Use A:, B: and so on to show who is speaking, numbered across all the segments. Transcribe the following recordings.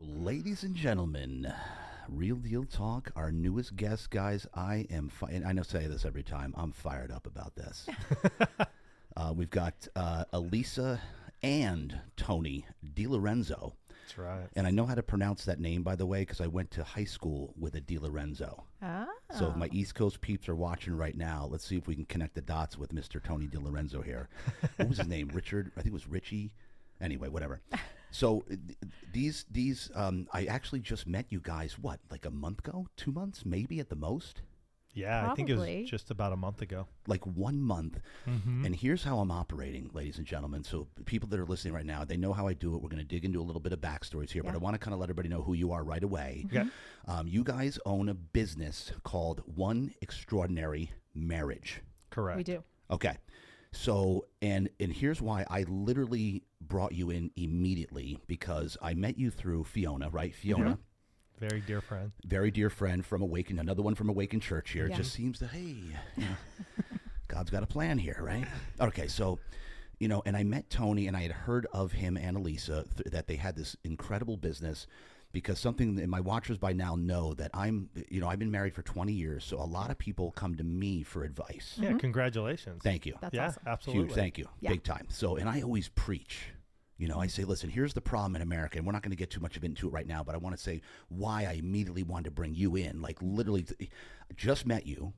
A: Ladies and gentlemen, Real Deal Talk, our newest guest, guys. I am, fi- and I know I say this every time, I'm fired up about this. uh, we've got uh, Elisa and Tony DiLorenzo.
B: That's right.
A: And I know how to pronounce that name, by the way, because I went to high school with a DiLorenzo.
C: Ah.
A: So if my East Coast peeps are watching right now, let's see if we can connect the dots with Mr. Tony DiLorenzo here. What was his name? Richard? I think it was Richie. Anyway, whatever. So uh, th- these these um, I actually just met you guys what like a month ago, two months maybe at the most,
B: Yeah, I think it
C: Probably.
B: was just about a month ago.
A: like one month.
B: Mm-hmm.
A: And here's how I'm operating, ladies and gentlemen. So people that are listening right now, they know how I do it. We're going to dig into a little bit of backstories here, but
C: Yeah.
A: I want to kind of let everybody know who you are right away.
B: Okay.
A: Um, you guys own a business called One Extraordinary Marriage.
B: Correct.
C: We do.
A: Okay. So and and here's why I literally brought you in immediately because I met you through Fiona, right?
B: Mm-hmm.
A: Fiona,
B: Very dear friend.
A: very dear friend from Awaken, another one from Awaken Church here. It
C: Yeah.
A: just seems that hey, you know, God's got a plan here, right? Okay, so you know, and I met Tony, and I had heard of him and Elisa th- that they had this incredible business. Because something that my watchers by now know that I'm, you know, I've been married for 20 years, so a lot of people come to me for advice.
B: Yeah, congratulations.
A: Thank you.
C: Mm-hmm. That's
B: yeah,
C: awesome.
B: absolutely.
A: Huge, thank you,
C: Yeah.
A: big time. So, and I always preach. You know, I say, listen, here's the problem in America, and we're not going to get too much of into it right now, but I want to say why I immediately wanted to bring you in. Like, literally, t- just met you,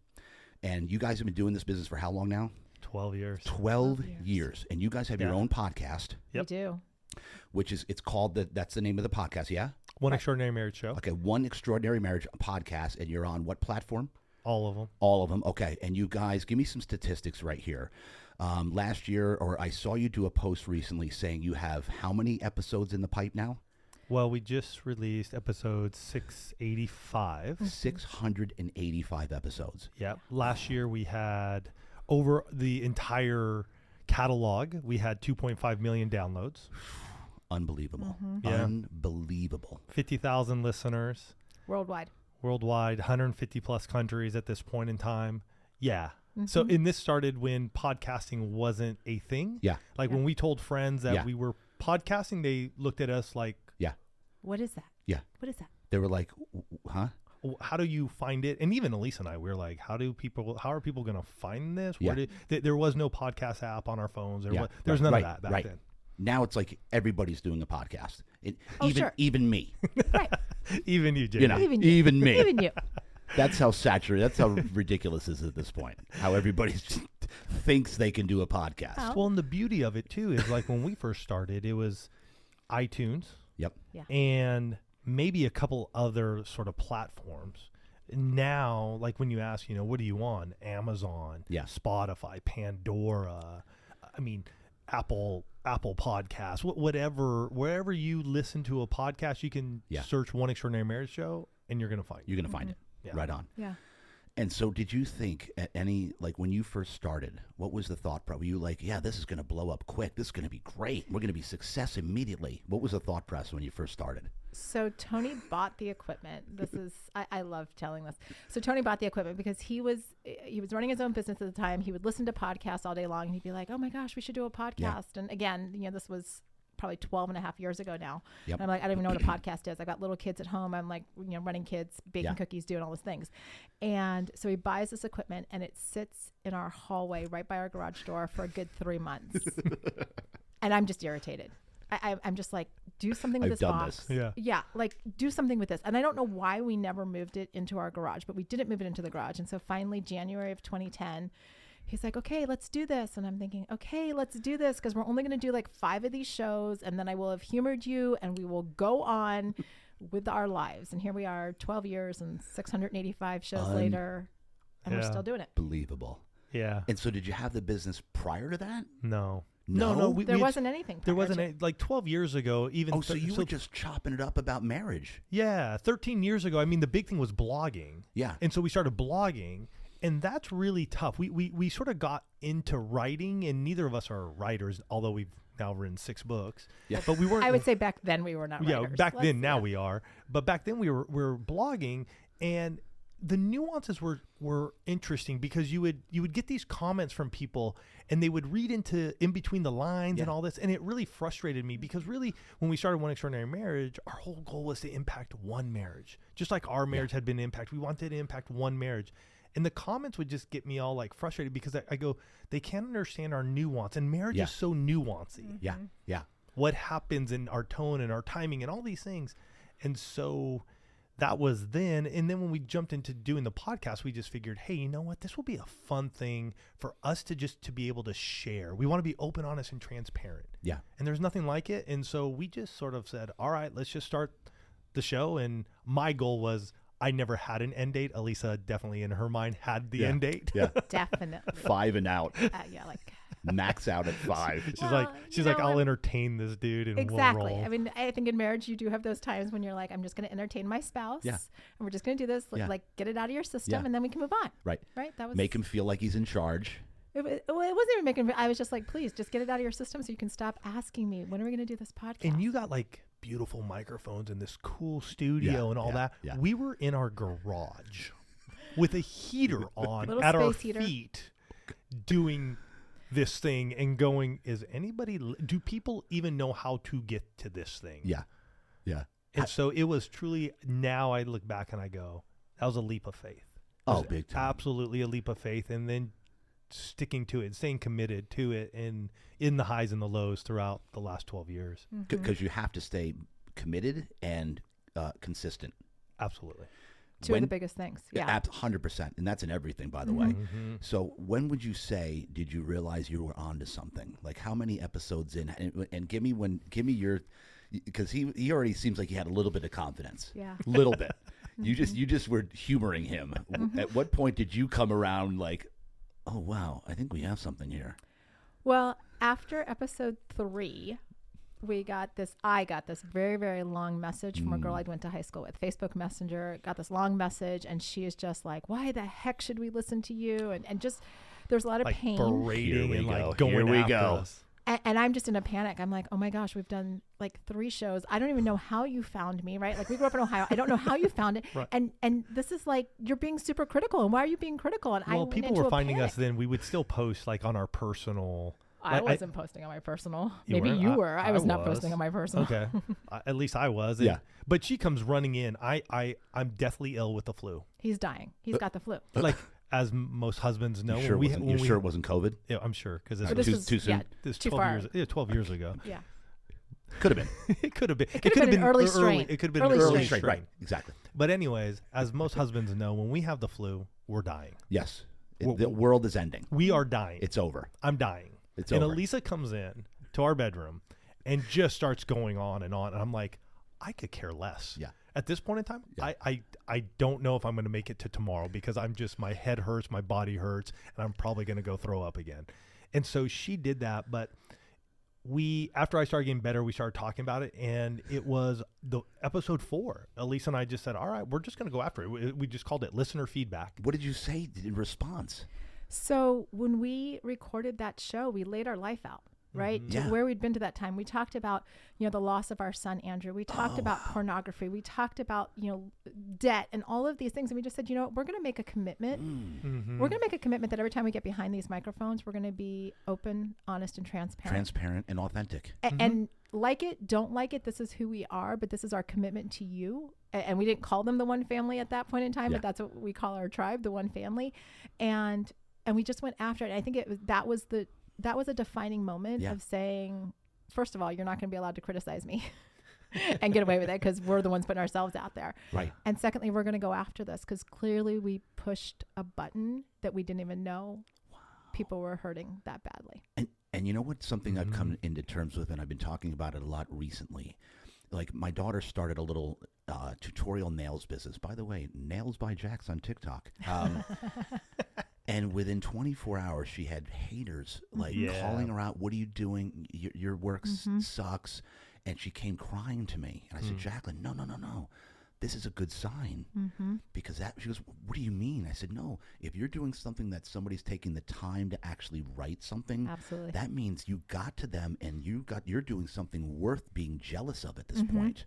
A: and you guys have been doing this business for how long now?
B: 12 years.
A: 12, years.
C: years.
A: And you guys have your
B: Yeah.
A: own podcast,
B: Yep.
C: We do.
A: which is, it's called the, that's the name of the podcast, yeah?
B: One extraordinary marriage show.
A: Okay, One Extraordinary Marriage Podcast, and you're on what platform?
B: All of them.
A: All of them. Okay. And you guys, give me some statistics right here. Um, last year, or I saw you do a post recently saying you have how many episodes in the pipe now?
B: Well, we just released episode
C: Mm-hmm.
B: 685.
A: 685 episodes.
B: Yep. Last year we had over the entire catalog, we had 2.5 million downloads,
A: Unbelievable.
C: Mm-hmm.
B: Yeah.
A: Unbelievable.
B: 50,000 listeners
C: Worldwide.
B: worldwide, 150 plus countries at this point in time. Yeah. So,
C: Mm-hmm.
B: and this started when podcasting wasn't a thing.
A: Yeah.
B: Like
C: Yeah.
B: when we told friends that
A: Yeah.
B: we were podcasting, they looked at us like,
A: Yeah.
C: What is that?
A: Yeah.
C: What is that?
A: They were like, "W- w- huh?
B: "Oh, "How do you find it?" And even Elise and I, we were like, "How do people? How are people going to find this?" Where
A: Yeah.
B: do, th- there was no podcast app on our phones. There
A: Yeah,
B: was, there was
A: right,
B: none
A: right,
B: of that back
A: right.
B: then.
A: Now it's like everybody's doing a podcast. It,
C: Oh,
A: even
C: sure.
A: even me.
C: Right.
B: even you, JD.
A: You know,
C: Even
A: even,
C: you.
A: me.
C: Even you.
A: That's how saturated, that's how ridiculous this is at this point. How everybody thinks they can do a podcast.
C: Oh.
B: Well, and the beauty of it too is like when we first started, it was iTunes
A: Yep.
B: and maybe a couple other sort of platforms. Now, like when you ask, you know, what do you on? Amazon,
A: Yeah.
B: Spotify, Pandora, I mean, Apple, Apple Podcasts, wh- whatever, wherever you listen to a podcast, you can
A: Yeah.
B: search One Extraordinary Marriage Show and you're going to find it.
A: You're going to find it.
C: Mm-hmm.
B: Yeah.
A: Right on.
C: Yeah.
A: And so, did you think at any like when you first started? What was the thought? pro- Were you like, "Yeah, this is going to blow up quick. This is going to be great. We're going to be success immediately." What was the thought process when you first started?
C: So Tony bought the equipment. This is I, I love telling this. So Tony bought the equipment because he was he was running his own business at the time. He would listen to podcasts all day long and he'd be like, "Oh my gosh, we should do a podcast." And again, you know, this was probably 12 and a half years ago now.
A: Yep.
C: And I'm like, I don't even know what a podcast is. I got little kids at home. I'm like, you know, running kids, baking
A: Yeah.
C: cookies, doing all those things. And so he buys this equipment and it sits in our hallway right by our garage door for a good 3 months. and I'm just irritated. I, I, I'm just like, do something with
A: I've
C: this
A: done
C: box.
A: this.
B: Yeah.
C: Yeah, like do something with this. And I don't know why we never moved it into our garage, but we didn't move it into the garage. And so finally, January of 2010, he's like, okay, let's do this. And I'm thinking, okay, let's do this because we're only going to do like five of these shows and then I will have humored you and we will go on with our lives. And here we are 12 years and 685 shows
A: Un-
C: later, and we're
B: Yeah.
C: still doing it.
A: Believable.
B: Yeah.
A: And so, did you have the business prior to that?
B: No.
A: No?
B: No, no. We,
C: There
B: we had-
C: wasn't anything.
B: There
C: prior
B: wasn't a,
C: to-
B: like 12 years ago, even.
A: Oh, so
B: th-
A: you were just chopping it up about marriage?
B: Yeah, 13 years ago. I mean, the big thing was blogging.
A: Yeah.
B: And so we started blogging, and that's really tough. We, we, we sort of got into writing, and neither of us are writers, although we've now written six books.
A: Yeah.
B: But we weren't.
C: I would say back then we were not.
B: yeah,
C: writers.
B: back
C: Let's-
B: then, now we are. But back then we were, we were blogging, and the nuances were were interesting because you would you would get these comments from people and they would read into in between the lines and
A: Yeah.
B: all this and it really frustrated me because really when we started one extraordinary marriage our whole goal was to impact one marriage just like our marriage had been impacted we wanted to impact one marriage and the comments would just get me all like frustrated because I, I go they can't understand our nuance and marriage
A: Yeah.
B: is so nuancy
A: Yeah. Yeah.
B: what happens in our tone and our timing and all these things. And so that was then. And then when we jumped into doing the podcast, we just figured, hey, you know what? This will be a fun thing for us to just to be able to share. We want to be open, honest, and transparent.
A: Yeah.
B: And there's nothing like it. And so we just sort of said, all right, let's just start the show. And my goal was I never had an end date. Elisa definitely in her mind had the
A: Yeah.
B: end date.
A: Yeah.
C: Definitely.
A: Five and out.
C: uh, yeah, like
A: Max out at five.
B: She's
C: Well,
B: like,
C: you
B: she's like,
C: know,
B: I'll
C: I'm-
B: entertain this dude and
C: exactly.
B: we'll roll.
C: I mean, I think in marriage you do have those times when you're like, I'm just going to entertain my spouse,
A: Yeah.
C: and we're just going to do this, like,
A: Yeah.
C: like, get it out of your system,
A: Yeah.
C: and then we can move on.
A: Right.
C: Right. That was
A: Make him feel like he's in charge.
C: It, wa- well, it wasn't even making. I was just like, please, just get it out of your system so you can stop asking me when are we going to do this podcast.
B: and you got like beautiful microphones and this cool studio
A: Yeah,
B: and all
A: yeah,
B: that.
A: yeah.
B: We were in our garage with a heater on
C: Little
B: at our
C: space heater.
B: feet doing this thing and going, is anybody, li- do people even know how to get to this thing?
A: Yeah. Yeah.
B: And so it was truly, now I look back and I go, that was a leap of faith. It
A: Oh,
B: was
A: big time.
B: Absolutely a leap of faith. And then sticking to it, staying committed to it, and in the highs and the lows throughout the last 12 years.
C: Hmm.
A: Because you have to stay committed and uh, consistent.
B: Absolutely.
C: Two of
A: when-
C: the biggest things. Yeah.
A: Hundred percent, and that's in everything, by the way.
B: Mm-hmm.
C: Mm-hmm.
A: So, when would you say did you realize you were onto something? Like, how many episodes in? And, and give me when, give me your, because he he already seems like he had a little bit of confidence.
C: Yeah.
A: little bit. You just you just were humoring him. At what point did you come around? Like, oh wow, I think we have something here.
C: Well, after episode three, we got this. I got this very, very long message from a
A: Mm.
C: girl I went to high school with, Facebook Messenger. Got this long message, and she is just like, "Why the heck should we listen to you?" And and just there's a lot of
B: like
C: pain.
B: berating
A: we
B: and
A: go.
B: like going
A: Here we
B: after
A: go.
B: us.
C: and, and I'm just in a panic. I'm like, oh my gosh, we've done like three shows. I don't even know how you found me, right? Like we grew up in Ohio. I don't know how you found it.
B: Right.
C: And and this is like you're being super critical. And why are you being critical? And I
B: Well,
C: went
B: people
C: into
B: were
C: a
B: finding
C: panic.
B: us then. We would still post like on our personal.
C: I
B: like,
C: wasn't posting on my personal.
B: You
C: Maybe
B: weren't?
C: you
B: I-
C: were. I,
B: I
C: was, not
B: was.
C: posting on my personal.
B: okay. I- at least I was. and-
A: Yeah.
B: But she comes running in. I I I'm deathly ill with the flu.
C: He's dying. He's got the flu.
B: Like as m- most husbands know.
A: you
B: when
A: sure,
B: we,
A: it wasn't,
B: when
A: you
B: we-
A: sure it wasn't COVID?
B: Yeah, I'm sure because this
C: But
B: was
C: this
A: too-
C: was
A: too soon?
C: Yeah,
B: this
C: too
B: 12
C: far.
B: years. Yeah, 12 years ago.
C: Yeah.
A: Could have been.
B: it could have been.
C: could have been an early strain.
B: It could have been
C: Early
B: an
C: strain.
B: early
A: Straight,
B: strain.
A: right? Exactly.
B: But anyways, as most husbands know, when we have the flu, we're dying.
A: Yes. It-
B: Well,
A: the world is ending.
B: We are dying.
A: It's over.
B: I'm dying.
A: It's
B: and
A: over.
B: Elisa comes in to our bedroom and just starts going on and on. And I'm like, I could care less.
A: Yeah.
B: At this point in time, I, I I don't know if I'm going to make it to tomorrow because I'm just my head hurts, my body hurts, and I'm probably going to go throw up again. And so she did that, but we after I started getting better, we started talking about it, and it was the episode four. Elisa and I just said, "All right, we're just going to go after it." We, we just called it listener feedback.
A: What did you say in response?
C: So when we recorded that show, we laid our life out, right? To
A: Yeah.
C: where we'd been to that time. We talked about, you know, the loss of our son Andrew. We talked about pornography. We talked about, you know, debt and all of these things. And we just said, you know, what? we're going to make a commitment.
A: Hmm.
C: We're
B: Mm.
C: going to make a commitment that every time we get behind these microphones, we're going to be open, honest, and transparent.
A: Transparent and authentic.
C: A- and like it, don't like it, this is who we are, but this is our commitment to you. A- And we didn't call them the one family at that point in time,
A: Yeah.
C: but that's what we call our tribe, the one family. And and we just went after it. I think it was that was the that was a defining moment
A: Yeah.
C: of saying, first of all, you're not going to be allowed to criticize me and get away with it because we're the ones putting ourselves out there.
A: Right.
C: And secondly, we're going to go after this because clearly we pushed a button that we didn't even know people were hurting that badly.
A: And and you know what? Something I've come into terms with, and I've been talking about it a lot recently. Like my daughter started a little uh, tutorial nails business. By the way, Nails by Jax on TikTok. Um, and within 24 hours, she had haters like
B: Yeah.
A: calling her out. What are you doing? Your, your work s- sucks. And she came crying to me, and I said, Jacqueline, no, no, no, no. This is a good sign because that she goes, "What do you mean?" I said, "No. If you're doing something that somebody's taking the time to actually write something,
C: Absolutely.
A: that
C: Mm-hmm.
A: means you got to them and you got you're doing something worth being jealous of at this point.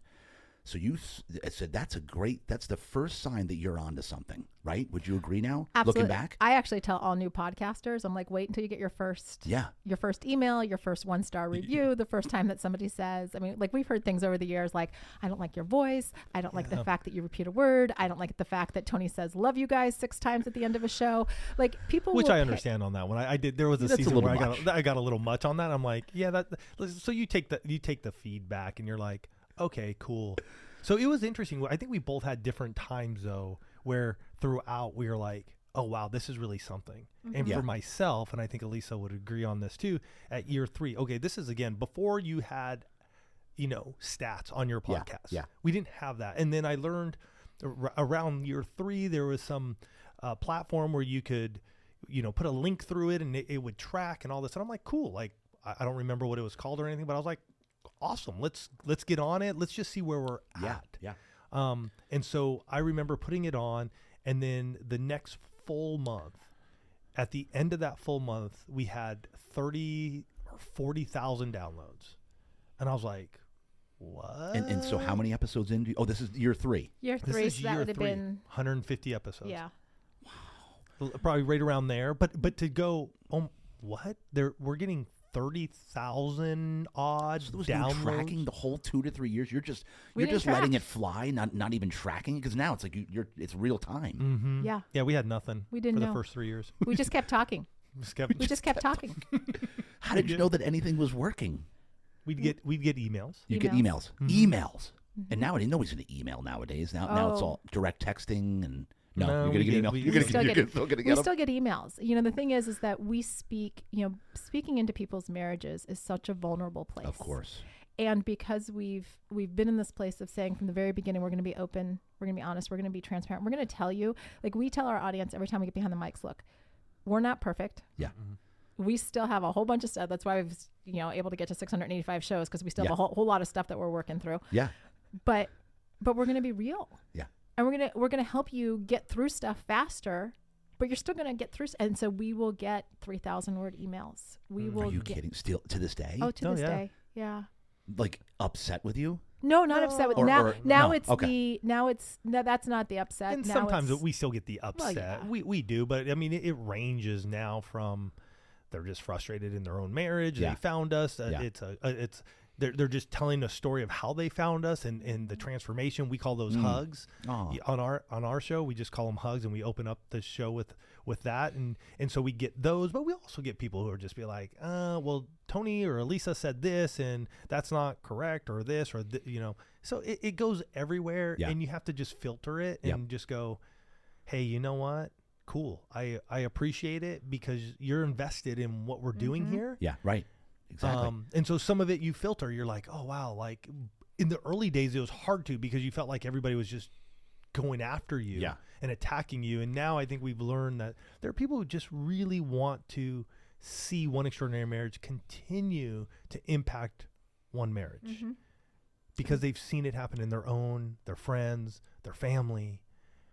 A: So you s- I said that's a great. That's the first sign that you're onto something, right? Would you agree now?
C: Absolutely.
A: Looking back,
C: I actually tell all new podcasters, I'm like, wait until you get your first
A: yeah,
C: your first email, your first one star review, the first time that somebody says, I mean, like we've heard things over the years like, I don't like your voice. I don't like the fact that you repeat a word. I don't like the fact that Tony says, love you guys six times at the end of a show. Like people,
B: Which
C: will
B: I
C: pick-
B: understand on that one. I, I did. There was a
A: That's a
B: season
A: little
B: where I got
A: much.
B: a, I got a little much on that. I'm like, yeah, that. So you take the you take the feedback and you're like, okay, cool. So it was interesting. I think we both had different times though, where throughout we were like, oh wow, this is really something. And
A: Mm-hmm. Yeah.
B: for myself, and I think Elisa would agree on this too. At year three, okay, this is again before you had you know stats on your
A: Yeah,
B: podcast.
A: yeah.
B: we didn't have that. And then I learned ar- around year three there was some uh, platform where you could you know put a link through it and it, it would track and all this. And I'm like, cool. Like I, I don't remember what it was called or anything, but I was like, awesome. Let's let's get on it. Let's just see where we're
A: yeah,
B: at.
A: Ah, yeah.
B: Um, and so I remember putting it on, and then the next full month, at the end of that full month, we had thirty or forty thousand downloads, and I was like, "What?"
A: And and so how many episodes in? Do you, oh, this is year three.
C: year
B: This
C: three.
B: is
C: so that
B: year
C: would have
B: three,
C: been,
B: 150 episodes.
C: yeah.
B: L- probably right around there. But but to go, oh, what? There we're getting thirty thousand odd
A: So there was no
B: downloads.
A: tracking the whole two to three years. You're just
C: We
A: you're
C: didn't
A: just letting
C: track.
A: it fly, not not even tracking it because now it's like you, you're it's real time.
B: hmm
C: Yeah.
B: yeah, we had nothing.
C: We didn't
B: for
C: know.
B: the first three years.
C: We just kept talking.
B: Just kept-
C: We just kept talking.
A: How did you know that anything was working?
B: we'd get we'd get emails.
A: You get emails,
C: Emails. Mm-hmm.
A: emails, and nowadays nobody's going to email nowadays. Now now it's
C: Oh.
A: all direct texting and no,
B: No,
A: you're going
B: we
A: to get
B: get-
A: email.
B: we-
A: you're
B: we
A: going
C: still
A: to
C: get-
A: get still going to
C: we
A: get 'em.
C: still get emails. You know, the thing is, is that we speak, you know, speaking into people's marriages is such a vulnerable place.
A: Of course,
C: and because we've we've been in this place of saying from the very beginning we're going to be open we're going to be honest we're going to be transparent we're going to tell you like we tell our audience every time we get behind the mics look we're not perfect
A: Yeah.
C: we still have a whole bunch of stuff that's why we've you know able to get to 685 shows because we still have
A: Yeah.
C: a whole, whole lot of stuff that we're working through
A: yeah,
C: but but we're going to be real
A: Yeah.
C: and we're going to we're going to help you get through stuff faster but you're still going to get through s- and so we will get 3000 word emails we will
A: Mm. Are you
C: get
A: kidding? Still to this day,
C: oh to
B: Oh,
C: this
B: yeah.
C: day yeah
A: like upset with you?
C: No, not upset with
A: Or-
C: now.
A: or-
C: now
A: no,
C: it's
A: okay.
C: the now it's no, that's not the upset.
B: and
C: now
B: sometimes
C: it's,
B: we still get the upset.
C: yeah.
B: We we do, but I mean, it, it ranges now from they're just frustrated in their own marriage.
A: Yeah.
B: They found us. Uh,
A: Yeah.
B: It's a uh, it's they're they're just telling a story of how they found us and and
C: Mm.
B: the transformation. We call
A: Mm.
B: those hugs.
A: Aw.
B: Y- On our on our show, we just call them hugs, and we open up the show with with that, and and so we get those. But we also get people who are just be like, uh, well, Tony or Elisa said this, and that's not correct, or this, or th- you know. So it, it goes everywhere,
A: Yeah.
B: and you have to just filter it
A: Yeah.
B: and just go, hey, you know what? Cool. I I appreciate it because you're invested in what we're doing here.
A: Yeah, right, exactly.
B: Um, and so some of it you filter. You're like, oh wow, like in the early days it was hard to because you felt like everybody was just going after you
A: Yeah.
B: and attacking you. And now I think we've learned that there are people who just really want to see one extraordinary marriage continue to impact one marriage because they've seen it happen in their own, their friends, their family,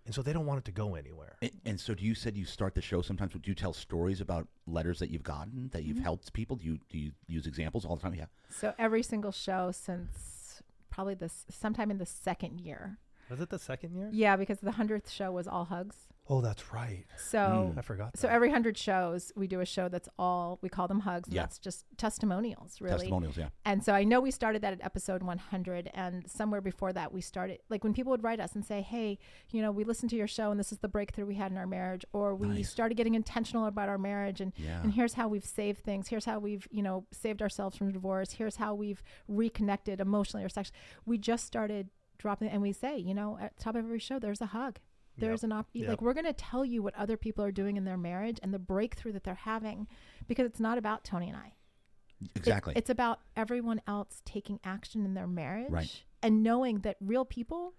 B: and so they don't want it to go anywhere.
A: And, and so, do you said you start the show sometimes? Do you tell stories about letters that you've gotten that you've
C: Mm-hmm.
A: helped people? Do you do you use examples all the time? Yeah,
C: so every single show since probably this sometime in the second year.
B: Was it the second year?
C: Yeah, because the hundredth show was all hugs.
B: Oh, that's right.
C: So
B: I forgot.
A: Hmm.
C: so
B: that.
C: every hundred shows we do a show that's all we call them hugs. And
A: Yeah.
C: That's just testimonials, really.
A: testimonials. Yeah,
C: And so I know we started that at episode 100, and somewhere before that, we started like when people would write us and say, Hey, you know, we listened to your show, and this is the breakthrough we had in our marriage, or we
A: Nice.
C: started getting intentional about our marriage, and,
A: Yeah.
C: and here's how we've saved things, here's how we've, you know, saved ourselves from divorce, here's how we've reconnected emotionally or sexually. We just started dropping, and we say, You know, at the top of every show, there's a hug. There's an op like
B: Yep.
C: we're going to tell you what other people are doing in their marriage and the breakthrough that they're having because it's not about Tony and I. It-
A: exactly.
C: it's about everyone else taking action in their marriage
A: Right.
C: and knowing that real people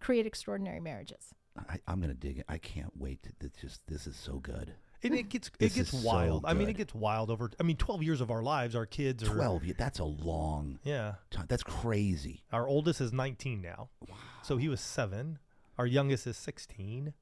C: create extraordinary marriages.
A: I, I'm gonna dig it. I can't wait. To, this just this is so good.
B: And it gets
A: This
B: it gets
A: is so
B: wild. I mean,
A: good.
B: it gets wild over. I mean, twelve years of our lives, our kids are
A: Twelve. yeah, That's a long
B: Yeah,
A: time. That's crazy.
B: our oldest is nineteen now, so he was seven. Our youngest is sixteen.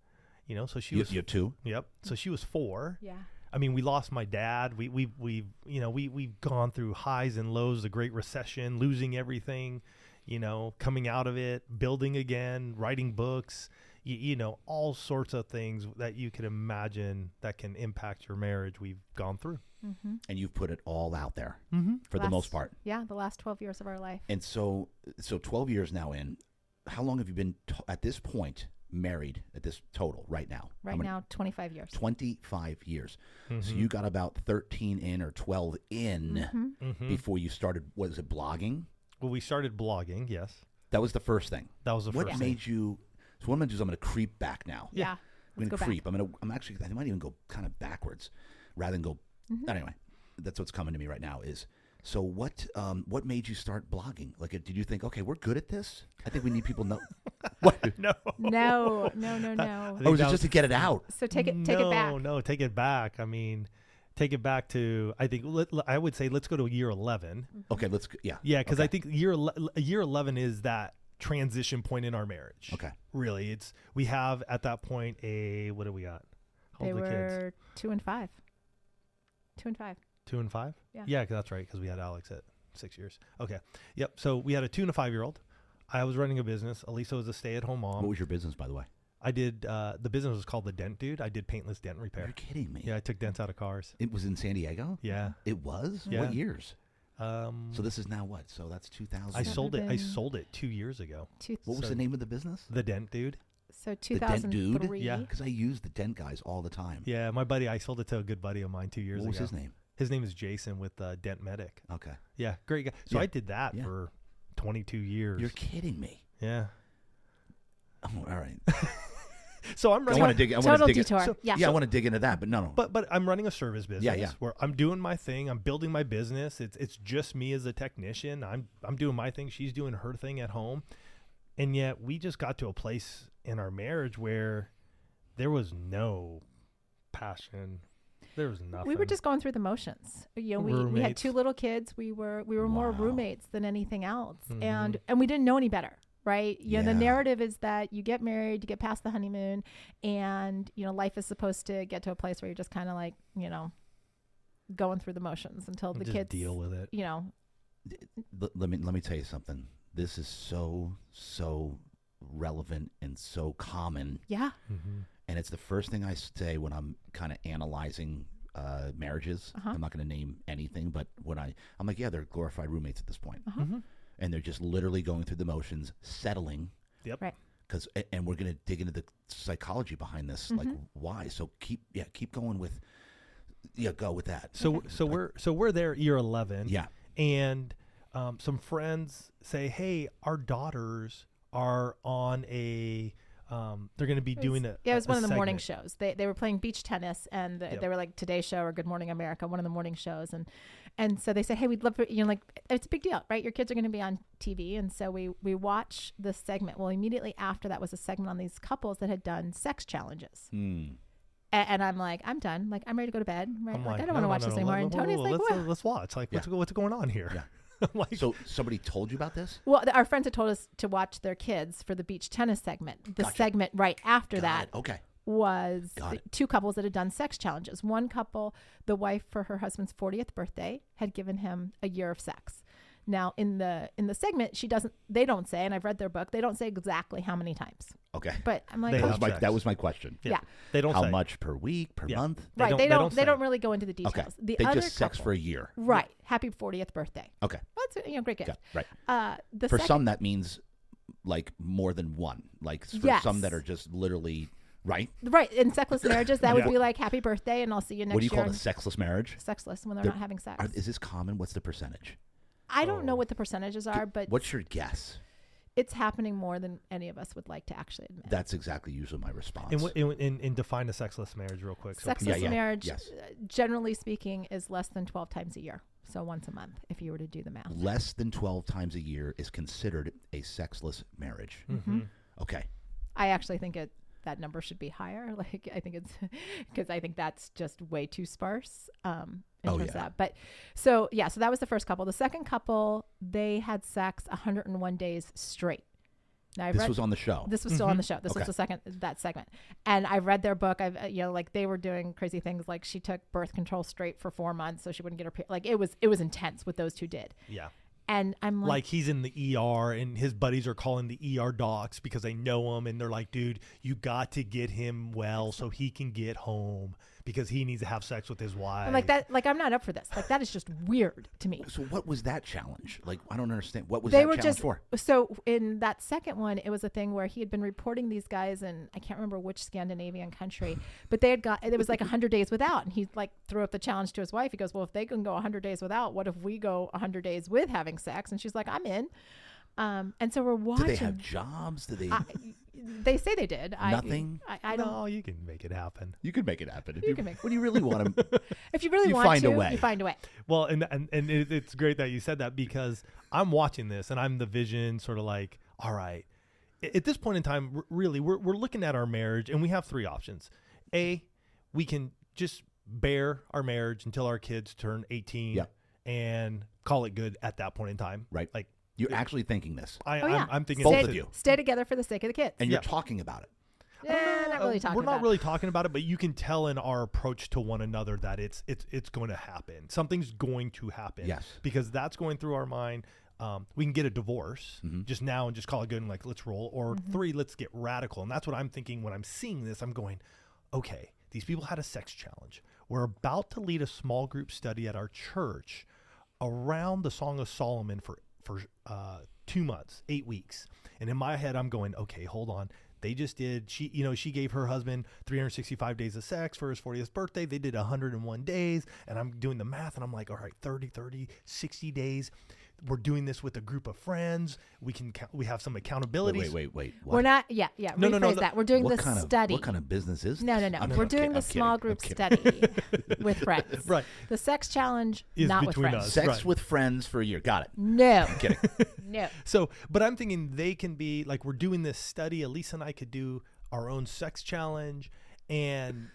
B: You know, so she
A: You,
B: was.
A: you have two.
B: Yep. So she was four.
C: Yeah.
B: I mean, we lost my dad. We we we you know we we've gone through highs and lows, the Great Recession, losing everything. you know, coming out of it, building again, writing books, you, you know, all sorts of things that you could imagine that can impact your marriage we've gone through.
A: and you've put it all out there
B: Mm-hmm.
A: for the most
C: Last-
A: part.
C: Yeah, the last 12 years of our life.
A: And so, so 12 years now in, how long have you been t- at this point married at this total right now? How
C: Right
A: many-
C: now, 25 years.
A: 25 years. So
B: Mm-hmm.
A: you got about 13 in or 12 in before you started, was it blogging?
B: Mm-hmm. Well, we started blogging. Yes,
A: That was the first thing.
B: that was the
A: what
B: first.
A: made you, so what I'm going to do is I'm going to creep back now.
C: Yeah.
A: I'm
C: Let's go
A: gonna
C: back.
A: creep. I'm gonna. I'm actually. I might even go kind of backwards, rather than go.
B: Mm-hmm.
A: Anyway, that's what's coming to me right now. Is so. What um. What made you start blogging? Like, did you think, okay, we're good at this? I think we need people know. what?
B: no.
C: No, no, no, no.
A: Oh,
B: think
A: is it
B: that
A: just to get it out?
C: So take it, take
B: no,
C: it back.
B: No, take it back. I mean, take it back to I think let, let- I would say let's go to year eleven.
A: Okay, let's. g- Yeah.
B: Mm-hmm. Yeah, because
A: okay.
B: I think year ele- year eleven is that transition point in our marriage.
A: Okay.
B: Really, it's we have at that point a what do we got? How
C: They
B: old are the kids?
C: were two and five. Two and five.
B: Two and five.
C: Yeah.
B: Yeah, 'cause that's right. Because we had Alex at six years. Okay. Yep. So we had a two and a five year old. I was running a business. Elisa was a stay at home
A: What
B: mom.
A: was your business, by the way?
B: I did. Uh, the business was called the Dent Dude. I did paintless dent repair.
A: You're kidding me.
B: Yeah, I took dents out of cars.
A: It was in San Diego.
B: Yeah.
A: It was.
B: Yeah.
A: What years?
B: Um,
A: So this is now what? So that's 2000.
B: I
C: That
B: sold it.
C: would've
B: I
C: been-
B: sold it two years ago.
C: Two,
A: What was
B: so-
A: the name of the business?
B: The Dent Dude.
C: so
A: The Dent Dude?
C: 2003.
B: Yeah.
A: Because I use the dent guys all the time.
B: Yeah, my buddy. I sold it to a good buddy of mine two years
A: What was
B: ago.
A: his name?
B: His name is Jason with uh, Dent Medic.
A: Okay.
B: Yeah, great guy. So
A: Yeah.
B: I did that
A: Yeah.
B: for 22 years.
A: You're kidding me.
B: yeah.
A: Oh, all right.
B: So I'm
A: I
B: running.
A: want to dig. I want to
C: Total
A: dig. it-
C: detour.
A: so-
C: Yeah.
A: I want to dig into that, but no, no.
B: But but I'm running a service business.
A: yeah.
B: Where I'm doing my thing. I'm building my business. It's it's just me as a technician. I'm I'm doing my thing. She's doing her thing at home, and yet we just got to a place in our marriage where there was no passion. There was nothing.
C: We were just going through the motions. You know, we, we had
B: Roommates.
C: two little kids. We were we were more
A: Wow.
C: roommates than anything else,
B: Mm-hmm.
C: and and we didn't know any better, right? You know, the
A: Yeah.
C: narrative is that you get married, you get past the honeymoon, and you know, life is supposed to get to a place where you're just kind of like you know, going through the motions until the
B: just
C: kids
B: deal with it.
C: You know,
A: L- let me let me tell you something. This is so so relevant and so common,
C: yeah,
B: Mm-hmm.
A: and it's the first thing I say when I'm kind of analyzing uh, marriages.
C: Uh-huh.
A: I'm not going to name anything, but when I I'm like, yeah, they're glorified roommates at this point,
C: Uh-huh.
B: Mhm.
A: and they're just literally going through the motions, settling.
B: Yep.
C: Right.
A: Because and we're going to dig into the psychology behind this, like why. So keep yeah keep going with yeah go with that.
B: So so we're so we're there year eleven.
A: Yeah.
B: And um, some friends say, "Hey, our daughters are on a. Um, they're going to be doing a.
C: yeah, it was
B: a
C: one of the morning
B: segment."
C: shows. They they were playing beach tennis, and the,
B: Yep.
C: they were like Today Show or Good Morning America, one of the morning shows, and and so they said, hey, we'd love for you know like it's a big deal, right? Your kids are going to be on TV, and so we we watch this segment. Well, immediately after that was a segment on these couples that had done sex challenges,
A: Hmm.
C: A- and, I'm like, I'm done, like I'm ready to go to bed, right?
B: I'm
C: like,
B: like,
C: I
B: no,
C: don't want to
B: no,
C: watch
B: no,
C: this
B: no,
C: anymore.
B: let-
C: And
B: let-
C: Tony's
B: let-
C: like,
B: let's,
C: what?
B: let's watch. Like, what's, what's going on here? I'm like,
A: So somebody told you about this?
C: Well, th- our friends had told us to watch their kids for the beach tennis segment. The segment right after
A: Got
C: that
A: it. Okay.
C: was
A: Got
C: the
A: it.
C: two couples that had done sex challenges. One couple, the wife for her husband's 40th birthday had given him a year of sex. Now in the in the segment, she doesn't they don't say, and I've read their book, they don't say exactly how many times.
A: Okay.
C: But I'm like,
B: They
A: That
C: oh,
A: was,
B: have
A: my,
B: sex.
A: that was my question.
C: yeah.
B: they don't
A: How
B: say.
A: much per week, per
B: Yeah.
A: month?
B: They
C: right.
B: don't-
C: They
B: they
C: don't
B: don't
C: they
B: say.
C: don't really go into the details.
A: Okay.
C: The
A: they
C: other
A: just sex for
C: couple-
A: a year.
C: Right. Happy 40th birthday.
A: Okay.
C: Well, that's a, you know, great gift.
A: Got it. Right.
C: Uh the
A: For
C: second,
A: some, that means like more than one. Like for some that
C: Yes.
A: are just literally, right?
C: right, in sexless marriages that
B: Yeah.
C: would be like happy birthday and I'll see you next
A: what do you
C: year.
A: call it, a
C: on
A: sexless marriage?
C: sexless when they're,
A: They're-
C: not having sex.
A: Are, is this common? What's the percentage?
C: I don't know
B: Oh.
C: what the percentages are, but
A: What's your guess?
C: it's happening more than any of us would like to actually admit.
A: That's exactly usually my response.
B: And, wh- and, and, and define a sexless marriage real quick. So
C: Sexless
A: Yeah, yeah.
C: marriage,
A: Yes.
C: uh, generally speaking, is less than 12 times a year. So once a month, if you were to do the math.
A: Less than 12 times a year is considered a sexless marriage. Mm-hmm. Okay.
C: I actually think it that number should be higher. Like I think it's because I think that's just way too sparse um, in
A: Oh,
C: terms
A: yeah.
C: of that. But so yeah, so that was the first couple. The second couple, they had sex 101 days straight. Now I've
A: This
C: read,
A: was on the show.
C: This was still on the show. This
A: Okay.
C: was the second that segment, and I've read their book. I've uh, you know like they were doing crazy things. Like she took birth control straight for four months so she wouldn't get her pe- like it was it was intense what those two did.
B: yeah.
C: And I'm like,
B: like he's in the ER and his buddies are calling the ER docs because they know him and they're like, dude, you got to get him well so he can get home because he needs to have sex with his wife.
C: I'm like that. Like I'm not up for this. Like that is just weird to me.
A: So what was that challenge? Like I don't understand. What was
C: they
A: that
C: were
A: challenge
C: just
A: for?
C: so in that second one it was a thing where he had been reporting these guys in i can't remember which scandinavian country but they had got it was like 100 days without and he like threw up the challenge to his wife he goes well if they can go 100 days without what if we go 100 days with having sex and she's like i'm in um, and so we're
A: Did
C: watching
A: they have jobs? Did they?
C: They say they did I-
A: Nothing?
C: i, I, don't
B: no, you can make it happen.
A: you could make it happen. If
C: You could make-
A: What do you really want to?
C: if you really
A: You
C: want
A: find a
C: to
A: way.
C: you find a way
B: Well, and and, and it, it's great that you said that because I'm watching this and I'm the vision sort of like, all right, a- at this point in time, r- really, we're, we're looking at our marriage and we have three options. A, we can just bear our marriage until our kids turn 18
A: Yep.
B: and call it good at that point in time.
A: Right.
B: Like,
A: You're actually thinking this,
B: I,
C: oh
B: I'm,
C: yeah
B: I'm thinking
A: Both
C: stay,
A: of you.
C: stay together for the sake of the kids
A: and you're
B: Yeah.
A: talking about it.
C: yeah not really
B: Uh,
C: talking
B: We're not
C: about it.
B: really talking about it, but you can tell in our approach to one another that it's it's it's going to happen. Something's going to happen.
A: Yes.
B: because that's going through our mind. Um, we can get a divorce just now and just call it good and like let's roll. Or
C: Mm-hmm.
B: three, let's get radical. And that's what I'm thinking when I'm seeing this. I'm going, okay, these people had a sex challenge. We're about to lead a small group study at our church around the Song of Solomon for for uh, two months, eight weeks, and in my head I'm going, okay, hold on. They just did. She, you know, she gave her husband 365 days of sex for his 40th birthday. They did 101 days, and I'm doing the math, and I'm like, all right, 30, 30, 60 days. We're doing this with a group of friends. We can, count- we have some accountability.
A: Wait, wait, wait. What,
C: we're not yeah yeah
B: No,
C: rephrase
B: no, no, no.
C: that we're doing
A: what
C: the
A: kind
C: study
A: of what kind of business is?
C: No, no,
A: this?
C: no.
A: Oh, I'm
C: We're
A: kidding,
C: doing
A: I'm
C: the
A: kidding,
C: small
A: I'm
C: group
A: kidding.
C: study with friends.
B: Right.
C: The sex challenge,
B: Is
C: not with
B: between
C: friends.
B: us.
A: Sex
B: Right.
A: with friends for a year. Got it.
C: No.
A: Kidding.
C: No.
B: So, but I'm thinking they can be like we're doing this study. Elisa and I could do our own sex challenge, and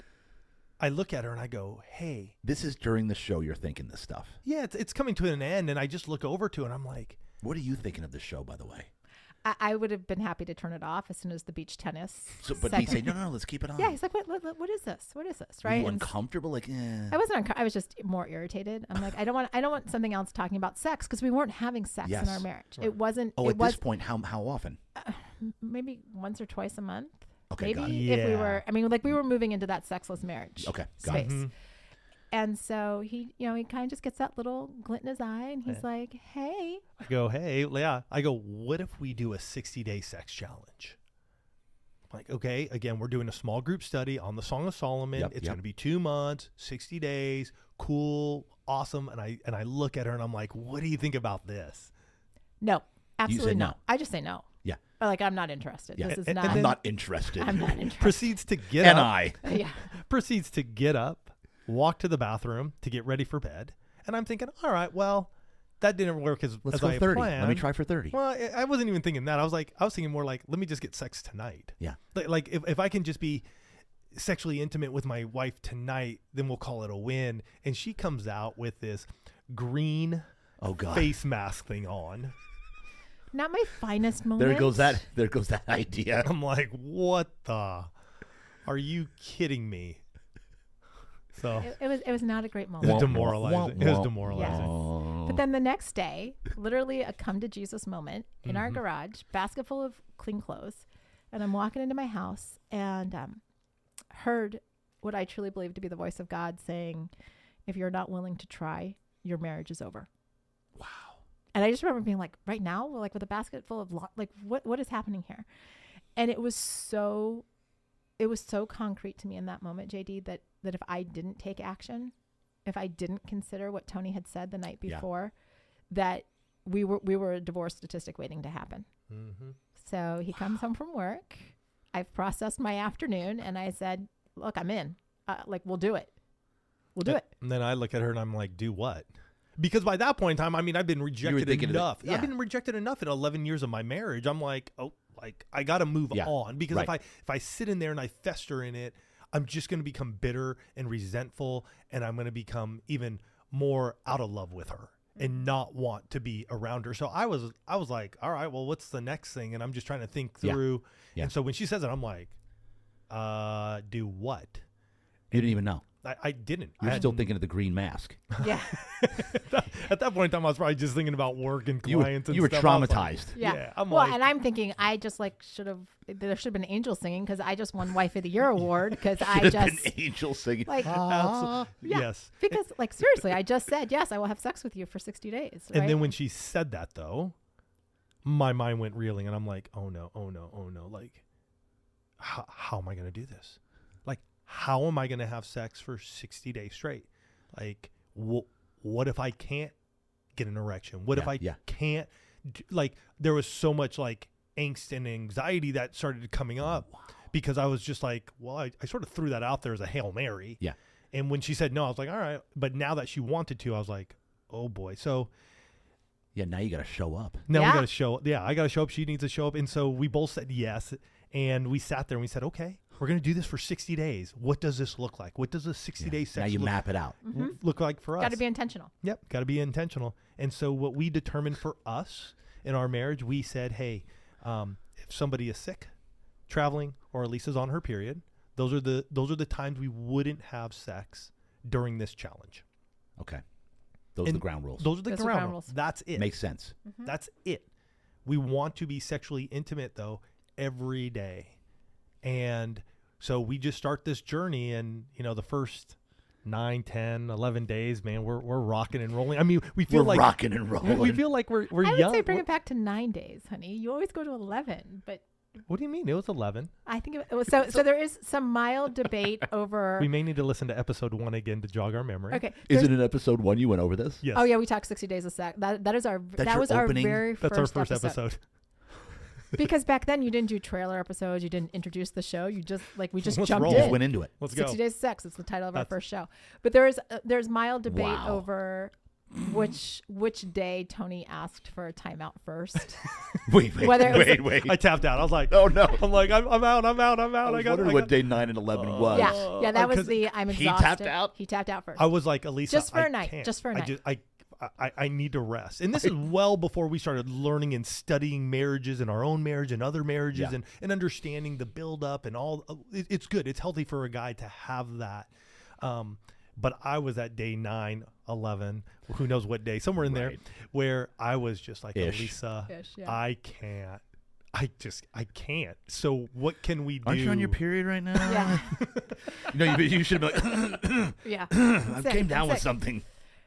B: I look at her and I go, "Hey,
A: this is during the show. You're thinking this stuff.
B: yeah, it's, it's coming to an end." And I just look over to it and I'm like,
A: What are you thinking of the show, by the way?
C: I, I would have been happy to turn it off as soon as the beach tennis.
A: So, but he
C: segment-
A: said, no, no, no, let's keep it on.
C: Yeah, he's like, what, what, what is this? What is this?
A: Were
C: Right?
A: you
C: And
A: uncomfortable? Like, eh.
C: I wasn't. Unco- I was just more irritated. I'm like, I don't want. I don't want something else talking about sex because we weren't having sex in our
A: Yes.
C: marriage. It wasn't.
A: oh,
C: it
A: at
C: was
A: this point, how how often?
C: maybe once or twice a month.
A: Okay, got
C: maybe
B: it.
C: if we
B: Yeah.
C: were. I mean, like we were moving into that sexless marriage.
A: Okay, got it.
C: space.
B: Mm-hmm.
C: And so he, you know, he kind of just gets that little glint in his eye, and he's like, "Hey,
B: I go, hey, yeah. I go, what if we do a 60 day sex challenge? Like, okay, again, we're doing a small group study on the Song of Solomon.
A: Yep,
B: it's
A: yep.
B: going to be two months, 60 days, cool, awesome. And I and I look at her and I'm like, what do you think about this?
C: no, absolutely
A: no.
C: not. I just say no.
A: Yeah.
C: Or like I'm not interested.
A: Yeah.
C: This is
B: And-
C: not.
B: and
A: I'm
B: then-
A: not interested.
C: I'm not interested.
B: Proceeds to get
A: and
B: up.
A: I.
C: yeah.
B: proceeds to get up, walk to the bathroom to get ready for bed, and I'm thinking, all right, well, that didn't work as,
A: Let's
B: as
A: go
B: I
A: 30. Let me
B: planned.
A: try for 30.
B: Well, I- I wasn't even thinking that. I was like, I was thinking more like, let me just get sex tonight.
A: Yeah.
B: Like, like if, if I can just be sexually intimate with my wife tonight, then we'll call it a win. And she comes out with this green
A: Oh God.
B: face mask thing on.
C: Not my finest moment.
A: There goes that. There goes that idea.
B: I'm like, what the? Are you kidding me? So.
C: It, it was. It was not a great
B: it was
C: moment.
A: Womp, womp,
B: demoralizing. It was
A: womp.
B: demoralizing.
C: But then the next day, literally a come to Jesus moment in our garage, basket full of clean clothes, and I'm walking into my house and um, heard what I truly believe to be the voice of God saying, "If you're not willing to try, your marriage is over."
A: Wow.
C: And I just remember being like, right now, we're like with a basket full of lo- like, what what is happening here? And it was so, it was so concrete to me in that moment, JD, that that if I didn't take action, if I didn't consider what Tony had said the night
A: Yeah.
C: before, that we were we were a divorce statistic waiting to happen.
B: hmm
C: So he comes home from work. I've processed my afternoon, and I said, "Look, I'm in. Uh, like, we'll do it. We'll do it."
B: And then I look at her and I'm like, do what? Because by that point in time, I mean, I've been rejected
A: thinking of the-
B: enough.
A: yeah.
B: I've been rejected enough in 11 years of my marriage. I'm like, oh, like I got to move
A: Yeah,
B: on because if I
A: right.
B: if I sit in there and I fester in it, I'm just going to become bitter and resentful, and I'm going to become even more out of love with her
C: Mm-hmm.
B: and not want to be around her. So I was I was like, all right, well, what's the next thing? And I'm just trying to think
A: Yeah.
B: through.
A: Yeah.
B: And so when she says it, I'm like, uh, do what?
A: You didn't even know.
B: I, I didn't. I
A: You're
B: had
A: still thinking of the green mask.
C: Yeah.
B: At that point in time, I was probably just thinking about work and
A: You were,
B: clients. and
A: you were
B: stuff. I was like,
A: traumatized.
C: Yeah.
B: Yeah, I'm
C: well,
B: like-
C: and I'm thinking I just like should have there should have been angel singing because I just won wife of the year award because I
A: Should have
C: just
A: been angel singing.
C: like
B: Absol-
C: yeah,
B: Yes.
C: because like seriously I just said yes I will have sex with you for sixty days
B: And
C: right?
B: then when she said that, though, my mind went reeling, and I'm like, oh no, oh no, oh no. Like, how, how am I going to do this? Like, how am I going to have sex for 60 days straight? Like, wh- what if I can't get an erection? What if
A: Yeah,
B: I
A: yeah.
B: can't? d- Like, there was so much like angst and anxiety that started coming up because I was just like, well, I, I sort of threw that out there as a Hail Mary.
A: Yeah.
B: And when she said no, I was like, all right. But now that she wanted to, I was like, oh boy. So,
A: Yeah, now you got to show up.
B: now
C: Yeah.
B: we got to show up. Yeah, I got to show up. She needs to show up. And so we both said yes. And we sat there and we said, okay, we're going to do this for 60 days. What does this look like? What does a 60 day
A: Now
B: sex
A: you
B: look,
A: map it out.
B: w- look like for us?
C: got to be intentional
B: Yep, got to be intentional. And so what we determined for us in our marriage, we said, hey, um, if somebody is sick, traveling, or Lisa's on her period, those are the those are the times we wouldn't have sex during this challenge.
A: Okay. Those are
B: And
A: the ground rules.
B: Those are the
C: Those are
B: ground,
C: ground
B: rules.
C: rules.
B: That's it.
A: Makes sense.
C: Mm-hmm.
B: That's it. We want to be sexually intimate though every day. And so we just start this journey and you know the first nine, ten, eleven days, man, we're we're rocking and rolling. I mean, we feel
A: We're
B: like
A: rocking and
B: we-
A: rolling.
B: we feel like we're we're
C: I would
B: young.
C: say bring
B: We're-
C: it back to nine days honey you always go to eleven but
B: what do you mean? It was 11.
C: I think it was, so so there is some mild debate over
B: We may need to listen to episode 1 again to jog our memory.
C: okay
A: Is it in episode one you went over this?
B: Yes.
C: Oh yeah, we talked sixty days of sex. That that is our that
A: your
C: was
A: opening?
C: our very
B: That's
C: first
B: our first episode.
C: because back then you didn't do trailer episodes, you didn't introduce the show, you just like we just
B: Let's
C: jumped
B: roll.
A: You
B: Yeah.
A: just
C: in.
A: went into it.
B: Let's go.
C: Sixty days of sex. It's the title of our
B: That's-
C: first show. But there is uh, there's mild debate
A: Wow.
C: over which which day Tony asked for a timeout first.
A: Wait, wait,
C: Whether it was-
A: wait, wait.
B: I tapped out. I was like,
A: oh no!
B: I'm like I'm, I'm out, I'm out, I'm out.
A: I
B: I,
A: was
B: got,
A: wondering
B: I
A: what
B: got-
A: day nine and eleven was.
C: Oh. yeah, yeah, that was
B: Because
C: the I'm
A: he tapped
C: exhausted.
A: out?
C: He tapped out first.
B: I was like, Elisa,
C: Just for
B: I
C: a night,
B: can't.
C: just for a
B: I
C: night.
B: Just, I, I, I need to rest. And this is well before we started learning and studying marriages and our own marriage and other marriages
A: Yeah.
B: and, and understanding the buildup and all. uh, It, it's good. It's healthy for a guy to have that. Um, but I was at day nine, 11, who knows what day, somewhere in there,
A: Right.
B: where I was just like,
A: Ish.
B: Elisa,
C: Ish, yeah.
B: I can't. I just, I can't. So what can we do?
A: Aren't you on your period right now?
C: yeah,
A: No, you, you should have been like,
C: yeah.
A: I came down with something.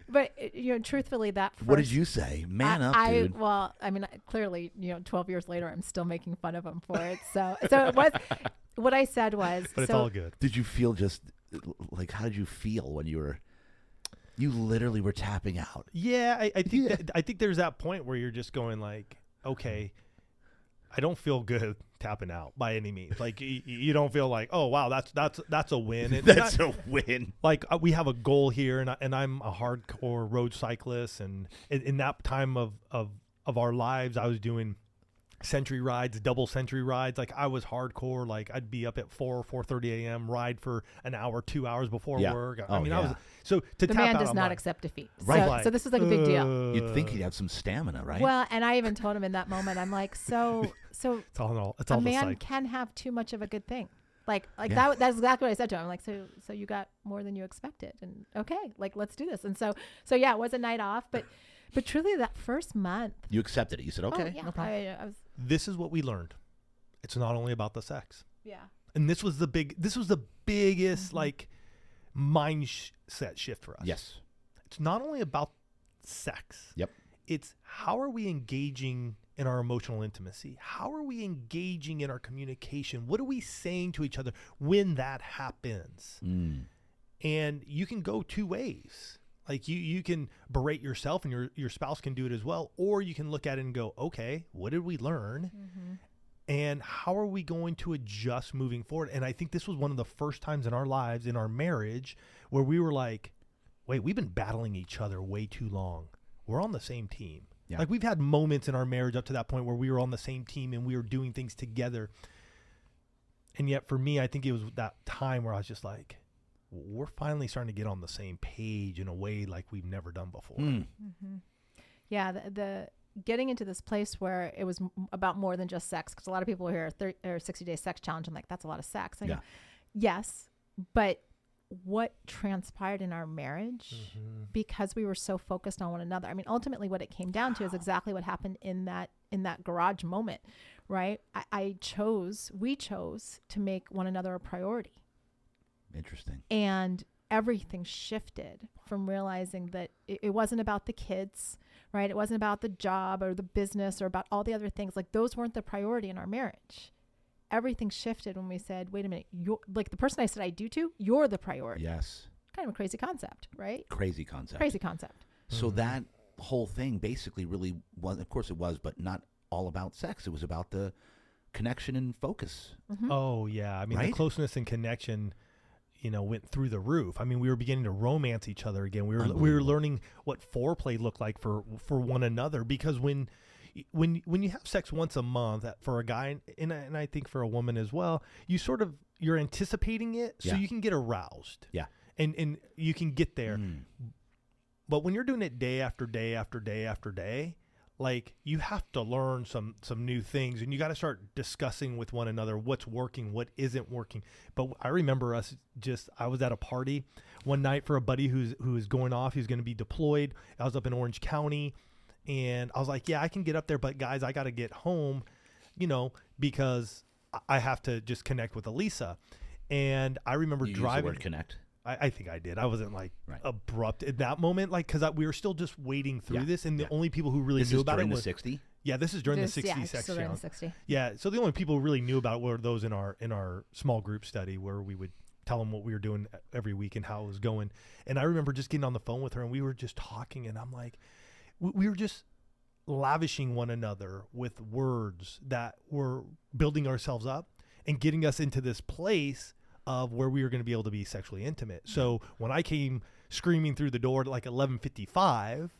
C: But uh, you know, truthfully, that first
A: What did you say? Man
C: I,
A: up,
C: I-
A: dude.
C: well, I mean, clearly, you know, 12 years later, I'm still making fun of him for it. So, so it was what I said was,
B: But it's
C: so
B: all good.
A: did you feel just like how did you feel when you were? You literally were tapping out.
B: Yeah, I, I think
A: Yeah.
B: That, I think there's that point where you're just going like, okay, I don't feel good tapping out by any means. Like you, you don't feel like, oh wow, that's that's that's a win. And
A: That's
B: not-
A: a win.
B: like uh, we have a goal here, and I, and I'm a hardcore road cyclist, and in, in that time of of of our lives, I was doing century rides double century rides like i was hardcore like i'd be up at 4 4 30 a.m ride for an hour two hours before
A: Yeah.
B: work i
A: Oh,
B: mean i was
A: yeah.
B: so to
C: the
B: tap
C: man
B: out,
C: does
B: I'm
C: not
B: like-
C: accept defeat.
A: Right.
C: So, so this is like a big deal.
A: You'd think
B: Uh,
A: he'd have some stamina, right?
C: Well, and I even told him in that moment, I'm like, so, so
B: It's all in all. It's
C: a
B: all the
C: man
B: psych.
C: can have too much of a good thing. Like, like
A: Yeah.
C: that. That's exactly what I said to him. I'm like, so, so you got more than you expected, and okay, like let's do this. And so, so yeah, it was a night off, but, but truly, that first month.
A: you accepted it. You said, "Okay,
C: oh, yeah,
A: no problem."
C: I, I was,
B: This is what we learned. It's not only about the sex,
C: yeah.
B: and this was the big. This was the biggest
C: Mm-hmm.
B: like mindset shift for us.
A: Yes.
B: it's not only about sex.
A: Yep.
B: It's how are we engaging in our emotional intimacy? How are we engaging in our communication? What are we saying to each other when that happens?
A: Mm.
B: and you can go two ways like you you can berate yourself and your your spouse can do it as well or you can look at it and go okay what did we learn and how are we going to adjust moving forward and i think this was one of the first times in our lives in our marriage where we were like wait we've been battling each other way too long we're on the same team
A: Yeah.
B: like we've had moments in our marriage up to that point where we were on the same team and we were doing things together and yet for me i think it was that time where i was just like we're finally starting to get on the same page in a way like we've never done before.
A: Mm.
C: Yeah, the, the getting into this place where it was m- about more than just sex because a lot of people hear thir- or 60 day sex challenge and like that's a lot of sex. I
A: Yeah.
C: know. Yes, but what transpired in our marriage
B: Mm-hmm.
C: because we were so focused on one another. I mean, ultimately, what it came down to is exactly what happened in that in that garage moment, right? I, I chose, we chose to make one another a priority
A: Interesting.
C: and everything shifted from realizing that it, it wasn't about the kids right it wasn't about the job or the business or about all the other things like those weren't the priority in our marriage everything shifted when we said wait a minute you're like the person i said i do to you're the priority
A: Yes.
C: kind of a crazy concept right
A: Crazy concept.
C: crazy concept
A: So
B: Mm-hmm.
A: that whole thing basically really was, of course it was, but not all about sex. It was about the connection and focus.
B: Oh yeah, I mean the
A: Mm-hmm. Right?
B: closeness and connection, you know, went through the roof. I mean, we were beginning to romance each other again. We were we were learning what foreplay looked like for for one another because when when when you have sex once a month uh, for a guy and I- and I think for a woman as well, you sort of you're anticipating it so
A: Yeah.
B: you can get aroused.
A: Yeah.
B: And and you can get there.
A: Mm.
B: But when you're doing it day after day after day after day, like you have to learn some some new things and you got to start discussing with one another what's working, what isn't working. But I remember us just I was at a party one night for a buddy who's who is going off, who's going to be deployed. I was up in Orange County and I was like, "Yeah, I can get up there, but guys, I got to get home, you know, because I- I have to just connect with Elisa." And I remember
A: You used the
B: driving
A: word connect.
B: I, I think I did. I wasn't like
A: Right.
B: abrupt at that moment, like because we were still just wading through
A: Yeah,
B: this, and the
A: yeah.
B: only people who really
A: This
B: knew
A: is
B: about
A: during
B: it
A: the
B: was
A: sixty.
B: yeah, this is during the
C: Just-
B: sixty
C: yeah,
B: section.
C: still around 60
B: Yeah, so the only people who really knew about it were those in our in our small group study where we would tell them what we were doing every week and how it was going. And I remember just getting on the phone with her and we were just talking, and I'm like, we, we were just lavishing one another with words that were building ourselves up and getting us into this place of where we were going to be able to be sexually intimate. So when I came screaming through the door at like 11:55,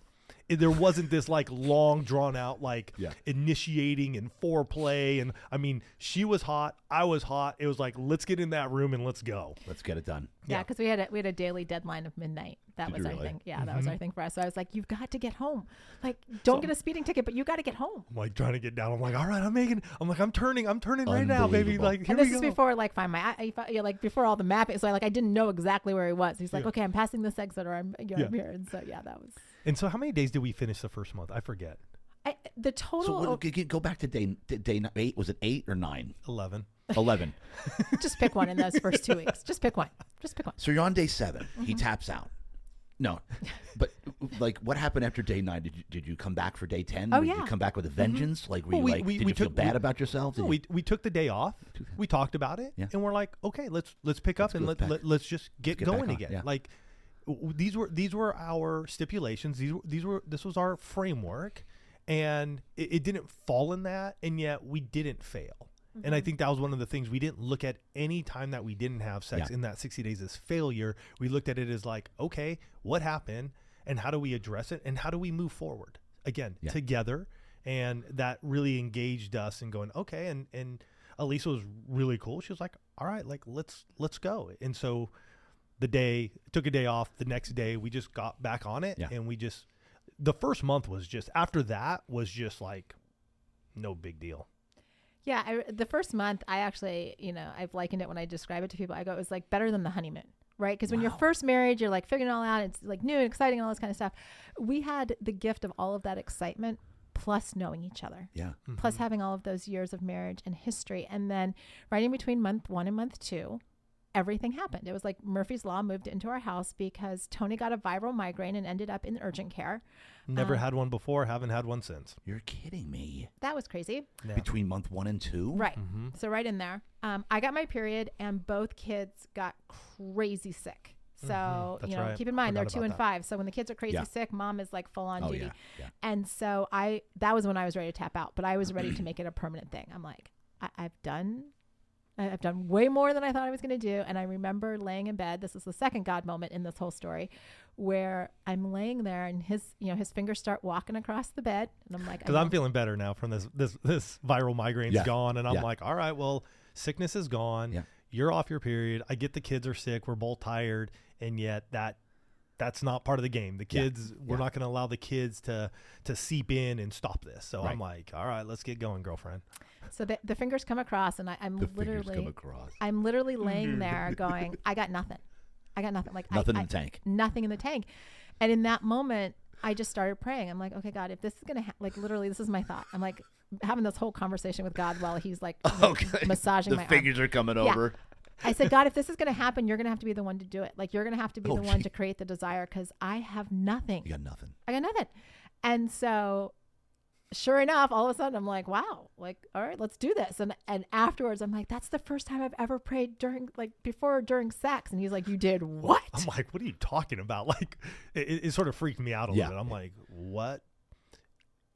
B: it- there wasn't this like long drawn out like
A: Yeah.
B: initiating and foreplay and I mean she was hot, I was hot. It was like let's get in that room and let's go.
A: Let's get it done.
C: yeah
B: Yeah.
C: because we had a we had a daily deadline of midnight that
A: Did
C: was
A: you
C: our
A: really?
C: thing yeah that was our thing for us so i was like you've got to get home like don't get a speeding ticket but you got to get home
B: I'm like trying to get down. I'm like all right, I'm making I'm like I'm turning, I'm turning right now baby.
A: Unbelievable.
B: Like here
C: and this
B: we
C: is
B: go.
C: before like find my I, I- yeah, like before all the mapping. So like I didn't know exactly where he was. He's like,
B: Yeah.
C: okay, I'm passing this exit, or I'm you know,
B: Yeah.
C: I'm here. And so yeah, that was
B: and so how many days did we finish the first month? I forget.
C: I, the
A: So
C: total.
A: what, g- g- go back to day d- day n- eight. Was it eight or nine?
B: 11.
A: Eleven.
C: just pick one in those first two weeks. Just pick one. Just pick one.
A: so you're on day 7 He taps out. No, but like, what happened after day nine? Did you, did you come back for day ten?
C: Oh,
A: did
C: yeah.
A: you come back with a vengeance? Like, were
B: Well,
A: you
B: we-
A: like,
B: we-
A: did
B: we
A: you feel
B: took-
A: bad
B: we-
A: about yourself? Did
B: No,
A: you-
B: we, we took the day off. We talked about it,
A: Yeah.
B: and we're like, okay, let's let's pick up and
A: go
B: let,
A: back.
B: let let's just get,
A: get back
B: going
A: on,
B: again.
A: yeah.
B: Like w- w- these were these were our stipulations. These were, these were this was our framework, and it, it didn't fall in that, and yet we didn't fail. And I think that was one of the things we didn't look at any time that we didn't have sex
A: Yeah.
B: in that 60 days as failure. We looked at it as like, okay, what happened and how do we address it and how do we move forward again
A: Yeah.
B: together? And that really engaged us in going, okay. And, and Elisa was really cool. She was like, all right, like let's, let's go. And so the day took a day off the next day. We just got back on it
A: Yeah.
B: and we just, the first month was just after that was just like no big deal.
C: Yeah, I, the first month, I actually, you know, I've likened it when I describe it to people. I go, it was like better than the honeymoon, right? Because when you're first married, you're like figuring it all out. It's like new and exciting, all this kind of stuff. We had the gift of all of that excitement, plus knowing each other.
A: yeah,
C: plus
B: Mm-hmm.
C: having all of those years of marriage and history. And then right in between month one and month two, everything happened. It was like Murphy's Law moved into our house because Tony got a viral migraine and ended up in urgent care.
B: Mm-hmm. Never had one before, haven't had one since.
A: you're kidding me.
C: That was crazy.
B: Yeah.
A: Between month one and two,
C: Right.
B: Mm-hmm.
C: So, right in there, um, I got my period and both kids got crazy sick. So,
B: Mm-hmm. That's
C: you know,
B: right.
C: keep in mind
B: Forgot
C: they're two
B: about
C: and
B: that.
C: five. So, when the kids are crazy
A: Yeah.
C: sick, mom is like full on
A: Oh,
C: duty.
A: yeah, yeah.
C: And so I that was when I was ready to tap out, but I was ready to make it a permanent thing. I'm like, I, I've done I- I've done way more than I thought I was going to do. And I remember laying in bed. This is the second God moment in this whole story where I'm laying there and his, you know, his fingers start walking across the bed. And I'm like, I
B: Because I'm
C: know.
B: feeling better now from this this this viral migraine's
A: Yeah.
B: gone, and I'm
A: Yeah.
B: like, all right, well, sickness is gone.
A: Yeah.
B: You're off your period. I get the kids are sick. We're both tired, and yet that that's not part of the game. The
A: Yeah.
B: kids, we're
A: Yeah.
B: not going to allow the kids to to seep in and stop this. So I'm
A: Right.
B: like, all right, let's get going, girlfriend.
C: so the, the fingers come across and I, I'm
A: the fingers
C: literally,
A: come across.
C: I'm literally laying there going, I got nothing. I got nothing. Like I-
D: Nothing in
C: I-
D: the tank.
C: Nothing in the tank. And in that moment, I just started praying. I'm like, okay, God, if this is gonna ha-, like literally, this is my thought. I'm like having this whole conversation with God while he's like
D: Okay.
C: massaging
D: the
C: my arm.
D: figures are coming
C: Yeah.
D: over.
C: I said, God, if this is going to happen, you're going to have to be the one to do it. Like, you're going to have to be
D: Oh,
C: the one
D: gee.
C: to create the desire because I have nothing.
D: You got nothing.
C: I got nothing. And so, sure enough, all of a sudden, I'm like, wow, like, all right, let's do this. And and afterwards, I'm like, that's the first time I've ever prayed during, like, before or during sex. And he's like, you did what?
B: I'm like, what are you talking about? Like, it- it, it sort of freaked me out a
D: Yeah.
B: little bit. I'm like, what?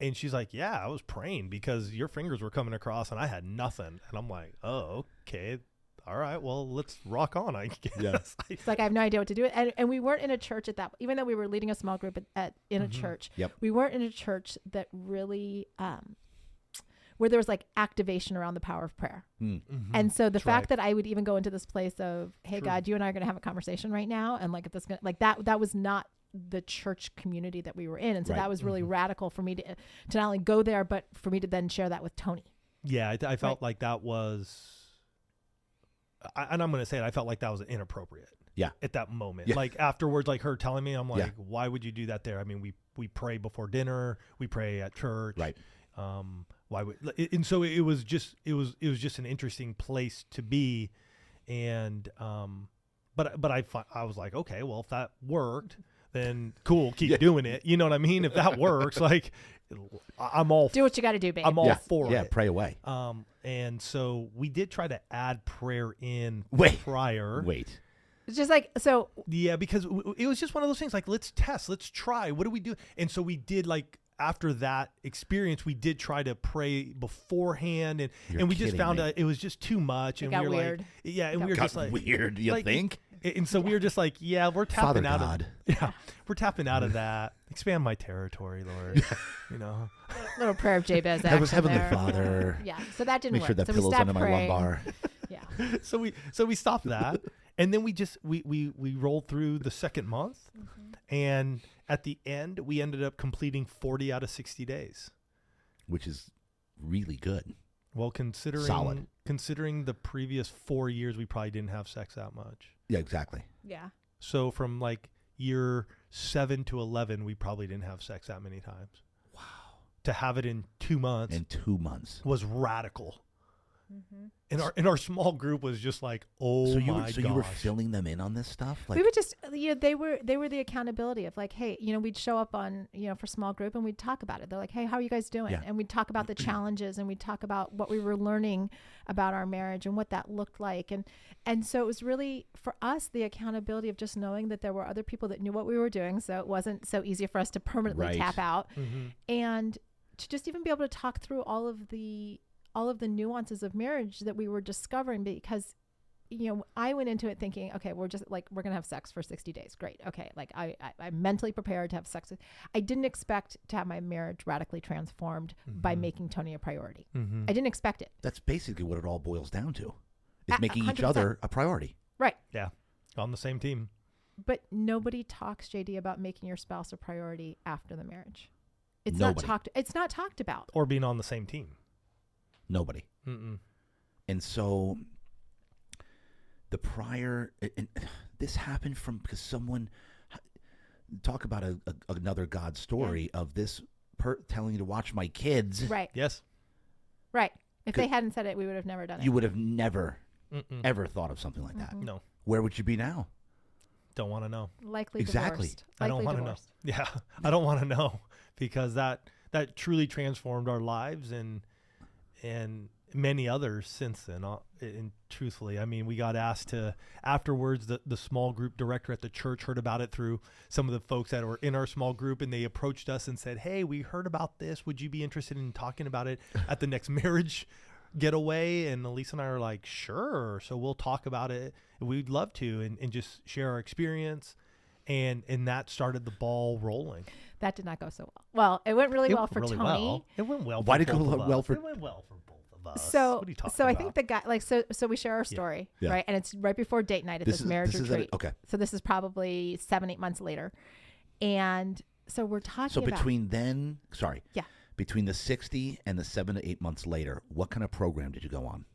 B: And she's like, yeah, I was praying because your fingers were coming across and I had nothing. And I'm like, oh, okay. All right. Well, let's rock on, I guess. I-
C: It's like I have no idea what to do. And, and we weren't in a church at that, even though we were leading a small group at, at in a church.
A: Yep.
C: We weren't in a church that really, um, where there was like activation around the power of prayer.
A: Mm-hmm.
B: Mm,
C: And so the fact that I would even go into this place of, hey God, you and I are going to have a conversation right now, and like if this gonna, like that that was not the church community that we were in, and so
A: Right.
C: that was really radical for me to to not only go there, but for me to then share that with Tony.
B: yeah, I, I felt like that was, I, and I'm going to say it, I felt like that was inappropriate.
A: Yeah.
B: At that moment.
A: Yeah.
B: Like afterwards, like her telling me, I'm like,
A: Yeah.
B: why would you do that there? I mean, we, we pray before dinner, we pray at church.
A: Right.
B: um why would li- and so it was just it was it was just an interesting place to be and um but but i fi- i was like okay well if that worked then cool keep doing it you know what i mean if that works like I- i'm all f-
C: Do what you got to do, babe.
B: i'm all
A: yeah.
B: for
A: yeah,
B: it
A: pray away.
B: um and so we did try to add prayer in
A: Wait.
B: prior
A: Wait.
C: It's just like so.
B: yeah, because w- w- it was just one of those things like let's test, let's try. What do we do? And so we did like after that experience, we did try to pray beforehand, and
A: You're
B: and we just
A: kidding
B: found
A: me.
B: out it was just too much, and
C: got
B: we were
C: weird.
B: like, yeah, and
C: Got
B: we were
D: Got
B: just like
D: weird, you
B: like-
D: think?
B: a- And so we were just like, yeah, we're tapping
A: Father
B: out
A: God.
B: of yeah, we're tapping out of that. Expand my territory, Lord. you know,
C: Little prayer of Jabez.
A: That was
C: action
A: Heavenly
C: there.
A: Father.
C: Yeah, so that didn't
A: Make
C: work.
A: sure that
C: so we
A: pillow's
C: stopped
A: under my
C: praying.
A: lumbar.
C: Yeah,
B: so we so we stopped that, and then we just we we we rolled through the second month,
C: Mm-hmm.
B: and at the end we ended up completing forty out of sixty days.
A: which is really good.
B: Well, considering considering the previous four years, we probably didn't have sex that much.
A: Yeah, exactly.
C: yeah.
B: So from like year seven to eleven, we probably didn't have sex that many times.
A: Wow.
B: To have it in two months
A: In two months.
B: was radical. And our and our small group was just like, oh
A: so you
B: my
A: were, so you were
B: gosh.
A: filling them in on this stuff, like
C: we would just uh, you know they were they were the accountability of like hey you know we'd show up on you know for small group and we'd talk about it they're like hey how are you guys doing
A: Yeah. Mm-hmm.
C: and we'd talk about the challenges and we'd talk about what we were learning about our marriage and what that looked like and and so it was really for us the accountability of just knowing that there were other people that knew what we were doing so it wasn't so easy for us to permanently
A: Right.
C: tap out
B: Mhm.
C: and to just even be able to talk through all of the all of the nuances of marriage that we were discovering because you know i went into it thinking okay we're just like we're gonna have sex for 60 days great okay like i, I i'm mentally prepared to have sex with i didn't expect to have my marriage radically transformed by
A: Mm-hmm.
C: making tony a priority
B: Mm-hmm.
A: Mm.
C: i didn't expect it
A: that's basically what it all boils down to.
C: A-
A: Is
C: a
A: making each
C: hundred
A: other a priority.
C: right
B: Yeah, on the same team.
C: but nobody talks jd about making your spouse a priority after the marriage it's
A: Nobody.
C: not talked it's not talked about
B: or being on the same team.
A: Nobody.
B: Mm-mm.
A: And so the prior, and- and this happened from because someone talk about a, a, another God story of this per, telling you to watch my kids.
C: right
B: Yes.
C: right if they
A: Good.
C: hadn't said it we would have never done it
A: You would have never
B: Mm-mm.
A: ever thought of something like that.
C: Mm-hmm.
B: No,
A: Where would you be now?
B: don't want to know.
C: likely
A: Exactly.
C: divorced.
B: I don't
C: Likely
B: want to know.
C: divorced.
B: Yeah, I don't want to know because that that truly transformed our lives and and many others since then. Uh, And truthfully, I mean, we got asked to afterwards. The the small group director at the church heard about it through some of the folks that were in our small group, and they approached us and said, "Hey, we heard about this. Would you be interested in talking about it at the next marriage?" getaway and elise and i are like sure so we'll talk about it we'd love to and, and just share our experience and and that started the ball rolling.
C: That did not go so well. Well, it went really
B: It
C: well
B: went
C: for
B: really
C: Tony.
B: well. It went well.
A: Why
B: for
A: did it go
B: both of
A: lo-
B: us.
A: well for-
B: It went well for both of us.
C: So,
B: what are you talking
C: so I
B: about?
C: think the guy, like, so, so we share our story,
A: Yeah.
C: right? And it's right before date night at
A: This
C: this,
A: is-
C: marriage
A: this is at a-
C: retreat.
A: okay.
C: So this is probably seven, eight months later, and so we're talking.
A: So
C: about-
A: between then, sorry,
C: yeah.
A: between the 60 and the seven to eight months later, what kind of program did you go on?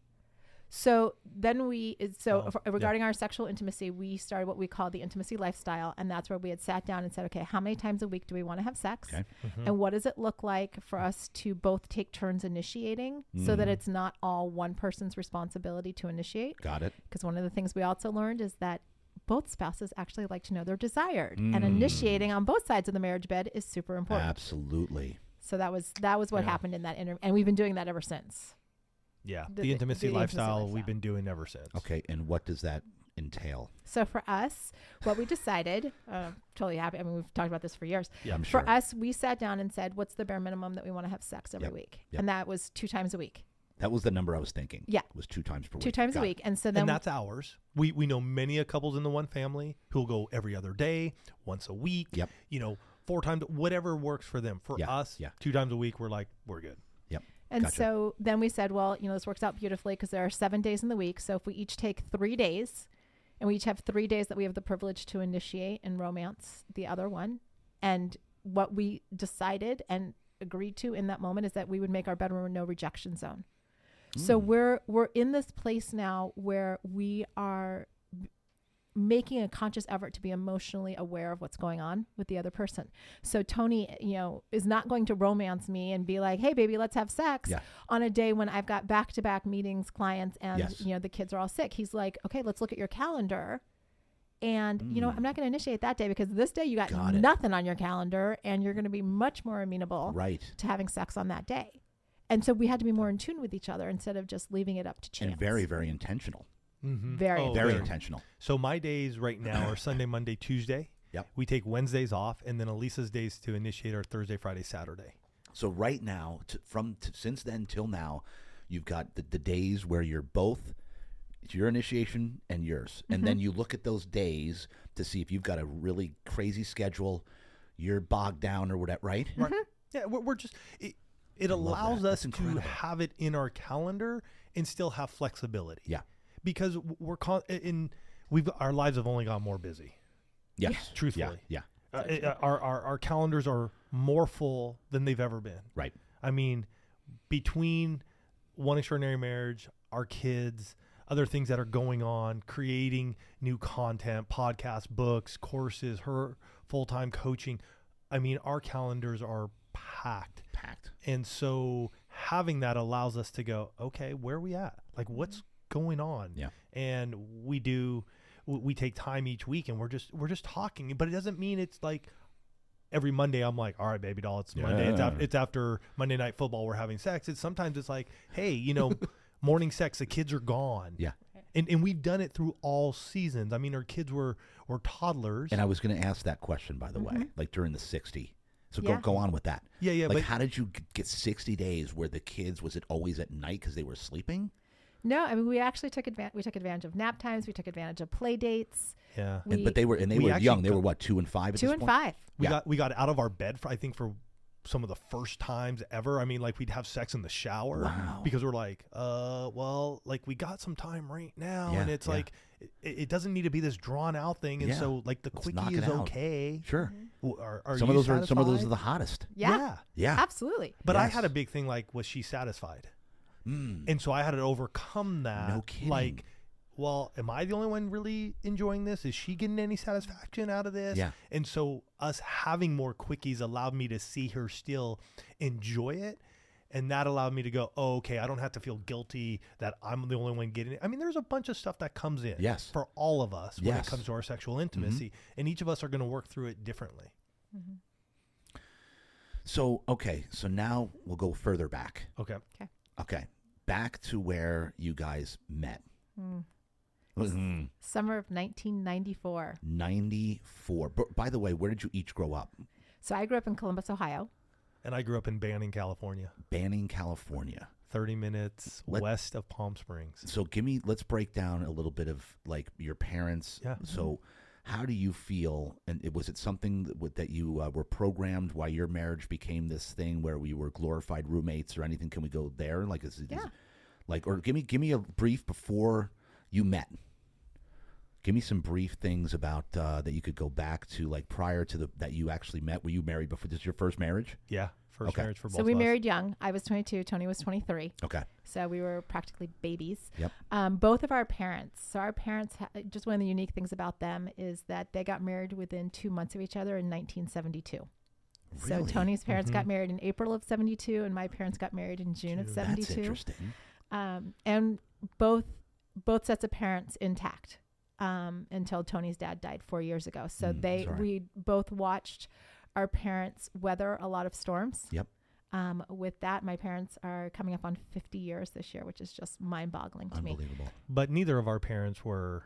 C: So then we is- so
B: Oh,
C: for-
B: yeah.
C: regarding our sexual intimacy, we started what we call the intimacy lifestyle, and that's where we had sat down and said, okay, how many times a week do we want to have sex,
A: Okay.
C: and what does it look like for us to both take turns initiating, so
A: Hmm.
C: that it's not all one person's responsibility to initiate.
A: Got it.
C: Because one of the things we also learned is that both spouses actually like to know they're desired,
A: Hmm.
C: and initiating on both sides of the marriage bed is super important.
A: Absolutely.
C: So that was that was what
B: Yeah.
C: happened in that interview, and we've been doing that ever since.
B: Yeah,
C: The-
B: the,
C: the-
B: intimacy
C: the intimacy
B: lifestyle
C: lifestyle.
B: we've been doing ever since.
A: Okay. And what does that entail?
C: So for us, what we decided, uh, totally happy. I mean, we've talked about this for years.
B: Yeah,
A: I'm
C: For
A: sure.
C: us, we sat down and said, "What's the bare minimum that we want to have sex every
A: Yep.
C: week?"
A: Yep.
C: And that was two times a week,
A: that was the number I was thinking.
C: Yeah.
A: Was two times per week.
C: two times
A: Got
C: a
A: it.
C: week. And so then
B: and that's ours. We we know many a couples in the one family who'll go every other day, once a week.
A: Yep.
B: You know, four times, whatever works for them. For
A: Yeah,
B: us,
A: yeah.
B: two times a week, we're like, we're good.
A: Yep.
C: And
A: Gotcha.
C: so then we said, well, you know, this works out beautifully because there are seven days in the week. So if we each take three days and we each have three days that we have the privilege to initiate and romance the other one. And what we decided and agreed to in that moment is that we would make our bedroom a no rejection zone. So
A: Mm.
C: we're we're in this place now where we are b- making a conscious effort to be emotionally aware of what's going on with the other person. So Tony, you know, is not going to romance me and be like, "Hey baby, let's have sex."
A: Yeah.
C: On a day when I've got back-to-back meetings, clients and
A: Yes.
C: you know, the kids are all sick. He's like, "Okay, let's look at your calendar." And you know, what? I'm not going to initiate that day because this day you got,
A: Mm. Got it.
C: nothing on your calendar and you're going to be much more amenable
A: Right.
C: to having sex on that day. And so we had to be more in tune with each other instead of just leaving it up to chance.
A: And very, very intentional.
B: Mm-hmm.
C: Very
A: Very
C: Yeah.
A: intentional.
B: So my days right now are Sunday, Monday, Tuesday.
A: Yep.
B: We take Wednesdays off, and then Elisa's days to initiate are Thursday, Friday, Saturday.
A: So right now, t from t- since then till now, you've got the, the days where you're both it's your initiation and yours, and
B: Mm-hmm.
A: then you look at those days to see if you've got a really crazy schedule, you're bogged down or whatever, right?
B: Right. Yeah, we're, we're just it, it
A: Mm-hmm. I love
B: allows
A: that.
B: us
A: That's
B: to
A: incredible.
B: have it in our calendar and still have flexibility.
A: Yeah.
B: because w- we're con- in we've our lives have only got more busy.
A: Yes.
B: Truthfully.
A: Yeah. yeah.
B: Uh, it- uh, our, our our calendars are more full than they've ever been.
A: Right.
B: I mean, between one extraordinary marriage, our kids, other things that are going on, creating new content, podcasts, books, courses, her full time coaching. I mean, our calendars are packed.
A: Packed.
B: And so having that allows us to go, okay, where are we at? Like, what's going on?
A: Mm-hmm. Yeah.
B: And we do, we, we take time each week and we're just, we're just talking, but it doesn't mean it's like every Monday I'm like, all right, baby doll, it's Monday. It's, af-
A: Yeah.
B: it's after Monday night football. We're having sex. It's sometimes it's like, Hey, you know, morning sex, the kids are gone.
A: Yeah.
B: And, and we've done it through all seasons. I mean, our kids were, were toddlers.
A: And I was going to ask that question, by the way, like during the 60. So
C: Yeah.
A: go, go on with that.
B: Mm-hmm. Yeah, yeah,
A: Like,
B: but-
A: how did you g- get 60 days where the kids, was it always at night because they were sleeping?
C: No, I mean we actually took advantage. We took advantage of nap times. We took advantage of play dates.
B: yeah.
C: We,
A: and, but they were, and they
B: we
A: were
B: actually
A: young. They
B: go-
A: were what, two and five at
C: two
A: this
C: and
A: point?
C: five.
B: We
A: Yeah.
B: got we got out of our bed for I think for some of the first times ever. I mean, like we'd have sex in the shower
A: Wow.
B: because we're like, uh, well, like we got some time right now,
A: Yeah,
B: and it's
A: yeah.
B: like it, it doesn't need to be this drawn out thing, and
A: Yeah.
B: so like the
A: Let's knock
B: quickie
A: it
B: is
A: out.
B: okay.
A: Sure.
B: W- Are, are
A: some of
B: you
A: those are some of those are
B: satisfied?
A: the hottest.
C: Yeah,
B: yeah.
A: Yeah.
C: absolutely.
B: But I
A: Yes.
B: had a big thing like, was she satisfied?
A: Mm.
B: And so I had to overcome that.
A: No kidding.
B: Like, well, am I the only one really enjoying this? Is she getting any satisfaction out of this?
A: Yeah.
B: And so us having more quickies allowed me to see her still enjoy it. And that allowed me to go, oh, okay, I don't have to feel guilty that I'm the only one getting it. I mean, there's a bunch of stuff that comes in
A: Yes.
B: for all of us when
A: Yes. Mm-hmm.
B: it comes to our sexual intimacy. And each of us are going to work through it differently.
A: So okay, so now we'll go further back.
B: Okay.
A: Okay, back to where you guys met.
B: Hmm.
A: Mhm.
C: Summer of 1994.
A: Ninety-four. B- by the way, where did you each grow up?
C: So I grew up in Columbus, Ohio.
B: And I grew up in Banning, California,
A: Banning, California.
B: 30 minutes
A: Let-
B: west of Palm Springs.
A: So give me. Let's break down a little bit of like your parents.
B: Yeah. Mm-hmm.
A: So. How do you feel? And it, was it something that, would- that you uh, were programmed? Why your marriage became this thing where we were glorified roommates or anything? Can we go there? Like, is, it is
C: Yeah.
A: like, or give me give me a brief before you met. Give me some brief things about uh, that you could go back to, like prior to the that you actually met. Were you married before? This is your first marriage?
B: Yeah, First
A: Okay.
B: marriage for both
C: So we
B: of us.
C: married young. I was 22. Tony was 23.
A: Okay.
C: So we were practically babies.
A: Yep.
C: Um, both of our parents. So our parents, ha- just one of the unique things about them is that they got married within two months of each other in 1972. So
A: Really? Mm-hmm.
C: Tony's parents
B: Mhm.
C: got married in April of 72, and my parents got married in June of
B: June. That's
A: That's
C: 72.
A: interesting.
C: Um, and both both sets of parents intact um, until Tony's dad died four years ago. So
A: Mm,
C: they
A: sorry.
C: we both watched our parents weather a lot of storms.
A: Yep.
C: Um, with that, my parents are coming up on 50 years this year, which is just mind-boggling to me.
A: Unbelievable.
B: but neither of our parents were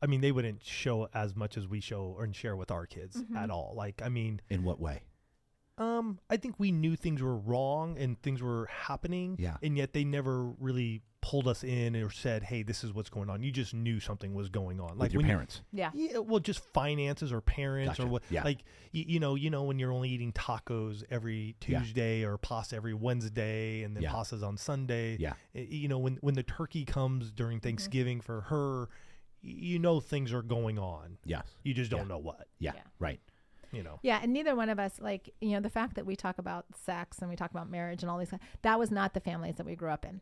B: i mean they wouldn't show as much as we show or and share with our kids
C: Mhm.
B: at all like i mean
A: In what way?
B: um i think we knew things were wrong and things were happening
A: Yeah.
B: and yet they never really pulled us in or said hey this is what's going on you just knew something was going on
A: With your
B: when you-
A: parents.
C: Yeah.
B: yeah, well, just finances or parents or
A: Gotcha.
B: what,
A: Yeah.
B: like you, you know, you know when you're only eating tacos every
A: Yeah.
B: Tuesday or pasta every Wednesday and then
A: Yeah.
B: pasta's on Sunday.
A: Yeah.
B: Y- eh, you know when when the turkey comes during
C: Mm-hmm.
B: Thanksgiving for her, y- you know things are going on.
A: Yes.
B: You just don't
A: Yeah.
B: know what.
A: Yeah.
C: Yeah.
A: Right.
B: You know,
C: Yeah, and neither one of us like you know the fact that we talk about sex and we talk about marriage and all these that was not the families that we grew up in,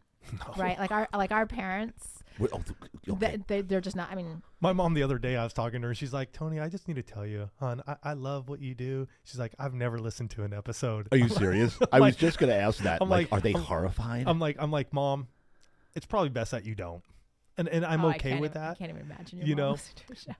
C: right? Like our like our parents,
A: Wait, oh, th- okay.
C: they, they they're just not. I mean,
B: my mom the other day I was talking to her. She's like, Tony, I just need to tell you, hon, I, I love what you do. She's like, I've never listened to an episode.
A: Are you serious? I was just going to ask that.
B: I'm
A: like,
B: like-
A: are they
B: I'm-
A: horrified?
B: I'm like, I'm like, mom, it's probably best that you don't. And and I'm
C: oh, I
B: okay
C: can't
B: with
C: even- I
B: that.
C: can't even imagine. Your
B: You
C: you
B: know?
C: know,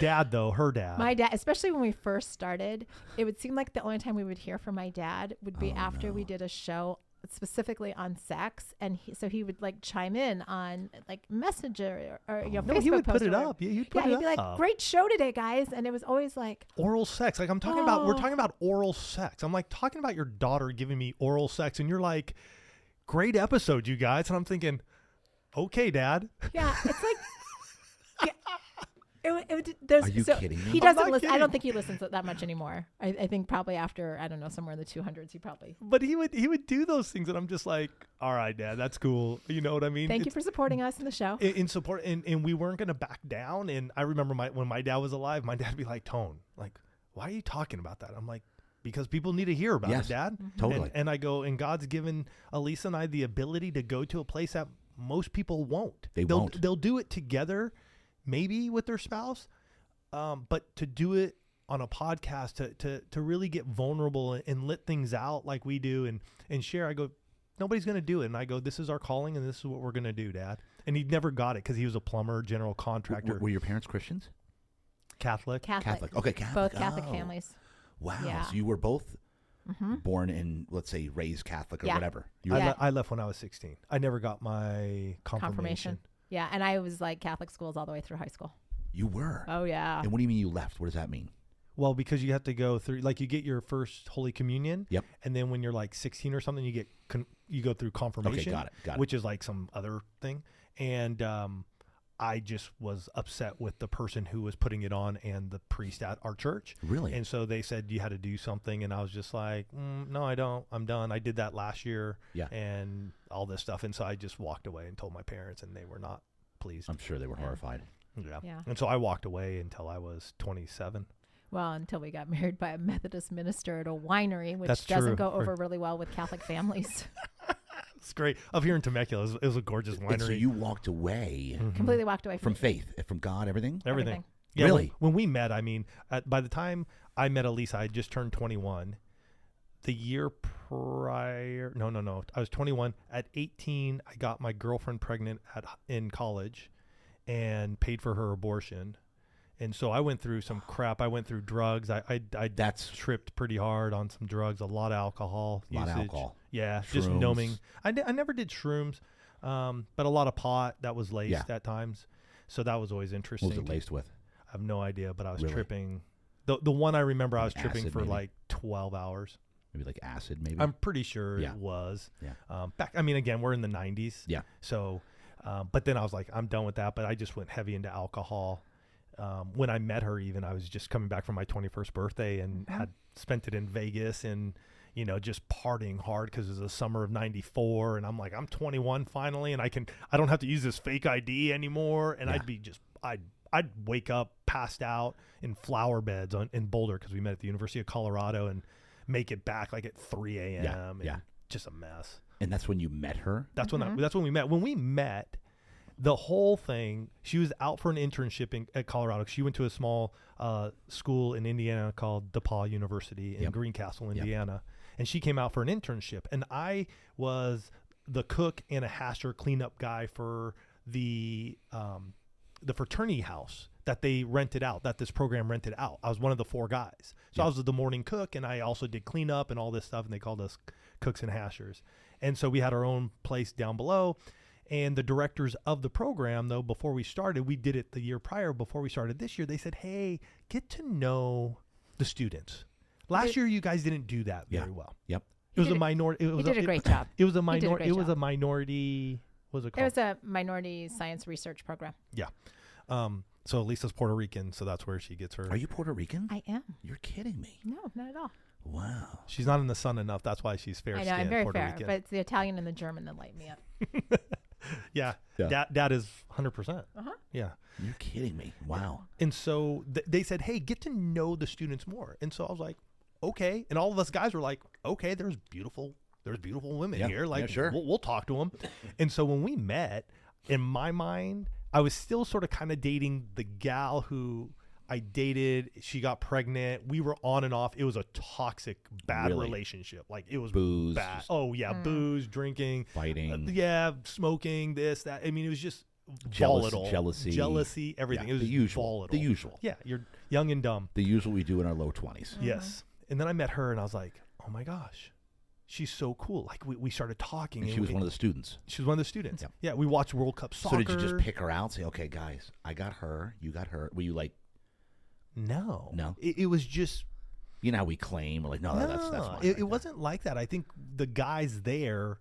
B: Dad though, her dad.
C: my dad, especially when we first started, it would seem like the only time we would hear from my dad would be
A: Oh,
C: after we
A: no.
C: did a show specifically on sex, and he, so he would like chime in on like Messenger or, or you know,
B: no,
C: Facebook
B: he would put
C: post
B: it
C: or whatever.
B: up. Yeah, he'd put
C: Yeah, he'd
B: it
C: be
B: up. Oh.
C: like, "Great show today, guys," and it was always like.
B: oral sex. Like I'm talking about, we're
C: Oh.
B: talking about oral sex. I'm like talking about your daughter giving me oral sex, and you're like, great episode, you guys. And I'm thinking, okay, dad.
C: Yeah, it's like. yeah. It, would- it, would- there's,
A: Are you
C: so
A: kidding me?
C: He
A: I'm
B: not
C: doesn't listen. I
B: kidding.
C: don't think he listens that much anymore. I, I think probably after I don't know somewhere in the 200s he probably.
B: But he would he would do those things, and I'm just like, all right, dad, that's cool. You know what I mean?
C: Thank you
B: It's-
C: for supporting us in the show.
B: in, in support, and, and we weren't gonna back down. And I remember my when my dad was alive, my dad would be like, Tone, like, why are you talking about that? I'm like. Because people need to hear about
A: Yes,
B: it, Dad.
A: totally.
B: And, and I go, and God's given Elisa and I the ability to go to a place that most people won't.
A: They
B: will
A: won't.
B: They'll do it together, maybe with their spouse, um, but to do it on a podcast to to to really get vulnerable and, and let things out like we do and and share. I go, nobody's gonna do it, and I go, this is our calling, and this is what we're gonna do, Dad. And he never got it because he was a plumber, general
A: W-
B: contractor,
A: were your parents Christians?
B: Catholic.
C: Catholic.
A: Catholic. Okay, Catholic.
C: Both Catholic
A: Oh.
C: families. Mm-hmm.
A: Wow.
C: Yeah.
A: So you were both born in, let's say, raised Catholic or
C: Yeah.
A: whatever. You
B: I,
A: were,
C: Yeah.
B: le- I left when I was 16. I never got my confirmation.
C: Confirmation. Yeah, and I was like Catholic schools all the way through high school.
A: you were.
C: Oh yeah.
A: And what do you mean you left? What does that mean?
B: Well, because you have to go through, like, you get your first Holy Communion.
A: Yep.
B: And then when you're like 16 or something, you get con- you go through confirmation.
A: got it, got it.
B: Which is like some other thing. And um, I just was upset with the person who was putting it on and the priest at our church.
A: Really?
B: And so they said you had to do something, and I was just like, mm, no, I don't. I'm done. I did that last year.
A: Yeah.
B: And all this stuff, and so I just walked away and told my parents, and they were not pleased.
A: I'm sure they were
C: Yeah.
A: horrified.
B: yeah.
C: Yeah.
B: And so I walked away until I was 27.
C: Well, until we got married by a Methodist minister at a winery, which
B: That's
C: doesn't
B: true.
C: go
B: Or-
C: over really well with Catholic families.
B: It's great. Up here in Temecula, it was, it was a gorgeous winery. Mm-hmm.
A: And so you walked away
C: Completely walked away
A: from
C: from,
A: faith, eh, from God, everything?
B: everything.
C: everything.
B: Yeah,
A: Really?
B: When, when we met, I mean, at, by the time I met Elisa, I had just turned 21. The year prior, no, no, no. I was 21. At 18, I got my girlfriend pregnant at in college, and paid for her abortion. And so I went through some crap. I went through drugs. I I, I
A: That's
B: tripped pretty hard on some drugs, a lot of alcohol.
A: a lot of
B: usage.
A: alcohol.
B: Yeah, just
A: Shrooms.
B: numbing. I ne- I never did shrooms, um, but a lot of pot that was laced
A: Yeah.
B: at times. So that was always interesting.
A: What was it
B: to-
A: laced with?
B: I have no idea, but I was
A: Really?
B: tripping. The the one I remember, I was
A: Like
B: tripping
A: acid,
B: for
A: maybe?
B: like twelve hours.
A: Maybe like acid, maybe?
B: I'm pretty sure
A: Yeah.
B: it was.
A: Yeah.
B: Um, back, I mean, again, we're in the '90s.
A: Yeah.
B: So, um, but then I was like, I'm done with that. But I just went heavy into alcohol. Um, when I met her, even I was just coming back from my 21st birthday and
A: Mm-hmm.
B: had spent it in Vegas and you know just partying hard because it was the summer of '94, and I'm like, I'm 21 finally, and I can I don't have to use this fake ID anymore, and
A: Yeah.
B: I'd be just I'd I'd wake up passed out in flower beds on, in Boulder because we met at the University of Colorado and make it back like at 3 a.m.
A: Yeah,
B: and
A: yeah.
B: Just a mess.
A: And that's when you met her.
B: That's when I, that's when we met. When we met, the whole thing. She was out for an internship in, at Colorado. She went to a small uh, school in Indiana called DePaul University in
A: Yep.
B: Greencastle, Indiana, and she came out for an internship. And I was the cook and a hasher cleanup guy for the um, the fraternity house that they rented out, that this program rented out. I was one of the four guys. So I was the morning cook and I also did cleanup and all this stuff. And they called us cooks and hashers. And so we had our own place down below. And the directors of the program, though, before we started, we did it the year prior, before we started this year, they said, hey, get to know the students. Last year, you guys didn't do that
A: Yeah.
B: very well.
A: Yep.
B: It was
C: did
B: a
C: a-
B: minority. It was
C: did a great job.
B: It was a
C: did a
B: minor.
C: great
B: It was
C: job.
B: a minority. What was it called?
C: It was a minority science research program.
B: Yeah. Um, so Lisa's Puerto Rican, so that's where she gets her.
A: Are you Puerto Rican?
C: I am.
A: You're kidding me.
C: No, not at all.
A: Wow.
B: she's not in the sun enough. That's why she's fair
C: I know
B: skinned
C: I'm very
B: Puerto
C: fair,
B: Rican.
C: but it's the Italian and the German that light me up.
B: yeah,
A: Yeah.
B: That, that is 100%.
C: Uh-huh.
B: Yeah.
A: You're kidding me. Wow.
B: And so th- they said, hey, get to know the students more. And so I was like, okay. And all of us guys were like, okay, there's beautiful, there's beautiful women
A: Yeah.
B: here. Like,
A: Yeah, sure.
B: we'll, we'll talk to them. and so when we met, in my mind, I was still sort of kind of dating the gal who I dated. She got pregnant. We were on and off. It was a toxic, bad
A: Really?
B: relationship. Like, it was
A: Booze,
B: bad.
A: just-
B: Oh, yeah. Booze, drinking,
A: Fighting.
B: uh, yeah, smoking, this, that. I mean, it was just
A: Jealous-
B: volatile.
A: jealousy.
B: Jealousy, everything.
A: Yeah,
B: it was
A: the usual.
B: volatile.
A: The usual.
B: Yeah, you're young and dumb.
A: The usual we do in our low 20s.
B: Yes. And then I met her and I was like, oh my gosh, she's so cool. Like we, we started talking.
A: And she was one of the students.
B: the, she was one of the students.
A: Yeah.
B: Yeah, we watched World Cup soccer.
A: So did you just pick her out? Say, okay, guys, I got her. You got her. Were you like,
B: No.
A: No?
B: It, it was just.
A: you know how we claim? We're like, no,
B: No,
A: Oh, that's that's mine
B: it,
A: right
B: it
A: there."
B: wasn't like that. I think the guys there,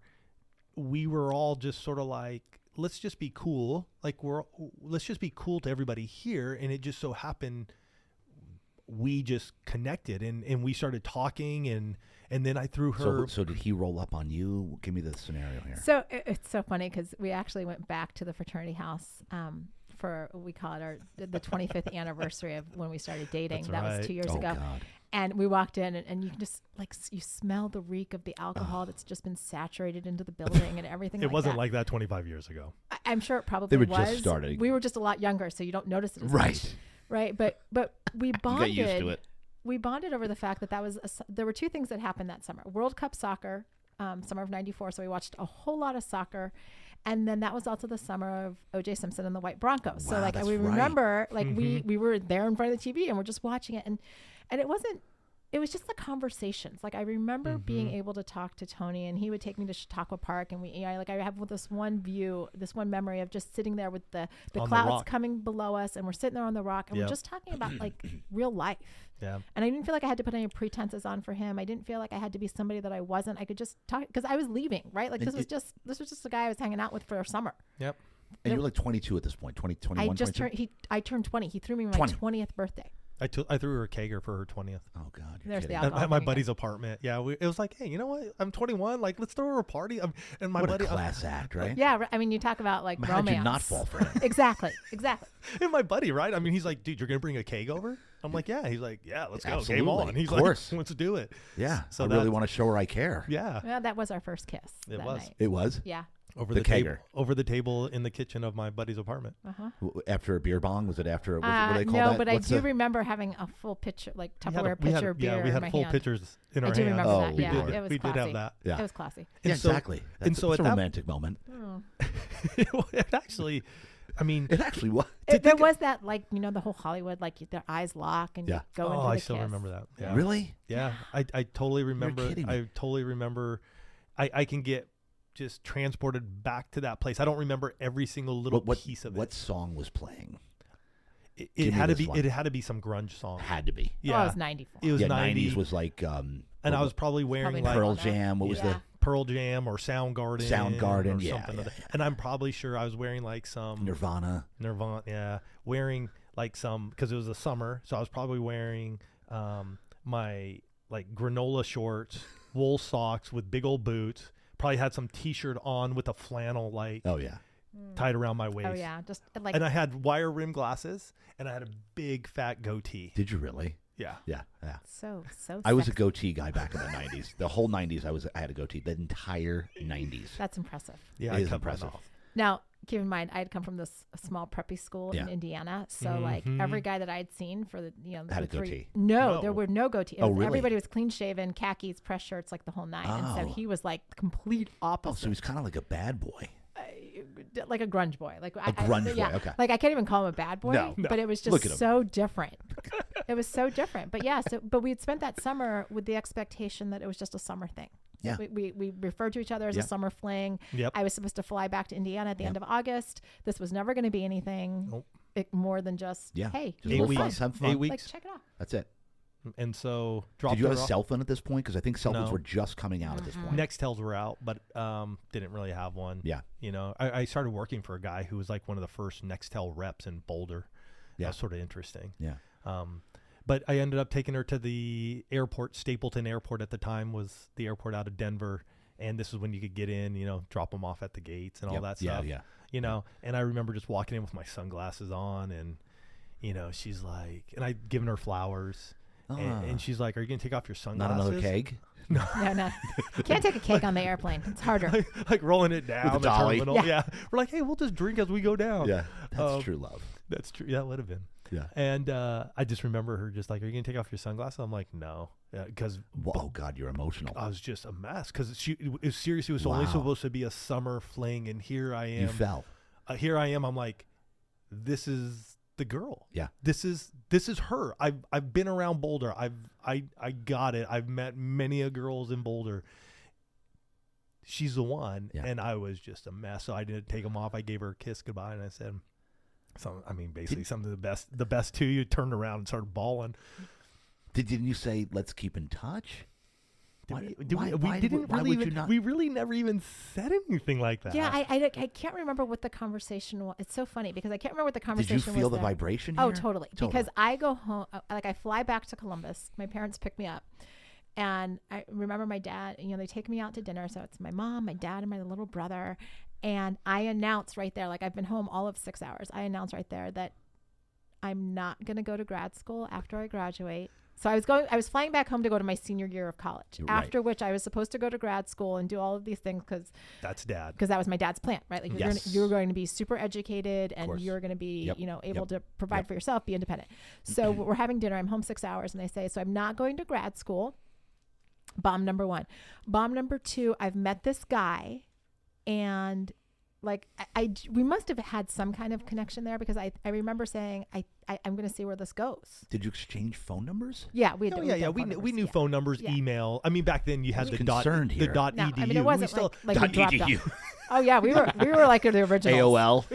B: we were all just sort of like, let's just be cool. Like we're let's just be cool to everybody here, and it just so happened we just connected and and we started talking and and then I threw
A: So,
B: her.
A: who- so did he roll up on you? Give me the scenario here.
C: So it, it's so funny because we actually went back to the fraternity house um, for we call it our the 25th anniversary of when we started dating.
B: That's
C: that
B: right.
C: was two years
A: oh
C: ago,
A: God,
C: and we walked in and, and you can just like s- you smell the reek of the alcohol that's just been saturated into the building and everything.
B: It wasn't
C: that.
B: like that 25 years ago.
C: I, I'm sure it probably
A: were just
C: was.
A: starting.
C: We were just a lot younger, so you don't notice it. As much,
A: right?
C: right. But but we
A: You
C: bonded.
A: got used to it.
C: We bonded over the fact that that was a s there were two things that happened that summer: World Cup soccer, um, summer of '94. So we watched a whole lot of soccer, and then that was also the summer of O.J. Simpson and the White Broncos. so
A: Wow,
C: like
A: that's
C: we
A: right.
C: remember, like we we were there in front of the TV and we're just watching it, and and it wasn't. It was just the conversations. Like I remember being able to talk to Tony, and he would take me to Chautauqua Park, and we, you know, like I have this one view, this one memory of just sitting there with the the
B: On the
C: clouds
B: rock.
C: coming below us, and we're sitting there on the rock, and
B: Yep.
C: we're just talking about like real life.
B: Yeah.
C: And I didn't feel like I had to put any pretenses on for him. I didn't feel like I had to be somebody that I wasn't. I could just talk because I was leaving, right? Like
A: And
C: this was
A: it-
C: just this was just a guy I was hanging out with for a summer.
B: Yep.
A: And you're like 22 at this point, 20,
C: I
A: 21,
C: just
A: 22?
C: turned he I turned twenty. He threw me my
A: 20.
C: twentieth birthday.
B: I took I threw her a kegger for her 20th.
A: Oh God, you're
C: There's
A: kidding.
C: the
B: At,
C: alcohol.
B: at my
C: thing again.
B: buddy's apartment. Yeah, we, it was like, hey, you know what? I'm 21. Like, let's throw her a party. I'm, and my
A: What
B: buddy,
A: a
B: uh,
A: class act, right?
C: Yeah, ri- I mean, you talk about like
A: How
C: romance.
A: did you not fall for it?
C: exactly, exactly.
B: and my buddy, right? I mean, he's like, dude, you're gonna bring a keg over? I'm like, yeah. He's like, yeah, let's go. Game
A: Absolutely.
B: on. He's
A: Of
B: like,
A: course.
B: let's do it.
A: yeah.
B: So
A: I really
B: that's-
A: want to show her I care.
B: Yeah.
C: Well, that was our first kiss.
B: It
C: that
B: was.
C: Night.
A: It was
C: Yeah.
B: Over
A: The
B: the, table,
A: kegger.
B: over the table in the kitchen of my buddy's apartment.
C: Uh huh.
A: W- after a beer bong. Was it after? Was it, what do
C: Uh,
A: they call
C: no,
A: that?
C: but I
A: What's
C: do
A: the-
C: remember having a full pitcher, like
B: We had a-
C: Tupperware
B: we
C: pitcher
B: had,
C: beer.
B: Yeah, we
C: in
B: had
C: my
B: full
C: hand.
B: pitchers in
C: I
B: our
C: do
B: hands.
C: remember
A: Oh,
C: that.
A: we
C: Yeah,
A: did.
C: it was
B: we
C: classy.
B: did have that.
A: Yeah.
C: It was classy. Oh.
A: Yeah,
B: and so-
A: exactly. That's,
B: and so
A: that's
B: at
A: a
B: that-
A: romantic moment.
B: it actually, I mean,
A: It actually was.
C: It, there was that, like you know, the whole Hollywood, like their eyes lock and
A: Yeah.
C: you go
B: oh,
C: into the
B: I still
C: kiss.
B: remember that. Yeah.
A: Really?
B: Yeah, I, I totally remember.
A: kidding me.
B: I totally remember. I, I can get just transported back to that place. I don't remember every single little
A: What, what,
B: piece of
A: what song was playing?
B: it. It,
A: give
B: it
A: me
B: had to
A: this
B: be.
A: one.
B: It had to be some grunge song.
A: Had to be.
C: Yeah. Oh, it
B: Yeah,
C: was 94.
B: it was
A: yeah,
B: 90s,
A: 90s was like. um
B: and I
A: what-
B: was probably wearing
C: probably
B: like
C: not.
A: Pearl
C: Yeah.
A: Jam. What was
C: Yeah.
B: Pearl Jam or Soundgarden,
A: Soundgarden,
B: or
A: yeah,
B: something.
A: yeah,
B: other. And I'm probably sure I was wearing like
A: the
B: some
A: Nirvana?
B: Nirvana. Yeah, wearing like some because it was the summer, so I was probably wearing um my like granola shorts, wool socks with big old boots. Probably had some T-shirt on with a flannel like
A: Oh yeah.
B: tied around my waist.
C: Oh yeah, just like
B: And I had wire rim glasses, and I had a big fat goatee.
A: Did you really?
B: Yeah.
A: Yeah, yeah.
C: So so.
A: I was a
C: sexy.
A: goatee guy back in the '90s. The whole '90s, I was I had a goatee. The entire '90s.
C: That's impressive.
B: Yeah.
A: It
B: I
A: is
B: cut mine
A: impressive.
B: off.
C: Now, keep in mind, I had come from this small preppy school
A: Yeah.
C: in Indiana, so like
B: Mhm.
C: every guy that I'd seen for the you know
A: Had
C: the
A: a goatee.
C: No,
B: No.
C: there were no goatee. It
A: Oh,
C: was-
A: really?
C: Everybody was clean shaven, khakis, press shirts, like the whole nine. And
A: Oh.
C: so he was like the complete
A: Oh, so
C: opposite,
A: he's kind of like a bad boy.
C: d- like a grunge boy, like a
A: grunge
C: yeah,
A: boy, okay.
C: Like I can't even call him a bad boy,
A: No.
C: but it was
A: Look at him.
C: just so different. it was so different, but yeah. So, but we had spent that summer with the expectation that it was just a summer thing.
A: Yeah.
C: We, we, we referred to each other as
A: Yeah.
C: a summer fling.
B: Yep.
C: I was supposed to fly back to Indiana at the end of August. This was never going to be anything
B: Nope.
C: it- more than just,
A: Yeah.
C: hey,
A: Just a
B: Eight
A: little fun,
B: weeks.
A: some fun.
B: Eight
C: like
B: weeks.
C: check it out.
A: That's it.
B: And so dropped
A: Did you
B: her
A: have a
B: off.
A: cell phone at this point? Because I think cell phones
B: No.
A: were just coming out at
C: Mm-hmm.
A: this point.
B: Nextels were out, but um, didn't really have one.
A: Yeah.
B: You know, I, I started working for a guy who was like one of the first Nextel reps in Boulder.
A: Yeah.
B: That was sort of interesting.
A: Yeah.
B: Um, but I ended up taking her to the airport. Stapleton Airport at the time was the airport out of Denver, and this is when you could get in. You know, drop them off at the gates and
A: Yep.
B: all that
A: Yeah,
B: stuff.
A: yeah.
B: You know, and I remember just walking in with my sunglasses on, and you know, she's like, and I'd given her flowers,
A: Ah.
B: and, and she's like, "Are you gonna take off your
A: Not
B: sunglasses?"
A: another keg.
C: No, no. You can't take a cake on the airplane. It's harder.
B: like, like rolling it down the
A: dolly.
B: terminal.
C: Yeah.
B: Yeah. We're like, hey, we'll just drink as we go down.
A: Yeah, that's
B: Um,
A: true love.
B: That's true. That would have been.
A: Yeah.
B: And uh, I just remember her just like, are you going to take off your sunglasses? I'm like, no. Because
A: Whoa, oh God, you're emotional.
B: I was just a mess. Because she it, was- seriously was only
A: Wow.
B: supposed to be a summer fling. And here I
A: you
B: am.
A: fell.
B: uh, here I am. I'm like, this is the girl.
A: Yeah.
B: This is this is her. I've I've been around Boulder. I've I I got it. I've met many a girls in Boulder. She's the one,
A: Yeah.
B: and I was just a mess. So I didn't take them off. I gave her a kiss goodbye, and I said, "Some, I mean, basically, some of the best, the best two. You turned around and started bawling.
A: Did, didn't you say let's keep in touch?
B: Did
A: Why-
B: we, did
A: why-
B: we, we
A: why would-
B: didn't
A: why
B: really
A: would you
B: even,
A: not-
B: We really never even said anything like that.
C: yeah, I, I, don't- I can't remember what the conversation was. It's so funny because I can't remember what the
A: Did
C: conversation
A: you
C: was.
A: feel the
C: there.
A: vibration?
C: Oh,
A: here?
C: totally. Because I go home, uh, like I fly back to Columbus. My parents pick me up, and I remember my dad. You know, they take me out to dinner. So it's my mom, my dad, and my little brother. And I announce right there, like I've been home all of six hours. I announce right there that I'm not going to go to grad school after I graduate. So I was going, I was flying back home to go to my senior year of college.
A: Right.
C: After which I was supposed to go to grad school and do all of these things because
B: That's dad.
C: because that was my dad's plan, right? Like you're,
A: Yes.
C: gonna, you're going to be super educated and
A: course.
C: you're going to be,
A: Yep.
C: you know, able
A: Yep.
C: to provide for yourself, be independent. So we're having dinner. I'm home six hours, and they say, so I'm not going to grad school. Bomb number one. Bomb number two. I've met this guy, and like I, I j- we must have had some kind of connection there because I, I remember saying I, I I'm going to see where this goes.
A: Did you exchange phone numbers?
C: Yeah, we had
B: Oh
C: we
B: yeah,
C: had
B: yeah.
C: done
B: We
C: phone
B: knew, we
C: numbers,
B: knew
C: yeah.
B: phone numbers,
C: Yeah.
B: email. I mean, back then you had
A: was
B: the dot
A: concerned
B: the
A: here.
B: dot
C: No,
B: edu.
C: I mean it
B: E We
C: wasn't
B: still- E
C: like, like we
A: Dot
C: dropped
A: EDU.
C: off. Oh yeah, we were we were like the original
A: AOL.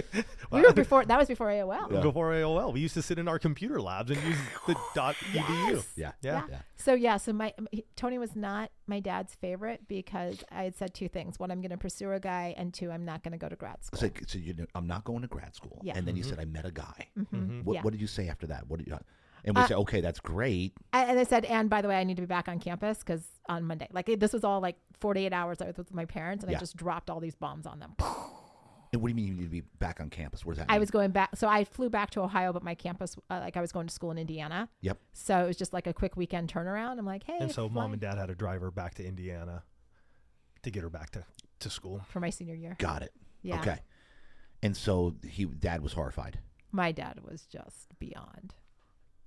C: We were before that was before AOL.
B: before AOL. We used to sit in our computer labs and use the dot E edu.
A: yeah.
B: Yeah.
A: Yeah.
C: So yeah, so my he- Tony was not my dad's favorite because I had said two things: one, I'm going to pursue a guy, and two, I'm not going to go to grad school.
A: So, so you know, I'm not going to grad school.
C: Yeah.
A: And then
B: Mm-hmm.
A: you said I met a guy. What,
C: Yeah.
A: what did you say after that? What did you? And we
B: Uh,
A: say, okay, that's great.
C: I, and I said, and by the way, I need to be back on campus because on Monday, like it, this was all like 48 hours I was with my parents, and
A: Yeah.
C: I just dropped all these bombs on them.
A: And what do you mean you need to be back on campus? What does that mean?
C: I was going back, so I flew back to Ohio, but my campus, uh, like I was going to school in Indiana,
A: Yep.
C: so it was just like a quick weekend turnaround. I'm like, hey,
B: And so mom
C: fly-
B: and dad had to drive her back to Indiana to get her back to, to school.
C: for my senior year,
A: Got it.
C: yeah,
A: Okay. And so he, dad was horrified.
C: my dad was just beyond,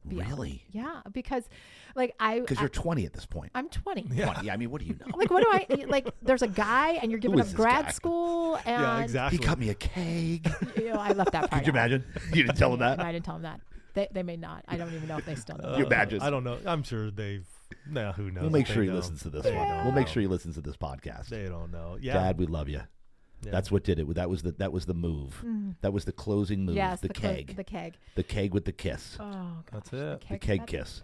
C: beyond.
A: Really?
C: yeah, because like I,
A: Because
C: I
A: you're 20 at this point.
C: I'm 20.
A: Yeah. 20. I mean, what do you know?
C: like what do I like? There's a guy, and you're giving
A: is
C: up
A: this
C: grad
A: guy?
C: school, and
B: yeah, exactly.
A: He got me a cake.
C: you know, I left that part.
A: Could you
C: out.
A: imagine? You didn't tell him
C: No,
A: that.
C: I didn't tell him that. They, they may not. I don't even know if they still know.
A: you imagine?
B: Uh, I don't know. I'm sure they've. Now who knows?
A: We'll make
B: They
A: sure he
B: don't-
A: listens to this
B: they
A: one.
B: don't
A: We'll make
B: know.
A: sure he listens to this podcast.
B: They don't know. Yeah.
A: Dad, we love you.
B: Yeah.
A: That's what did it. That was the that was the move. That was the closing move.
C: Mm. yes,
A: the,
C: clo-
A: keg.
C: the keg.
A: the keg with the kiss.
C: Oh, gosh,
B: That's
C: The
B: it.
C: keg,
A: the keg
C: that's-
A: kiss.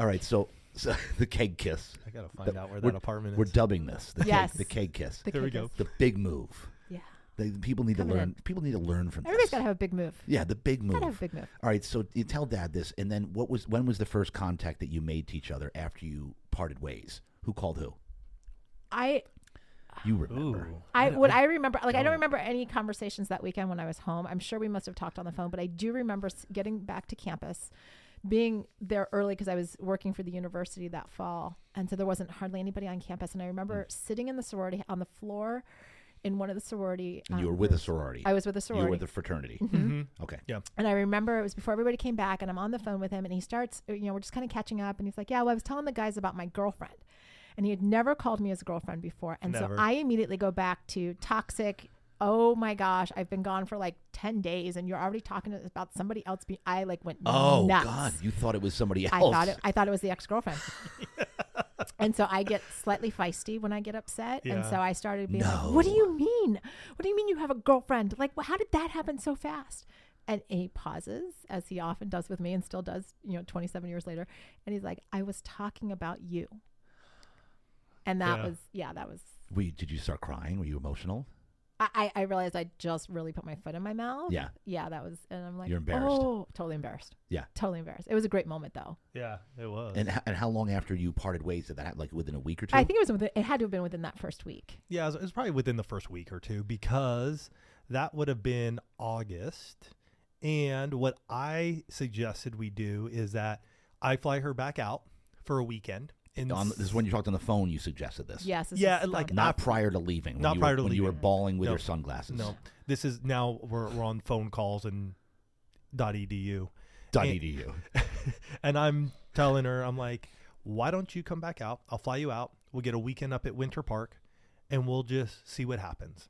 A: All right, so, so the keg kiss.
B: I gotta find out where that
A: we're-
B: apartment is.
A: We're dubbing this the
C: Yes.
A: keg, the keg kiss.
C: The
B: There we
C: keg
B: go.
C: kiss.
A: The big move.
C: Yeah,
A: They, people need to
C: Coming
A: learn.
C: in.
A: People need to learn from
C: everybody's
A: this.
C: gotta have a big move.
A: yeah, the big move.
C: Gotta have a big move.
A: All right, so you tell dad this, and then what was when was the first contact that you made to each other after you parted ways? Who called who?
C: I
A: You remember?
B: Ooh.
C: I what I remember like
A: Oh.
C: I don't remember any conversations that weekend when I was home. I'm sure we must have talked on the phone, but I do remember s- getting back to campus being there early because I was working for the university that fall, and so there wasn't hardly anybody on campus. And I remember
A: Hmm.
C: sitting in the sorority on the floor in one of the sorority.
A: And you
C: um,
A: were with a
C: rooms.
A: sorority.
C: I was with a
A: you
C: sorority.
A: were
C: Mm-hmm.
A: with a fraternity.
B: Mm-hmm.
A: Okay.
C: And I remember it was before everybody came back, and I'm on the phone with him, and he starts, uh, you know, we're just kind of catching up, and he's like, "Yeah, well, I was telling the guys about my girlfriend." And he had never called me his girlfriend before. And
B: Never.
C: so I immediately go back to toxic. Oh my gosh, I've been gone for like 10 days and you're already talking about somebody else. Be- I like went
A: Oh
C: nuts.
A: God, you thought it was somebody else.
C: I thought it, I thought it was the ex girlfriend. and so I get slightly feisty when I get upset, and
B: Yeah.
C: so I started being like, "What do
A: No.
C: you mean? What do you mean you have a girlfriend? Like, wh- how did that happen so fast?" And he pauses, as he often does with me, and still does, you know, 27 years later, and he's like, "I was talking about you." And that
B: Yeah.
C: was, yeah, that was.
A: Were you- did you start crying? Were you emotional?
C: I, I I realized I just really put my foot in my mouth.
A: Yeah.
C: Yeah, that was, and I'm like,
A: You're embarrassed.
C: Oh, totally embarrassed.
A: Yeah.
C: Totally embarrassed. It was a great moment, though.
B: Yeah, it was.
A: And h- and how long after you parted ways did that happen? Like within a week or two?
C: I think it was within, it had to have been within that first week.
B: Yeah, it was, it was probably within the first week or two because that would have been August. And what I suggested we do is that I fly her back out for a weekend. And
A: on, this is when you talked on the phone. You suggested this.
C: Yes. this
B: Yeah,
C: is
B: like,
C: from-
A: Not prior to leaving. when
B: Not
A: you
B: prior
A: were,
B: to
A: when you were
B: leaving.
A: bawling with
B: No.
A: your sunglasses.
B: no, this is now we're, we're on phone calls and dot E edu.
A: Done
B: And-
A: EDU.
B: and I'm telling her, I'm like, why don't you come back out? I'll fly you out. We'll get a weekend up at Winter Park and we'll just see what happens.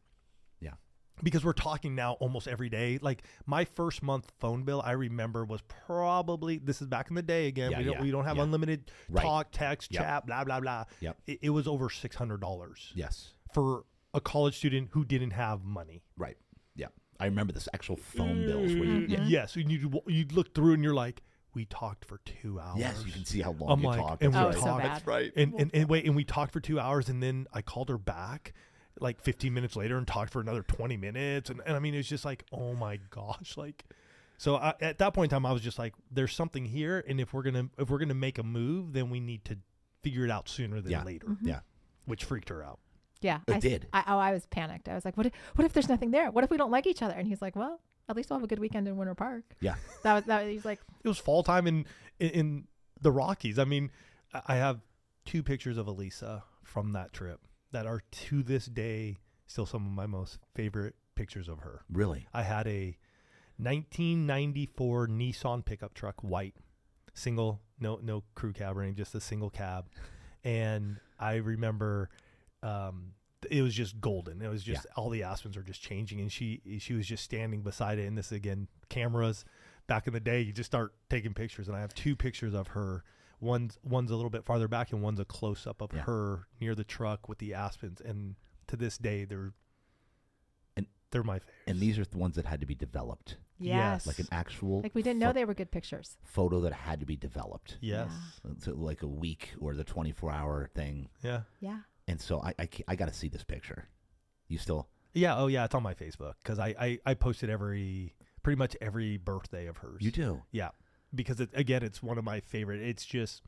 A: Yeah.
B: Because we're talking now almost every day. Like my first month phone bill, I remember was probably this is back in the day again.
A: Yeah,
B: we don't
A: yeah,
B: we don't have
A: yeah.
B: unlimited
A: Right.
B: talk, text,
A: Yep.
B: chat, blah blah blah.
A: Yep.
B: It, it was over six hundred dollars
A: Yes.
B: for a college student who didn't have money.
A: Right. Yeah. I remember this actual phone bills where you.
C: Mm-hmm.
A: Yeah.
B: Yes, and you you look through and you're like, we talked for two hours.
A: Yes, you can see how long
B: I'm
A: you
B: like,
A: talked.
B: and
A: That's
B: we're
C: Oh, so
B: talking.
C: bad. That's
A: right.
B: and, and, and wait, and we talked for two hours, and then I called her back like 15 minutes later and talked for another 20 minutes. And, and I mean, it's just like, oh my gosh, like, so I, at that point in time, I was just like, there's something here. And if we're going to, if we're going to make a move, then we need to figure it out sooner than
A: Yeah.
B: later,
A: Yeah.
B: which freaked her out.
C: Mm-hmm. Yeah,
A: It
C: I s-
A: did.
C: I, oh, I was panicked. I was like, "What? If, what if there's nothing there? What if we don't like each other?" And he's like, "Well, at least we'll have a good weekend in Winter Park."
A: Yeah.
C: That was that. Was, he's like,
B: It was fall time in, in, in the Rockies. I mean, I- I have two pictures of Elisa from that trip that are to this day still some of my most favorite pictures of her.
A: Really.
B: I had a 1994 Nissan pickup truck, white, single, no no crew cab or anything, just a single cab. And I remember um, th- it was just golden. It was just all the aspens were just changing, and she she was just standing beside it. And this again, cameras back in the day, you just start taking pictures, and I have two pictures of her. One's one's a little bit farther back, and one's a close up of
A: Yeah.
B: her near the truck with the aspens. And to this day, they're
A: And-
B: they're my favorite.
A: And these are the ones that had to be developed,
B: Yes.
C: "Yes."
A: like an actual
C: Like, we didn't know they were good pictures.
A: photo that had to be developed.
B: Yes.
A: So like a week or the 24 hour thing.
B: Yeah.
C: Yeah.
A: And so I, I, ca- I got to see this picture. You still,
B: Yeah. Oh, yeah. It's on my Facebook because I, I I posted every pretty much every birthday of hers.
A: you do.
B: Yeah. Because it, again, it's one of my favorite. It's just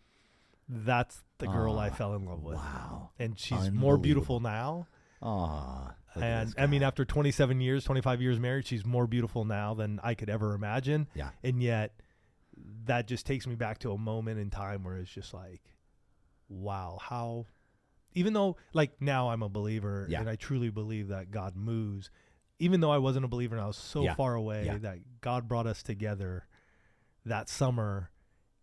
B: that's the girl I
A: Aw,
B: fell in love with,
A: Ah, Wow.
B: and she's more beautiful
A: Unbelievable.
B: now.
A: Ah. look at
B: and
A: this
B: I mean,
A: guy.
B: after 27 years, 25 years married, she's more beautiful now than I could ever imagine.
A: yeah,
B: And yet, that just takes me back to a moment in time where it's just like, wow, how, even though like now I'm a believer
A: Yeah.
B: and I truly believe that God moves, even though I wasn't a believer and I was so
A: Yeah.
B: far away
A: Yeah.
B: that God brought us together that summer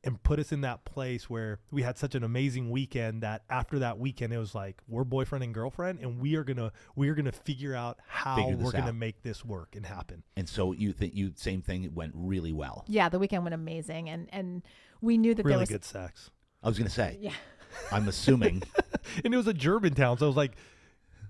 B: and put us in that place where we had such an amazing weekend that after that weekend it was like we're boyfriend and girlfriend and we are going to we are going to figure out how
A: Figure this
B: we're going to
A: out.
B: make this work and happen.
A: and so you think you same thing it went really well.
C: Yeah. The weekend went amazing, and and we knew that there
B: really
C: was
B: good sex.
A: I was gonna say,
C: yeah.
A: I'm assuming
B: and it was a German town. So I was like,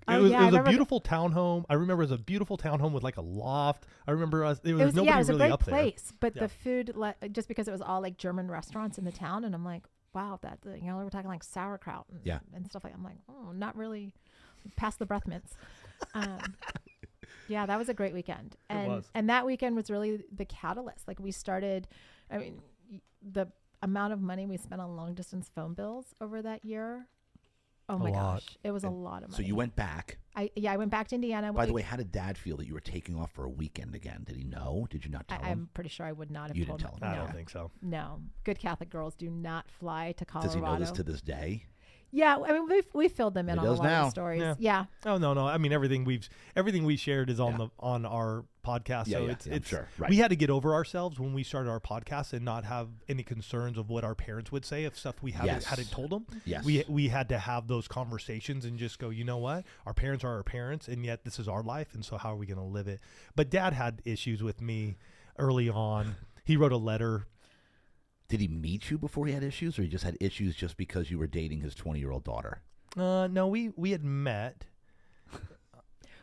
B: it
C: Oh,
B: was,
C: yeah,
B: it
C: I
B: was a
C: remember-
B: beautiful townhome. I remember it was a beautiful townhome with like a loft. I remember us, there was,
C: It was
B: Mm-hmm. nobody
C: yeah, it was
B: really
C: a great
B: up
C: place, but
B: Yeah.
C: the food le- just because it was all like German restaurants in the town, and I'm like, wow, that you know we're talking like sauerkraut and,
A: Yeah.
C: and stuff like. I'm like, oh, not really past the breath mints. Um, yeah, that was a great weekend, and
B: was.
C: and that weekend was really the catalyst. Like we started, I mean, y- the amount of money we spent on long distance phone bills over that year Oh my
B: lot.
C: gosh, it was a lot of money.
A: So you went back.
C: I yeah, I went back to Indiana.
A: By the
C: I-
A: way, how did Dad feel that you were taking off for a weekend again? Did he know? Did you not tell
C: I,
A: him?
C: I'm pretty sure I would not have
A: You
C: told
A: didn't
C: him.
A: tell
B: I
A: him,
C: no,
B: don't think so.
C: no, good Catholic girls do not fly to Colorado.
A: Does he know this to this day?
C: yeah, I mean we've we filled them in
A: He
C: on a
A: does
C: lot
A: now.
C: of stories.
B: Yeah.
C: Yeah.
B: Oh no, no. I mean everything we've everything we shared is on
A: Yeah.
B: the on our podcast.
A: Yeah,
B: so
A: yeah,
B: it's
A: yeah, I'm
B: it's
A: sure. Right.
B: we had to get over ourselves when we started our podcast and not have any concerns of what our parents would say if stuff we haven't
A: Yes.
B: hadn't told them.
A: Yes.
B: We we had to have those conversations and just go, you know what? Our parents are our parents and yet this is our life and so how are we gonna live it? But dad had issues with me early on. He wrote a letter
A: Did he meet you before he had issues, or he just had issues just because you were dating his 20 year old daughter?
B: Uh, no, we we had met.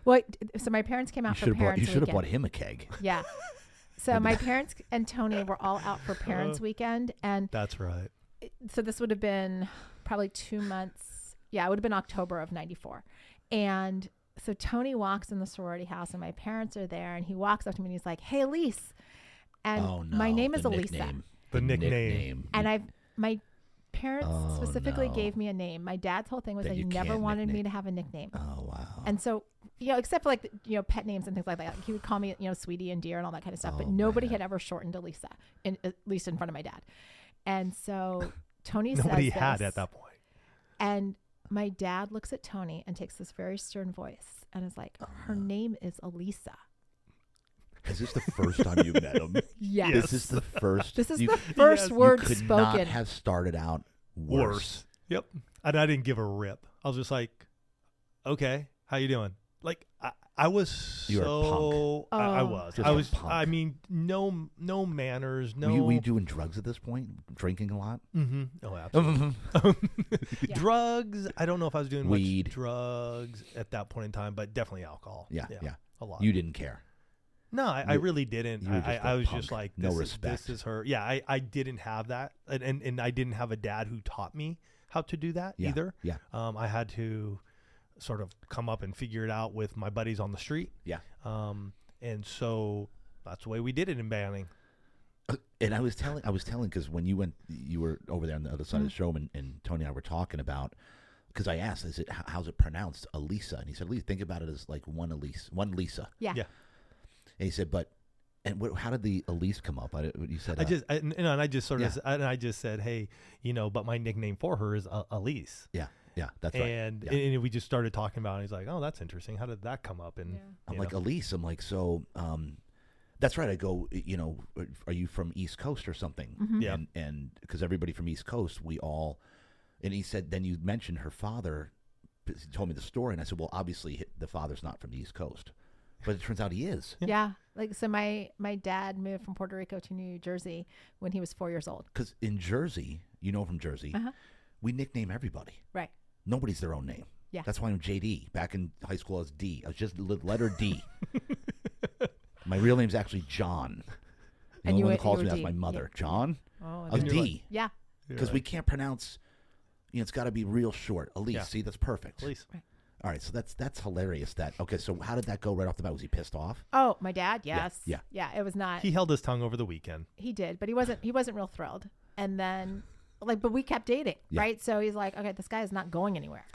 C: Well, I- so my parents came out
A: you
C: for
A: should have bought,
C: parents
A: you should have
C: weekend.
A: bought him a keg.
C: Yeah. So my parents and Tony were all out for parents weekend, and
B: That's right.
C: so this would have been probably two months. Yeah, it would have been October of 94. And so Tony walks in the sorority house, and my parents are there, and he walks up to me and he's like, Hey, Elise. And
A: oh no!
C: my name is
A: the
C: Elisa.
A: nickname.
B: The nickname.
C: And I've, my parents
A: Mm. Oh,
C: specifically
A: no.
C: gave me a name. My dad's whole thing was
A: That
C: that, he
A: you
C: never
A: can't
C: wanted
A: nickname.
C: me to have a nickname.
A: oh wow!
C: And so, you know, except for like, you know, pet names and things like that, he would call me, you know, sweetie and dear and all that kind of stuff. but
A: Oh,
C: nobody
A: man.
C: had ever shortened Elisa, in, at least in front of my dad. And so Tony
B: Nobody
C: says
B: had
C: this,
B: at that point.
C: And my dad looks at Tony and takes this very stern voice and is like,
A: Uh-huh.
C: her name is Elisa.
A: is this the first time you met him?
C: Yes.
A: This is the first.
C: This is
A: you,
C: the first
B: Yes. You
C: word
A: you could
C: spoken.
A: Not have started out worse.
B: Yep. And I didn't give a rip. I was just like, okay, how you doing? Like I, I was
A: You were a punk.
B: so I, I
C: Oh.
B: was
A: Just
B: I
A: a
B: was
A: punk.
B: I mean no no manners no
A: Were you, were you doing drugs at this point? Drinking a lot?
B: hmm oh absolutely
C: Yeah.
B: drugs I don't know if I was doing
A: Weed.
B: much drugs at that point in time but definitely alcohol
A: Yeah, yeah.
B: a lot
A: You didn't care.
B: No, I, I
A: You-
B: really didn't.
A: you were
B: I,
A: just
B: I, I
A: a
B: was
A: punk.
B: just like,
A: No
B: this Is,
A: respect.
B: this is her. Yeah, I, I didn't have that, and, and and I didn't have a dad who taught me how to do that
A: Yeah,
B: either.
A: yeah.
B: Um, I had to sort of come up and figure it out with my buddies on the street.
A: Yeah.
B: Um, and so that's the way we did it in Banning.
A: And I was telling, I was telling, because when you went, you were over there on the other side of the show, and, and Tony and I were talking about, because I asked, is it h- how's it pronounced, Elisa? And he said, Elisa, think about it as like one Elise, one Lisa.
C: yeah.
B: Yeah.
A: And he said, but, and what, how did the Elise come up? I, didn't- you said,
B: I
A: uh,
B: just I, and, and I just sort
A: Yeah.
B: of s- and I just said, hey, you know, but my nickname for her is uh, Elise.
A: yeah, yeah, that's right.
B: And,
A: Yeah.
B: and we just started talking about it. And he's like, oh, that's interesting. How did that come up? And
C: Yeah.
A: I'm
B: you
A: like
B: know.
A: Elise. I'm like, so, um, that's right. I go, y- you know, "Are- are you from East Coast or something?
B: Mm-hmm. Yeah.
A: And and because everybody from East Coast, we all, and he said, then you mentioned her father. p- He told me the story, and I said, well, obviously hi- the father's not from the East Coast, but it turns out he is.
C: Yeah. Like, so my, my dad moved from Puerto Rico to New Jersey when he was four years old.
A: Because in Jersey, you know, from Jersey,
C: Uh-huh.
A: we nickname everybody.
C: Right.
A: Nobody's their own name.
C: Yeah.
A: That's why I'm JD. Back in high school, I was D. I was just the letter D. my real name's actually John. The
C: And
A: only
C: you
A: one
C: were-
A: that calls
C: you
A: me
C: were
A: that's
C: D.
A: my mother.
C: Yeah.
A: John?
C: Oh,
A: I was
C: okay.
A: D.
C: yeah.
B: You're
A: Because
B: like,
A: we can't pronounce, you know, it's got to be real short. Elise.
B: Yeah.
A: See, that's perfect.
B: Elise.
A: All right. So that's that's hilarious. That Okay. So how did that go right off the bat? Was he pissed off?
C: Oh, my dad.
A: Yeah,
C: Yes.
A: yeah.
C: It was not.
B: He held his tongue over the weekend.
C: he did but he wasn't he wasn't real thrilled and then like but we kept dating
A: Yeah.
C: right so he's like okay this guy is not going anywhere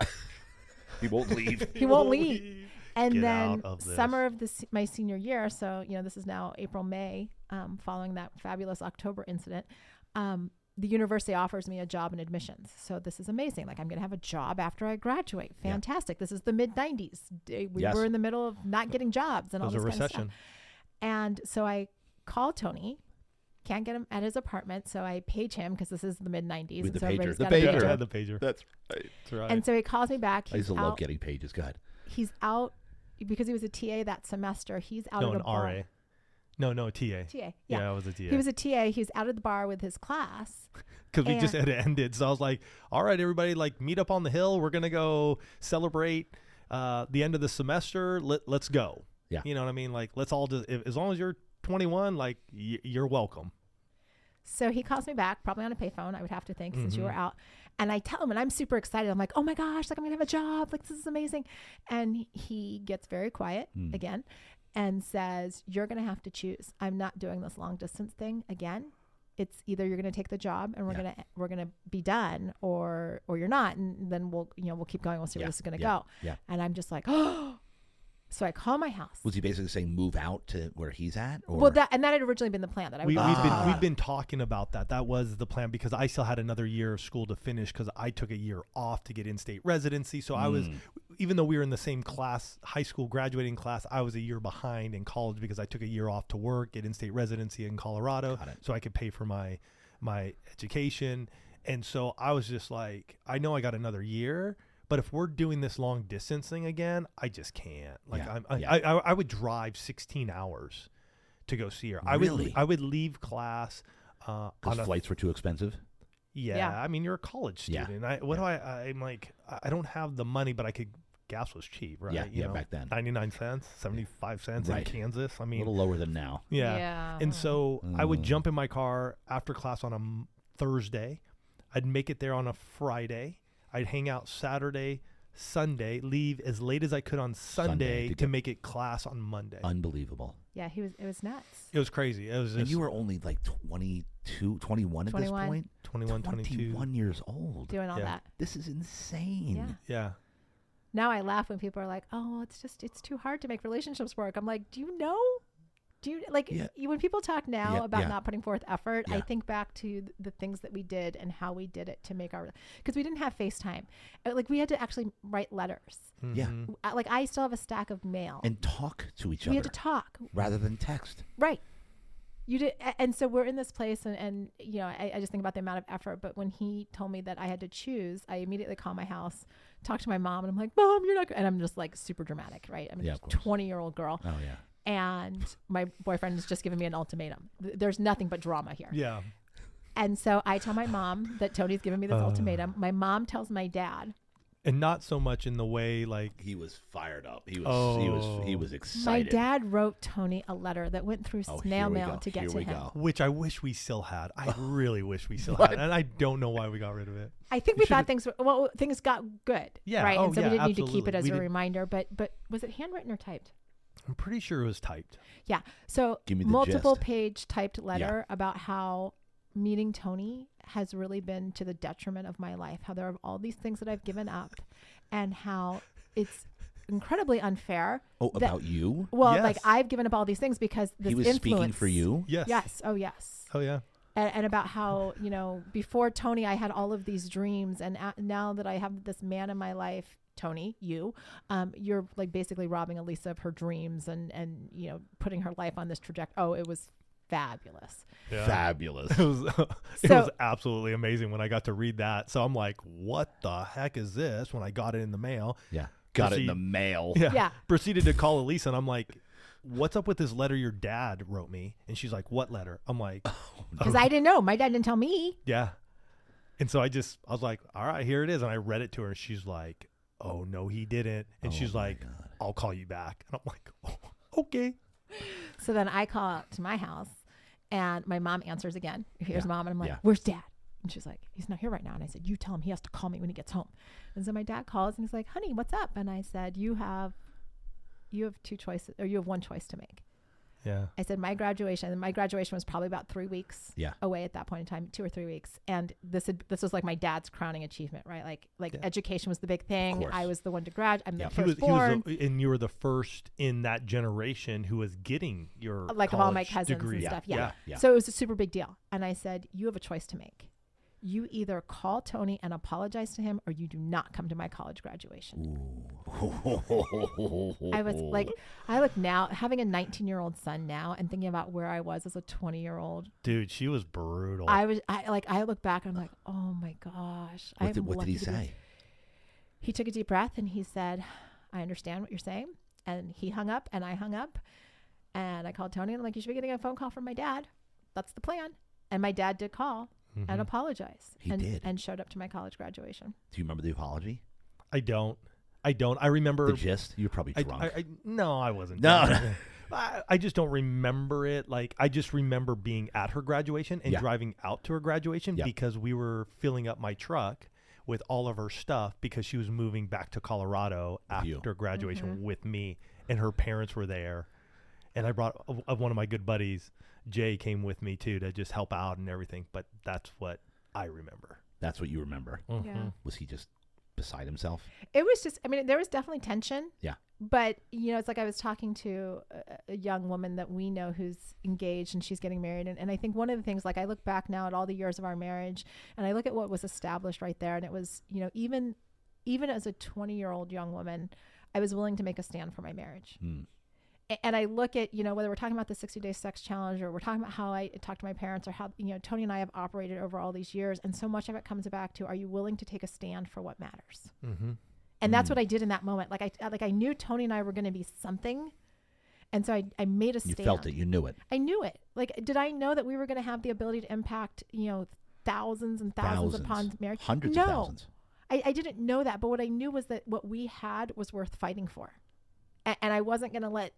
A: He won't leave.
C: he won't leave and
B: Get
C: then
B: out of this.
C: summer of this my senior year so you know this is now april may um, following that fabulous october incident um, the university offers me a job in admissions so this is amazing like i'm going to have a job after i graduate
A: Yeah.
C: fantastic this is the mid 90s we
A: Yes.
C: were in the middle of not getting jobs and
B: It was
C: all
B: a
C: this kind of stuff.
B: recession.
C: And so I call Tony. Can't get him at his apartment, so I page him because this is the mid '90s,
A: With
C: and
A: the
C: so
A: pager.
C: everybody's
A: The
C: got a
A: pager.
B: I
A: Sure.
B: had the pager.
A: That's
B: That's right.
C: And so he calls me back. He's
A: I used to
C: out,
A: love getting pages. Go ahead.
C: He's out because he was a TA that semester. He's out
B: no,
C: at
B: an
C: a bar.
B: RA. No, no, TA.
C: TA, yeah.
B: Yeah. I was a TA.
C: He was a TA. He was out at the bar with his class.
B: Because we just
C: and-
B: had it ended. So I was like, all right, everybody, like, meet up on the hill. We're going to go celebrate uh, the end of the semester. Let, let's go.
A: Yeah.
B: You know what I mean? Like, let's all just, if, as long as you're 21, like, y- you're welcome.
C: So he calls me back, probably on a payphone, I would have to think, since
B: Mm-hmm.
C: you were out. And I tell him, and I'm super excited. I'm like, oh my gosh, like I'm gonna have a job. Like this is amazing. And he gets very quiet
B: Hmm.
C: again and says, You're gonna have to choose. I'm not doing this long distance thing again. it's either you're going to take the job and we're
A: Yeah.
C: going to we're going to be done or or you're not and then we'll you know we'll keep going we'll see where
A: Yeah,
C: this is going to
A: yeah,
C: go
A: yeah.
C: and i'm just like oh so i call my house
A: Was he basically saying move out to where he's at? Or
C: well that and that had originally been the plan that i
B: We,
C: would
B: we've
C: go to
B: been
C: Colorado.
B: we've been talking about that. That was the plan because I still had another year of school to finish because I took a year off to get in-state residency. So I
A: Hmm.
B: was, even though we were in the same class, high school graduating class, I was a year behind in college because I took a year off to work, get in-state residency in Colorado, so I could pay for my my education. And so I was just like, I know I got another year. But if we're doing this long distance thing again, I just can't. Like
A: Yeah,
B: I'm, I,
A: yeah.
B: I, I, I would drive 16 hours to go see her. I
A: Really?
B: would I would leave class uh, on a
A: because flights were too expensive.
B: yeah,
C: Yeah.
B: I mean, you're a college
A: Yeah.
B: student. I, what do I? I'm like, I I don't have the money, but I could. Gas was cheap, right?
A: Yeah,
B: you
A: yeah,
B: know,
A: back then.
B: 99 cents, 75 cents
A: Right.
B: in Kansas. I
A: A
B: mean,
A: little lower than now.
B: yeah.
C: Yeah.
B: And so I would
A: Mm.
B: jump in my car after class on a m- Thursday. I'd make it there on a Friday. I'd hang out Saturday, Sunday, leave as late as I could on Sunday,
A: Sunday to
B: to,
A: get-
B: make it class on Monday.
A: Unbelievable.
C: yeah he was it was nuts
B: it was crazy. It was just
A: And you were only like 22, 21 at
C: 21.
A: this point?
B: 21, 22.
A: 21 years old.
C: doing all
B: Yeah.
C: that
A: This is insane.
C: yeah
B: Yeah.
C: now I laugh when people are like, "Oh, it's just it's too hard to make relationships work." I'm like, "Do you know? Do you like
A: Yeah.
C: you- when people talk now
A: Yeah,
C: about
A: yeah.
C: not putting forth effort? I
A: Yeah.
C: think back to th- the things that we did and how we did it to make our because we didn't have FaceTime. Uh, Like we had to actually write letters.
A: Yeah.
B: Mhm.
C: Uh, Like I still have a stack of mail.
A: Mm. And talk to each
C: we had
A: other
C: to talk.
A: rather than text.
C: Right. You did, a- and so we're in this place, and, and you know, I, I just think about the amount of effort. But when he told me that I had to choose, I immediately call my house, talk to my mom, and I'm like, "Mom, you're not," go-" and I'm just like super dramatic, right? I'm
A: Yeah,
C: just
A: of
C: a
A: course.
C: 20 year old girl,
A: Oh, yeah.
C: and my boyfriend has just given me an ultimatum. Th- There's nothing but drama here.
B: Yeah.
C: And so I tell my mom that Tony's given me this
A: Uh.
C: ultimatum. My mom tells my dad.
B: And not so much in the way like
A: He was fired up. He was
B: he was- he
A: was
C: My dad wrote Tony a letter that went through
A: Oh,
C: snail mail to get to him.
B: which I wish we still had. I really wish we still had. it. And I don't know why we got rid of it.
C: I think we thought things were, well things got good.
B: Yeah,
C: Right.
B: oh,
C: and so
B: yeah,
C: we didn't need to
B: absolutely.
C: keep it as
B: We
C: a
B: didn't-
C: reminder. But but was it handwritten or typed?
B: I'm pretty sure it was typed.
C: Yeah. So
A: Give me the
C: multiple
A: gist.
C: page typed letter about how meeting Tony has really been to the detriment of my life. How there are all these things that I've given up and how it's incredibly unfair.
A: Oh,
C: that-
A: about you?
C: well, like
B: Yes.
C: I've given up all these things because this
A: He was speaking for
C: influence-
A: you?
B: Yes.
C: Yes. Oh yes.
B: Oh yeah.
C: and, and about how you know before Tony, I had all of these dreams, and a now that I have this man in my life, Tony, you, um, you're like basically robbing Elisa of her dreams, and and you know putting her life on this trajectory. Oh, it was fabulous.
B: Yeah.
A: Fabulous.
B: It was it
C: So-
B: was absolutely amazing when I got to read that. So I'm like, what the heck is this? When I got it in the mail.
A: Yeah. Got it in
B: Proceed.
A: the mail.
C: Yeah.
B: Proceeded to call Elisa and I'm like, What's up with this letter your dad wrote me? And she's like, What letter? I'm like,
C: Because I didn't know. My dad didn't tell me.
B: Yeah. And so I just I was like, all right, here it is. And I read it to her and she's like, Oh no, he didn't. And she's like, I'll call you back. And I'm like, oh, okay.
C: So then I call out to my house, and my mom answers again. Here's
A: Yeah.
C: mom, and I'm like,
A: Yeah.
C: "Where's dad?" And she's like, "He's not here right now." And I said, "You tell him he has to call me when he gets home." And so my dad calls, and he's like, "Honey, what's up?" And I said, "You have, you have two choices, or you have one choice to make."
B: Yeah.
C: I said, "My graduation." And my graduation was probably about three weeks
A: Yeah.
C: away at that point in time, two or three weeks. And this had, this was like my dad's crowning achievement, right? Like like education was the big thing.
A: course.
C: I was the one to grad. I'm
A: Yeah.
C: the
B: He was,
C: first
B: he was,
C: born.
B: the- and you were the first in that generation who was getting your
C: like of all my
B: college
C: cousins
B: degree.
C: and stuff. Yeah.
A: yeah, yeah.
C: So it was a super big deal. And I said, You have a choice to make. You either call Tony and apologize to him or you do not come to my college graduation. I was like, I look now, having a 19 year old son now and thinking about where I was as a 20 year old,
B: Dude, she was brutal.
C: I was, I like, I look back and I'm like, Oh my gosh.
A: what
C: I'm
A: did, what did he
C: lucky to be-"
A: say?
C: He took a deep breath and he said, I understand what you're saying. And he hung up and I hung up. And I called Tony and I'm like, You should be getting a phone call from my dad. That's the plan. And my dad did call
B: Mm-hmm.
C: and apologize.
A: Mm. He
C: and,
A: did.
C: And showed up to my college graduation.
A: Do you remember the apology?
B: I don't. I don't. I remember.
A: The gist? You were probably
B: I,
A: drunk.
B: I, I, no, I wasn't.
A: No,
B: drunk. I, I just don't remember it. Like I just remember being at her graduation and
A: Yeah.
B: driving out to her graduation
A: Yeah.
B: because we were filling up my truck with all of her stuff because she was moving back to Colorado
A: With you.
B: Mm-hmm. after graduation with me, and her parents were there. and I brought a, a- one of my good buddies. Jay came with me too to just help out and everything. But that's what I remember.
A: That's what you remember.
B: Mm-hmm.
C: Yeah.
A: Was he just beside himself?
C: It was just, I mean, there was definitely tension.
A: Yeah.
C: But, you know, it's like I was talking to a, a young woman that we know who's engaged and she's getting married. And, and I think one of the things, like, I look back now at all the years of our marriage and I look at what was established right there. And it was, you know, even, even as a 20 year old young woman, I was willing to make a stand for my marriage.
A: Mm.
C: A- And I look at, you know, whether we're talking about the 60 day sex challenge or we're talking about how I talk to my parents or how, you know, Tony and I have operated over all these years. And so much of it comes back to are you willing to take a stand for what matters?
B: Mm-hmm.
A: Mm.
C: and that's what I did in that moment. Like I like I knew Tony and I were going to be something, and so I I made a
A: You
C: stand.
A: felt it. You knew it.
C: I knew it. Like did I know that we were going to have the ability to impact you know thousands and thousands, upon marriage?
A: Hundreds
C: no,
A: of thousands.
C: I, I didn't know that, but what I knew was that what we had was worth fighting for, and, and I wasn't going to let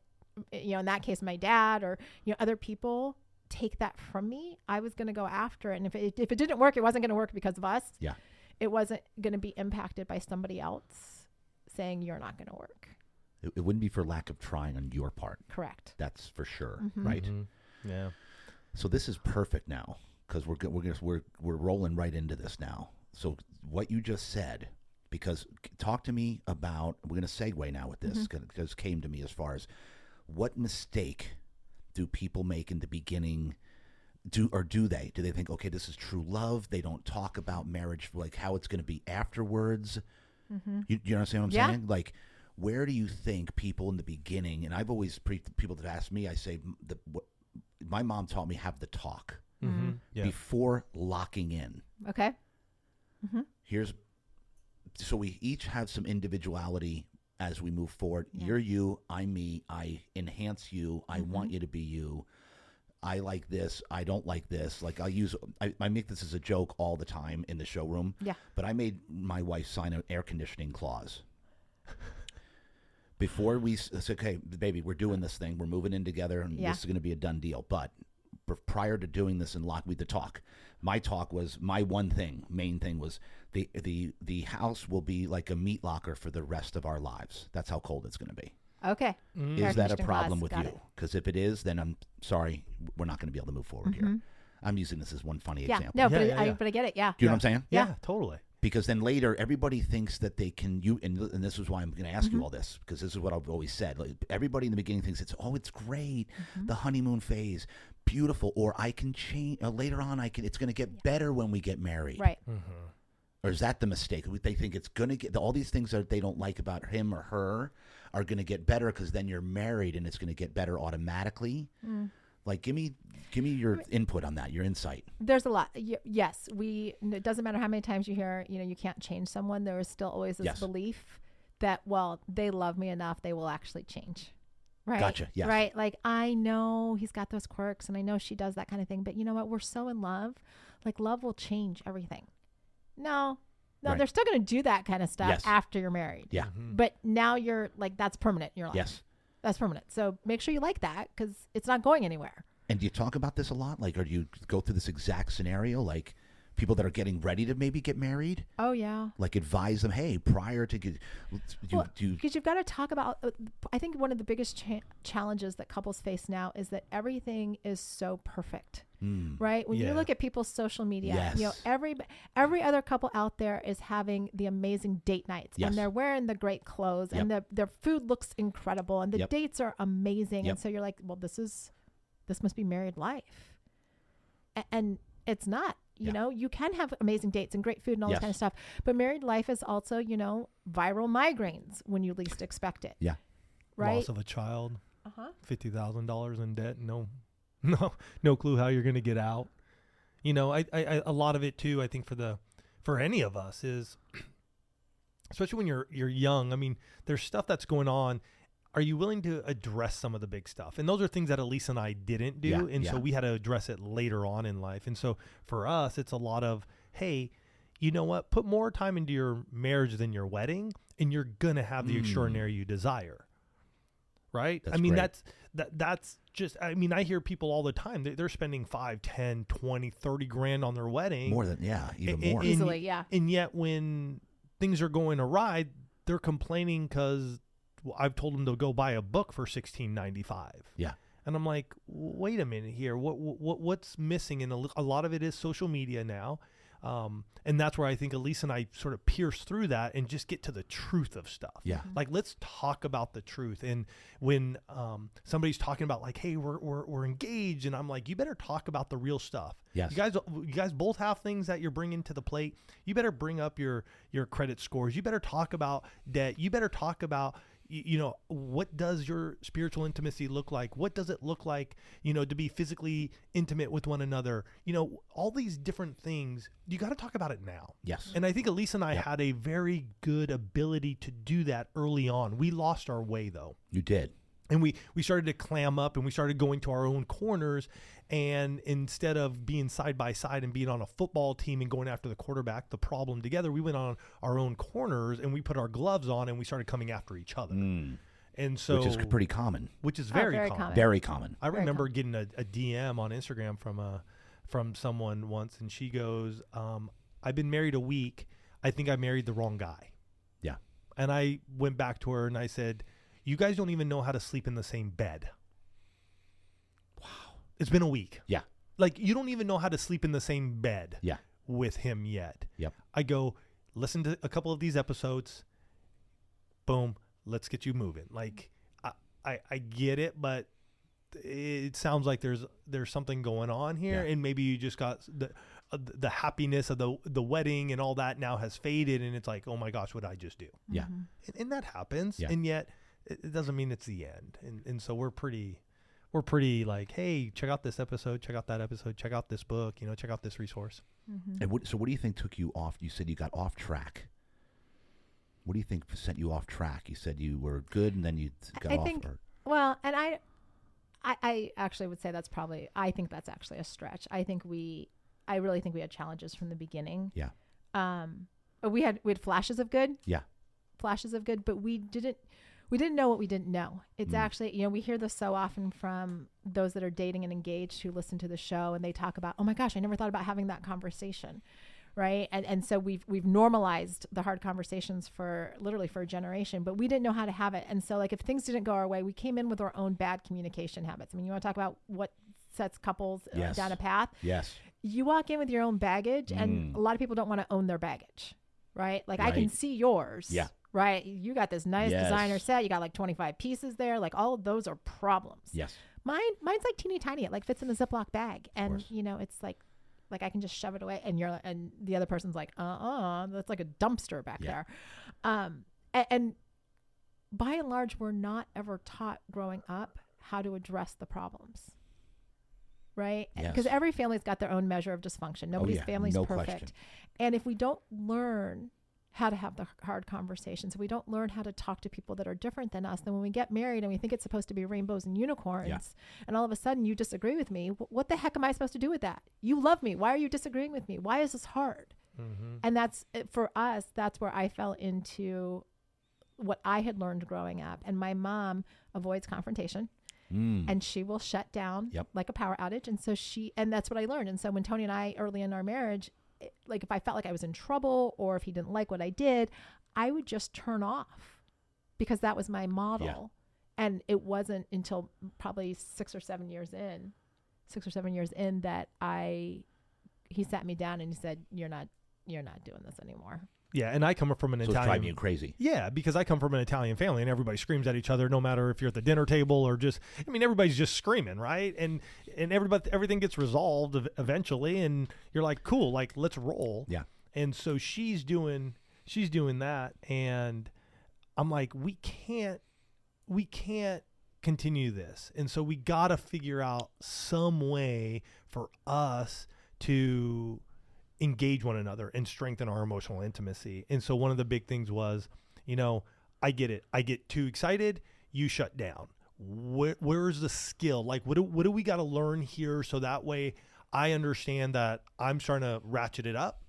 C: eh, you know in that case my dad or you know other people take that from me. I was going to go after it, and if it if it didn't work, it wasn't going to work because of us.
A: Yeah.
C: it wasn't going to be impacted by somebody else saying you're not going to work.
A: It, it wouldn't be for lack of trying on your part.
C: Correct.
A: That's for sure, right?
B: Mm-hmm. Yeah.
A: So this is perfect now because we're go- we're gonna, we're we're rolling right into this now. So what you just said, because talk to me about we're gonna segue now with this because came to me as far as what mistake do people make in the beginning. Do or do they? Do they think okay, this is true love? They don't talk about marriage like how it's going to be afterwards. You, you understand what I'm
C: Yeah.
A: saying? Like, where do you think people in the beginning? And I've always pre- people that ask me, I say m- the what, my mom taught me have the talk
B: Mm-hmm. Yeah.
A: before locking in.
C: Okay.
A: Here's so we each have some individuality as we move forward. You're you, I'm me. I enhance you. I want you to be you. I like this. I don't like this. Like I use, I, I make this as a joke all the time in the showroom.
C: Yeah.
A: But I made my wife sign an air conditioning clause. Before we s- said, okay, baby, we're doing this thing. We're moving in together, and
C: Yeah.
A: this is going to be a done deal. But pr- prior to doing this in Lockweed, the talk, my talk was my one thing, main thing was the the the house will be like a meat locker for the rest of our lives. That's how cold it's going to be.
C: Okay. Mm-hmm. Air
A: Is that a
C: conditioning
A: problem
C: clause.
A: with
C: Got
A: you?
C: it.
A: Because if it is, then I'm sorry, we're not going to be able to move forward here. I'm using this as one funny
C: Mm-hmm. Yeah.
A: example.
C: No, but
B: Yeah, yeah,
C: I,
B: yeah.
C: but I get it. Yeah.
A: Do you know what I'm saying?
B: yeah.
C: Yeah.
B: Totally.
A: Because then later, everybody thinks that they can you, and, th- and this is why I'm going to ask you all this because this is what I've always said. Like, everybody in the beginning thinks it's oh, it's great, the honeymoon phase, beautiful, or I can change uh, later on. I can it's going to get better when we get married.
C: Right.
B: Mm-hmm.
A: Or is that the mistake? They think it's going to get all these things that they don't like about him or her are going to get better because then you're married and it's going to get better automatically. Like, give me give me your input on that, your insight.
C: There's a lot. Y- yes. We, it doesn't matter how many times you hear, you know, you can't change someone. There is still always this
A: Yes.
C: belief that, well, they love me enough. They will actually change. Right.
A: Gotcha, yes.
C: Right. Like I know he's got those quirks and I know she does that kind of thing, but you know what? We're so in love. Like love will change everything. No, no,
A: Right.
C: they're still going to do that kind of stuff
A: Yes.
C: after you're married.
A: Yeah.
B: Mm-hmm.
C: But now you're like, that's permanent in your life.
A: Yes.
C: That's permanent. So make sure you like that because it's not going anywhere.
A: And do you talk about this a lot? Like, or do you go through this exact scenario? Like, people that are getting ready to maybe get married,
C: Oh yeah.
A: like advise them, hey, prior to get, do you,
C: Well,
A: do you,
C: Because you've got to talk about. uh, I think one of the biggest cha- challenges that couples face now is that everything is so perfect,
A: Mm.
C: right? When
B: Yeah.
C: you look at people's social media, you know
A: Yes.
C: every every other couple out there is having the amazing date nights,
A: Yes.
C: and they're wearing the great clothes, and the, their food looks incredible, and the
A: Yep.
C: dates are amazing,
A: Yep.
C: and so you're like, well, this is this must be married life, A- and it's not. You
A: Yeah.
C: know, you can have amazing dates and great food and all
A: Yes.
C: that kind of stuff. But married life is also, you know, viral migraines when you least expect it.
A: Yeah.
C: Right?
B: Loss of a child.
C: Uh-huh.
B: Fifty thousand dollars in debt. No, no, no clue how you're going to get out. You know, I, I, I, a lot of it too. I think for the, for any of us is, especially when you're you're young. I mean, there's stuff that's going on. Are you willing to address some of the big stuff? And those are things that Elise and I didn't do,
A: Yeah,
B: and so
A: yeah.
B: we had to address it later on in life. And so for us, it's a lot of hey, you know what? Put more time into your marriage than your wedding, and you're gonna have the
A: Mm.
B: extraordinary you desire. Right?
A: That's
B: I mean,
A: great.
B: that's that that's just i mean i hear people all the time they're, they're spending 5 10 20 30 grand on their wedding
A: more than, yeah, even
B: I- I-
A: more.
B: in-
C: Easily, yeah.
B: and yet when things are going awry they're complaining because i've told them to go buy a book for 1695
A: Yeah.
B: And I'm like, wait a minute here. What what what's missing? And a li- a lot of it is social media now. Um, and that's where I think Elise and I sort of pierce through that and just get to the truth of stuff.
A: Yeah.
B: Like, let's talk about the truth. And when um, somebody's talking about, like, hey, we're, we're, we're engaged, and I'm like, you better talk about the real stuff.
A: Yes.
B: You guys, you guys both have things that you're bringing to the plate. You better bring up your, your credit scores. You better talk about debt. You better talk about, you, you know what does your spiritual intimacy look like what does it look like you know to be physically intimate with one another you know all these different things you got to talk about it now
A: Yes.
B: and i think elise and i had a very good ability to do that early on we lost our way though
A: You did.
B: and we we started to clam up and we started going to our own corners and instead of being side by side and being on a football team and going after the quarterback the problem together we went on our own corners and we put our gloves on and we started coming after each other and so
A: Mm. which is c- pretty common.
B: which is very,
C: very
B: common.
C: common.
A: Very common.
B: i remember getting a, a dm on instagram from a from someone once and she goes um, i've been married a week i think i married the wrong guy
A: Yeah.
B: and I went back to her and I said, "You guys don't even know how to sleep in the same bed." Wow. It's been a week.
A: Yeah.
B: Like you don't even know how to sleep in the same bed
A: Yeah.
B: with him yet.
A: Yep.
B: I go, "Listen to a couple of these episodes. Boom, let's get you moving." Like I I, I get it, but it sounds like there's there's something going on here
A: Yeah.
B: and maybe you just got the uh, the happiness of the the wedding and all that now has faded and it's like oh my gosh what did i just do
A: Yeah.
C: Mm-hmm.
B: and, and that happens
A: Yeah.
B: and yet it, it doesn't mean it's the end and, and so we're pretty we're pretty like hey check out this episode check out that episode check out this book you know check out this resource
C: Mm-hmm.
A: And what, so, what do you think took you off? You said you got off track. What do you think sent you off track? You said you were good, and then you t- got
C: I
A: off.
C: think
A: or-
C: well, and I, I, I actually would say that's probably. I think that's actually a stretch. I think we, I really think we had challenges from the beginning.
A: yeah,
C: Um, but we had we had flashes of good,
A: yeah,
C: flashes of good, but we didn't we didn't know what we didn't know. It's
A: Mm.
C: actually, you know, we hear this so often from those that are dating and engaged who listen to the show and they talk about, "Oh my gosh, I never thought about having that conversation." Right? And and so we've we've normalized the hard conversations for literally for a generation, but we didn't know how to have it. And so like if things didn't go our way, we came in with our own bad communication habits. I mean, you want to talk about what sets couples uh,
A: Yes.
C: down a path?
A: yes,
C: you walk in with your own baggage and a lot of people don't want to own their baggage right like i can
A: Mm. Right.
C: see yours
A: Yeah.
C: right you got this nice
A: Yes.
C: designer set you got like 25 pieces there like all of those are problems
A: yes,
C: mine mine's like teeny tiny it like fits in a ziploc bag and
A: course.
C: you know it's like like i can just shove it away and you're and the other person's like uh-uh that's like a dumpster back
A: Yeah.
C: there um and, and by and large we're not ever taught growing up how to address the problems right because
A: Yes.
C: every family's got their own measure of dysfunction nobody's
A: Oh, yeah.
C: family's
A: No
C: perfect
A: question.
C: and if we don't learn how to have the h- hard conversations, if we don't learn how to talk to people that are different than us, then when we get married and we think it's supposed to be rainbows and unicorns, and all of a sudden you disagree with me, wh- what the heck am I supposed to do with that? You love me. Why are you disagreeing with me? Why is this hard?
A: Mm-hmm.
C: And that's uh, for us, that's where I fell into what I had learned growing up. And my mom avoids confrontation
A: Mm.
C: and she will shut down
A: Yep.
C: like a power outage. And so she, and that's what I learned. And so when Tony and I, early in our marriage, it- like if I felt like I was in trouble or if he didn't like what I did, I would just turn off because that was my model. And it wasn't until probably six or seven years in, six or seven years in that I, he sat me down and he said, you're not, you're not doing this anymore.
B: yeah and i come from an
A: so it's driving you
B: italian
A: crazy.
B: yeah because i come from an italian family and everybody screams at each other no matter if you're at the dinner table or just i mean everybody's just screaming right and and everybody everything gets resolved ev- eventually and you're like cool like let's roll
A: Yeah,
B: and so she's doing she's doing that and i'm like we can't we can't continue this and so we gotta figure out some way for us to engage one another and strengthen our emotional intimacy and so one of the big things was you know i get it i get too excited you shut down where, where's the skill like what do, what do we got to learn here so that way i understand that i'm starting to ratchet it up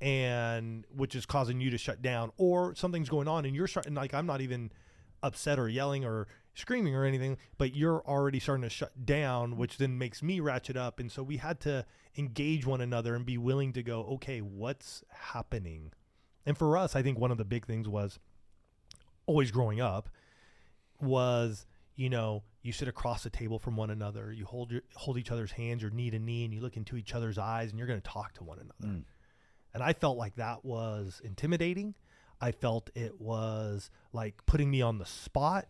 B: and which is causing you to shut down or something's going on and you're starting like i'm not even upset or yelling or screaming or anything but you're already starting to shut down which then makes me ratchet up and so we had to engage one another and be willing to go okay what's happening and for us i think one of the big things was always growing up was you know, you sit across the table from one another, you hold your hold each other's hands, you're knee to knee, and you look into each other's eyes, and you're going to talk to one another.
A: Hmm.
B: And I felt like that was intimidating. I felt it was like putting me on the spot,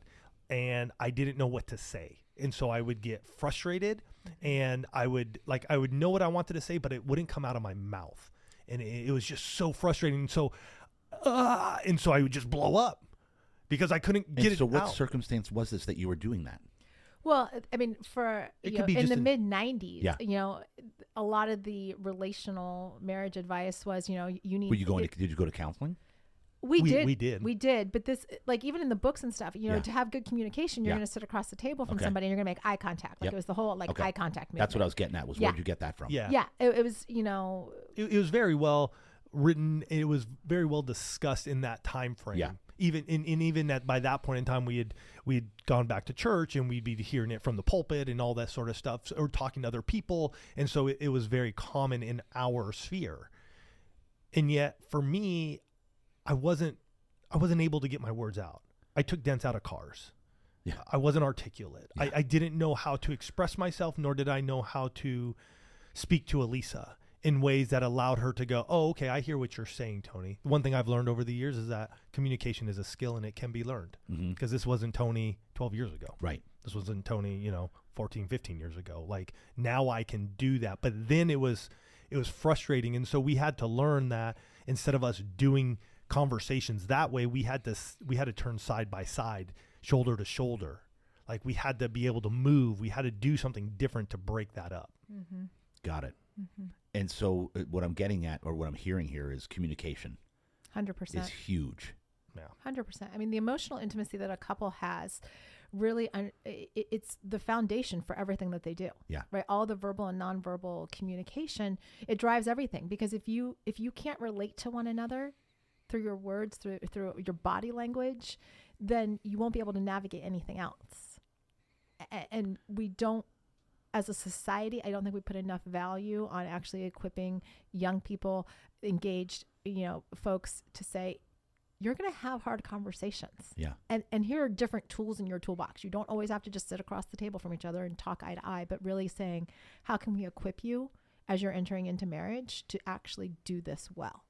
B: and I didn't know what to say. And so I would get frustrated,
A: Mm-hmm.
B: and I would like I would know what I wanted to say, but it wouldn't come out of my mouth, and it, it was just so frustrating. And so, uh, and so I would just blow up because I couldn't get
A: And
B: it
A: so, what
B: out.
A: circumstance was this that you were doing that?
C: Well, I mean, for
B: It
C: you
B: could
C: know,
B: be
C: in
B: just
C: the
B: an-
C: mid '90s,
A: Yeah.
C: you know, a lot of the relational marriage advice was, you know, you need.
A: Were you going
C: it-
A: to? Did you go to counseling?
C: we,
B: We-
C: did.
B: we did.
C: We did. But this, like, even in the books and stuff, you know,
A: Yeah.
C: to have good communication, you're
A: Yeah.
C: going to sit across the table from
A: Okay.
C: somebody and you're going to make eye contact. Like
A: Yep.
C: it was the whole like
A: Okay.
C: eye contact. Movement.
A: That's what I was getting at. Was
C: Yeah.
A: where'd you get that from?
B: yeah,
C: Yeah, it, it was. You know,
B: it, it was very well written. It was very well discussed in that time frame.
A: Yeah.
B: Even in, in even that by that point in time we had we had gone back to church and we'd be hearing it from the pulpit and all that sort of stuff so- or talking to other people and so it, it was very common in our sphere. And yet for me, I wasn't I wasn't able to get my words out. I took dents out of cars.
A: Yeah.
B: I wasn't articulate. I, I didn't know how to express myself, nor did I know how to speak to Elisa in ways that allowed her to go, Oh, okay, I hear what you're saying, Tony. One thing I've learned over the years is that communication is a skill and it can be learned because this wasn't Tony 12 years ago.
A: Right.
B: This wasn't Tony, you know, 14, 15 years ago. Like now I can do that. But then it was, it was frustrating. And so we had to learn that instead of us doing conversations that way, we had to, s- we had to turn side by side, shoulder to shoulder. Like we had to be able to move. We had to do something different to break that up.
A: Got it. And so, uh, what I'm getting at, or what I'm hearing here, is communication
C: hundred
A: is
C: percent.
A: huge.
B: Yeah.
C: Hundred percent. I mean, the emotional intimacy that a couple has, really, un- i- i- it's the foundation for everything that they do.
A: Yeah.
C: Right. All the verbal and nonverbal communication it drives everything because if you if you can't relate to one another through your words through through your body language, then you won't be able to navigate anything else. A- and we don't as a society, I don't think we put enough value on actually equipping young people, engaged, you know, folks to say you're going to have hard conversations.
A: Yeah.
C: And and here are different tools in your toolbox. You don't always have to just sit across the table from each other and talk eye to eye, but really saying, how can we equip you as you're entering into marriage to actually do this well?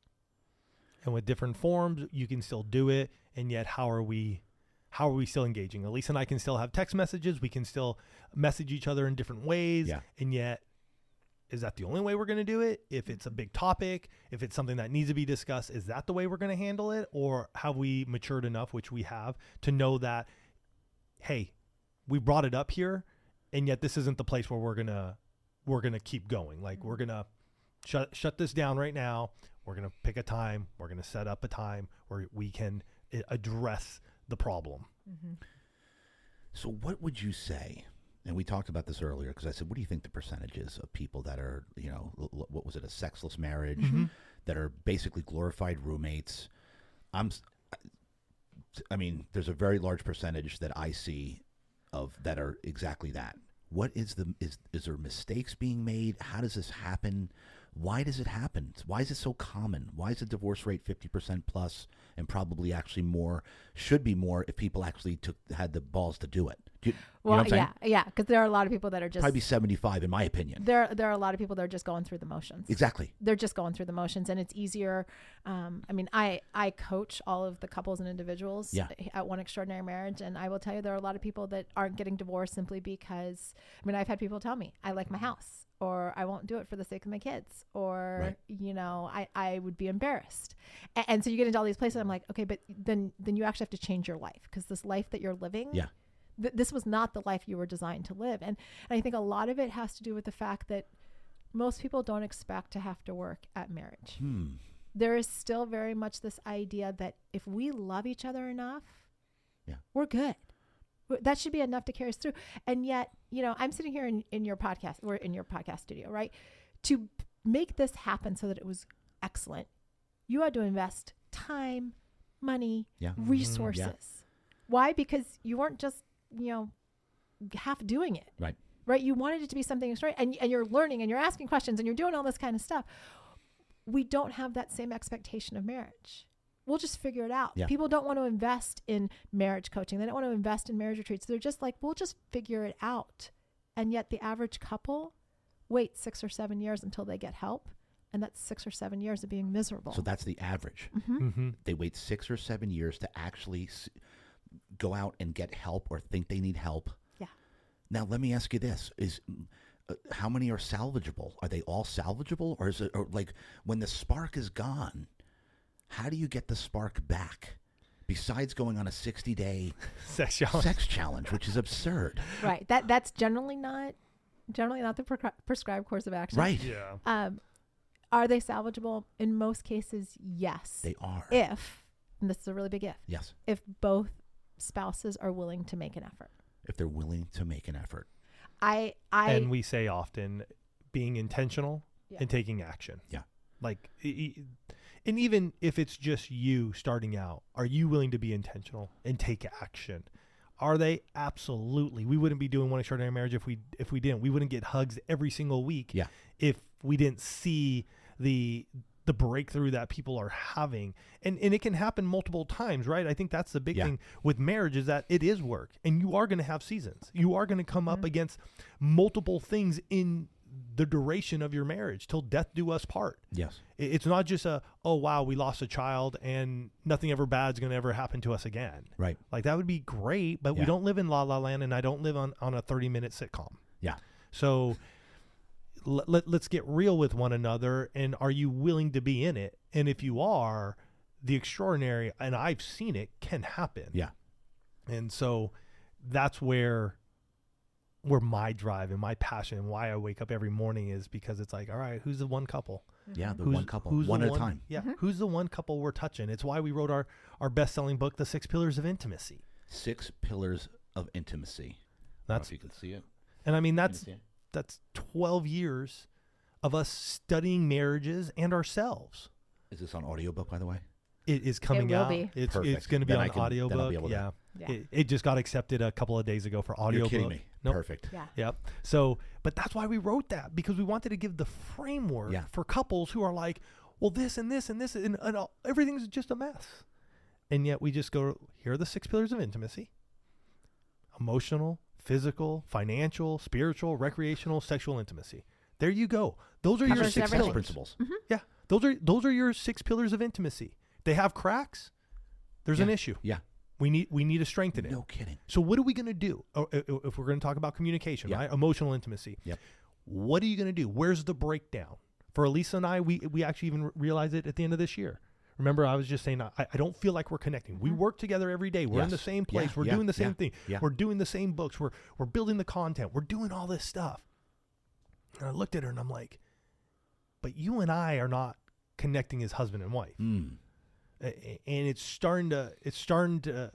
B: and with different forms you can still do it and yet how are we how are we still engaging elise and i can still have text messages we can still message each other in different ways
A: Yeah.
B: and yet is that the only way we're going to do it if it's a big topic if it's something that needs to be discussed is that the way we're going to handle it or have we matured enough which we have to know that hey we brought it up here and yet this isn't the place where we're going to we're going to keep going like we're going to shut shut this down right now. We're gonna pick a time. We're gonna set up a time where we can i- address the problem.
A: So, what would you say? And we talked about this earlier because I said, "What do you think the percentage is of people that are, you know, l- l- what was it, a sexless marriage, that are basically glorified roommates?" I'm, s- I mean, there's a very large percentage that I see of that are exactly that. What is the is is there mistakes being made? How does this happen? Why does it happen? Why is it so common? Why is the divorce rate fifty percent plus and probably actually more? Should be more if people actually took had the balls to do it. Do you, you know what
C: Well,
A: I'm saying?
C: yeah, yeah, because there are a lot of people that are just
A: Probably seventy five in my opinion.
C: there. There are a lot of people that are just going through the motions.
A: Exactly.
C: they're just going through the motions and it's easier um, i mean i i coach all of the couples and individuals
A: Yeah.
C: at one extraordinary marriage and i will tell you there are a lot of people that aren't getting divorced simply because i mean i've had people tell me i like my house or i won't do it for the sake of my kids or
A: Right.
C: you know i i would be embarrassed and, and so you get into all these places i'm like okay but then then you actually have to change your life because this life that you're living
A: Yeah.
C: th- this was not the life you were designed to live and, and i think a lot of it has to do with the fact that most people don't expect to have to work at marriage
A: Hmm.
C: there is still very much this idea that if we love each other enough
A: Yeah.
C: we're good W- that should be enough to carry us through and yet you know i'm sitting here in, in your podcast we're in your podcast studio right to p- make this happen so that it was excellent you had to invest time money
A: Yeah. Mhm.
C: resources why because you weren't just you know half doing it
A: Right.
C: right you wanted it to be something extra and, and you're learning and you're asking questions and you're doing all this kind of stuff we don't have that same expectation of marriage. we'll just figure it out.
A: Yeah.
C: People don't want to invest in marriage coaching. They don't want to invest in marriage retreats. They're just like, we'll just figure it out. And yet the average couple waits six or seven years until they get help. And that's six or seven years of being miserable.
A: So that's the average.
B: Mm-hmm.
A: They wait six or seven years to actually s- go out and get help or think they need help.
C: yeah.
A: Now, let me ask you this: Is mm, uh, how many are salvageable? Are they all salvageable, or is it or like when the spark is gone? How do you get the spark back? Besides going on a sixty-day
B: Sex challenge.
A: sex challenge, which is absurd,
C: Right. That that's generally not generally not the precri- prescribed course of action.
A: right?
B: Yeah.
C: Um, are they salvageable? In most cases, yes.
A: They are.
C: if and this is a really big if
A: yes,
C: if both spouses are willing to make an effort.
A: if they're willing to make an effort.
C: I I
B: and we say often being intentional
C: Yeah.
B: and taking action.
A: Yeah.
B: Like, e- e- and even if it's just you starting out, are you willing to be intentional and take action? Are they absolutely? We wouldn't be doing one extraordinary marriage if we if we didn't. We wouldn't get hugs every single week
A: Yeah.
B: if we didn't see the the breakthrough that people are having. And and it can happen multiple times, right? I think that's the big
A: Yeah.
B: thing with marriage is that it is work and you are going to have seasons. You are going to come up against multiple things in the duration of your marriage till death do us part.
A: Yes.
B: I- It's not just a oh wow, we lost a child and nothing ever bad's going to ever happen to us again.
A: Right.
B: Like that would be great, but
A: Yeah.
B: we don't live in la la land and I don't live on on a 30-minute sitcom.
A: Yeah.
B: So let, let, let's get real with one another. And are you willing to be in it? And if you are, the extraordinary, and I've seen it, can happen.
A: Yeah.
B: And so that's where where my drive and my passion and why I wake up every morning is because it's like, all right, who's the one couple?
A: Yeah. The
B: Who's,
A: one couple,
B: who's the
A: one at a time.
B: Yeah. Who's the one couple we're touching? It's why we wrote our, our best selling book, The Six Pillars of Intimacy.
A: Six pillars of intimacy. I don't know
B: That's
A: if you can see it.
B: And I mean,
A: Can you
B: that's
A: see it?
B: that's 12 years of us studying marriages and ourselves.
A: Is this on audiobook, by the way?
B: It is coming
C: will
B: out.
C: be.
B: It's it's
A: Perfect.
B: going to be
A: Then I
B: on
A: can- then I'll be
B: audiobook.
A: able to-
B: yeah.
C: Yeah.
B: It, it just got accepted a couple of days ago for audiobook.
A: You're kidding me.
B: Nope.
A: Perfect.
C: yeah.
B: Yep. So, but that's why we wrote that because we wanted to give the framework
A: Yeah.
B: for couples who are like, well, this and this and this and, and all, everything's just a mess. And yet we just go, here are the six pillars of intimacy emotional, physical, financial, spiritual, recreational, sexual intimacy. There you go. Those are your six
C: Covers
A: Success
C: everything.
B: pillars.
A: principles.
B: Yeah, those are those are your six pillars of intimacy. They have cracks. There's an
A: Yeah.
B: issue.
A: Yeah.
B: We need we need to strengthen it.
A: No kidding.
B: So what are we going to do? Oh, i- i- If we're going to talk about communication,
A: Yeah.
B: right? Emotional intimacy.
A: Yep.
B: What are you going to do? Where's the breakdown? For Elisa and I, we we actually even re- realized it at the end of this year. Remember, I was just saying I, I don't feel like we're connecting. We work together every day. We're in the
A: Mm-hmm. Yes.
B: same place.
A: Yeah,
B: we're
A: yeah,
B: doing the same
A: yeah,
B: thing.
A: yeah.
B: We're doing the same books. We're we're building the content. We're doing all this stuff. And I looked at her and I'm like, but you and I are not connecting as husband and wife
A: Mm.
B: a- and it's starting to it's starting to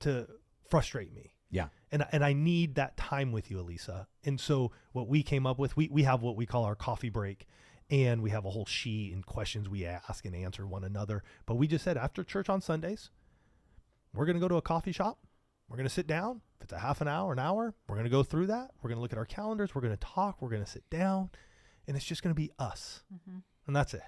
B: to frustrate me
A: Yeah.
B: and and I need that time with you Elisa and so what we came up with we we have what we call our coffee break and we have a whole she and questions we ask and answer one another but we just said after church on Sundays we're going to go to a coffee shop we're going to sit down if it's a half an hour an hour we're going to go through that we're going to look at our calendars we're going to talk we're going to sit down and it's just going to be us and that's it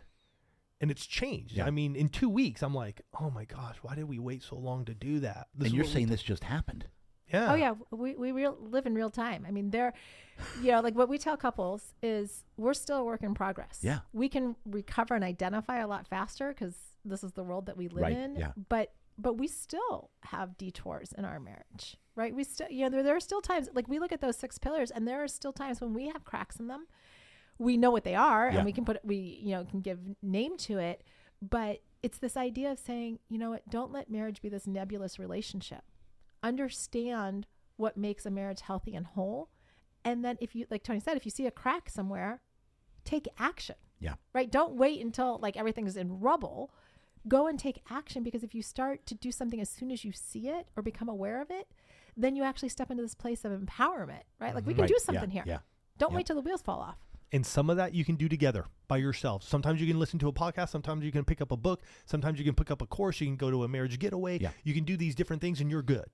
B: and it's changed.
A: Yeah.
B: I mean, in two weeks, I'm like, oh my gosh, why did we wait so long to do that?
A: and
B: This is
A: you're
B: what we
A: saying
B: did."
A: this just happened.
B: yeah,
C: Oh yeah, we we real, live in real time. I mean, there, you know, like what we tell couples is we're still a work in progress.
A: Yeah.
C: we can recover and identify a lot faster because this is the world that we live
A: Right,
C: in.
A: yeah.
C: but but we still have detours in our marriage, right? We still, you know, there there are still times like we look at those six pillars, and there are still times when we have cracks in them. We know what they are,
A: Yeah.
C: and we can put we you know can give name to it, but it's this idea of saying, you know what, don't let marriage be this nebulous relationship understand what makes a marriage healthy and whole. And then if you like Tony said, if you see a crack somewhere, take action.
A: Yeah.
C: Right? Don't wait until like everything is in rubble. Go and take action because if you start to do something as soon as you see it or become aware of it, then you actually step into this place of empowerment, right? Like we can
A: Right,
C: do
A: yeah,
C: something here.
A: yeah,
C: Don't
A: yeah.
C: wait till the wheels fall off.
B: and some of that you can do together by yourself. Sometimes you can listen to a podcast. Sometimes you can pick up a book. Sometimes you can pick up a course. You can go to a marriage getaway.
A: Yeah.
B: You can do these different things, and you're good.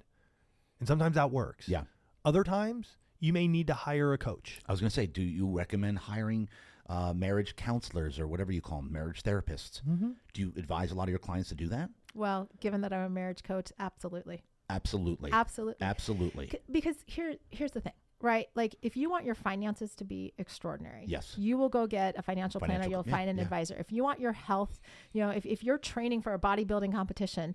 B: And sometimes that works.
A: Yeah.
B: Other times you may need to hire a coach.
A: I was going to say, do you recommend hiring
B: Mm-hmm.
A: uh, marriage counselors or whatever you call them, marriage therapists? Do you advise a lot of your clients to do that?
C: Well, given that I'm a marriage coach, absolutely.
A: Absolutely.
C: Absolutely.
A: Absolutely.
C: C- because here here's the thing right like if you want your finances to be extraordinary
A: Yes.
C: you will go get a financial, planner
A: Financial-
C: you'll
A: yeah,
C: find an
A: yeah.
C: advisor if you want your health you know if, if you're training for a bodybuilding competition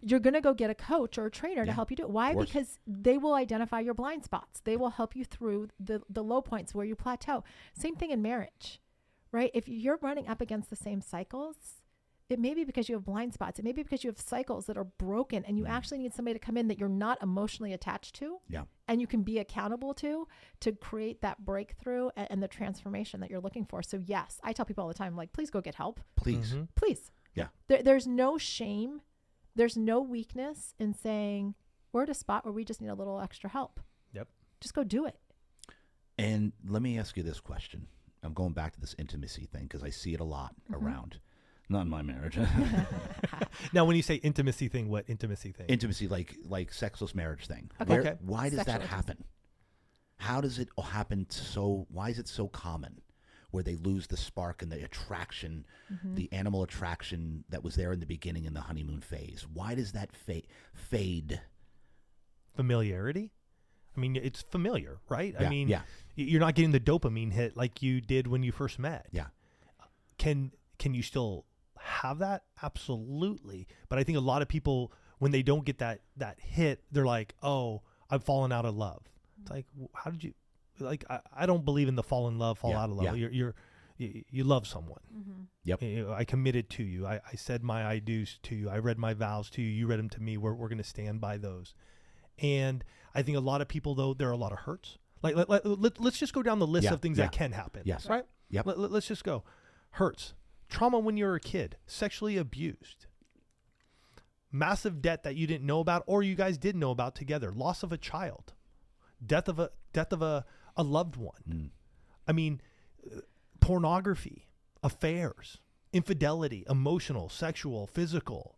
C: you're going to go get a coach or a trainer to
A: Yeah,
C: help you do it why
A: course.
C: because they will identify your blind spots they will help you through the the low points where you plateau same thing in marriage right if you're running up against the same cycles it may be because you have blind spots. It may be because you have cycles that are broken and you actually need somebody to come in that you're not emotionally attached to
A: Yeah.
C: and you can be accountable to to create that breakthrough and, and the transformation that you're looking for. So yes, I tell people all the time, like, please go get help.
A: Please.
B: Mhm.
C: Please.
A: Yeah.
C: There, there's no shame. There's no weakness in saying we're at a spot where we just need a little extra help.
B: Yep.
C: Just go do it.
A: And let me ask you this question. I'm going back to this intimacy thing because I see it a lot
C: Mm-hmm.
A: around. Not in my marriage.
B: Now, when you say intimacy thing, what intimacy thing?
A: intimacy, like like sexless marriage thing.
C: Okay.
A: Where-
B: Okay.
A: Why does
C: Sexual
A: that
C: intimacy.
A: happen? How does it happen so? Why is it so common? Where they lose the spark and the attraction,
C: Mm-hmm.
A: the animal attraction that was there in the beginning in the honeymoon phase. Why does that fa- fade?
B: Familiarity. I mean, it's familiar, right?
A: Yeah,
B: I mean,
A: yeah.
B: y- you're not getting the dopamine hit like you did when you first met.
A: Yeah.
B: Can can you still have that? Absolutely. But I think a lot of people when they don't get that that hit, they're like, "Oh, I've fallen out of love." It's like, w- how did you? Like, I, I don't believe in the fall in love, fall
A: Yeah,
B: out of love.
A: yeah.
B: You're you're you, you love someone.
A: Yep.
B: You know, I committed to you. I, I said my I do's to you. I read my vows to you. You read them to me. We're, we're going to stand by those. And I think a lot of people, though, there are a lot of hurts. Like, let, let, let, us just go down the list
A: Yeah,
B: of things
A: yeah.
B: that can happen.
A: Yes.
B: Right?
A: Yep.
B: Let, let, us just go. Hurts, trauma when you were a kid, sexually abused, massive debt that you didn't know about or you guys did know about together, loss of a child, death of a, death of a, a loved one. I mean, uh, pornography, affairs, infidelity, emotional, sexual, physical.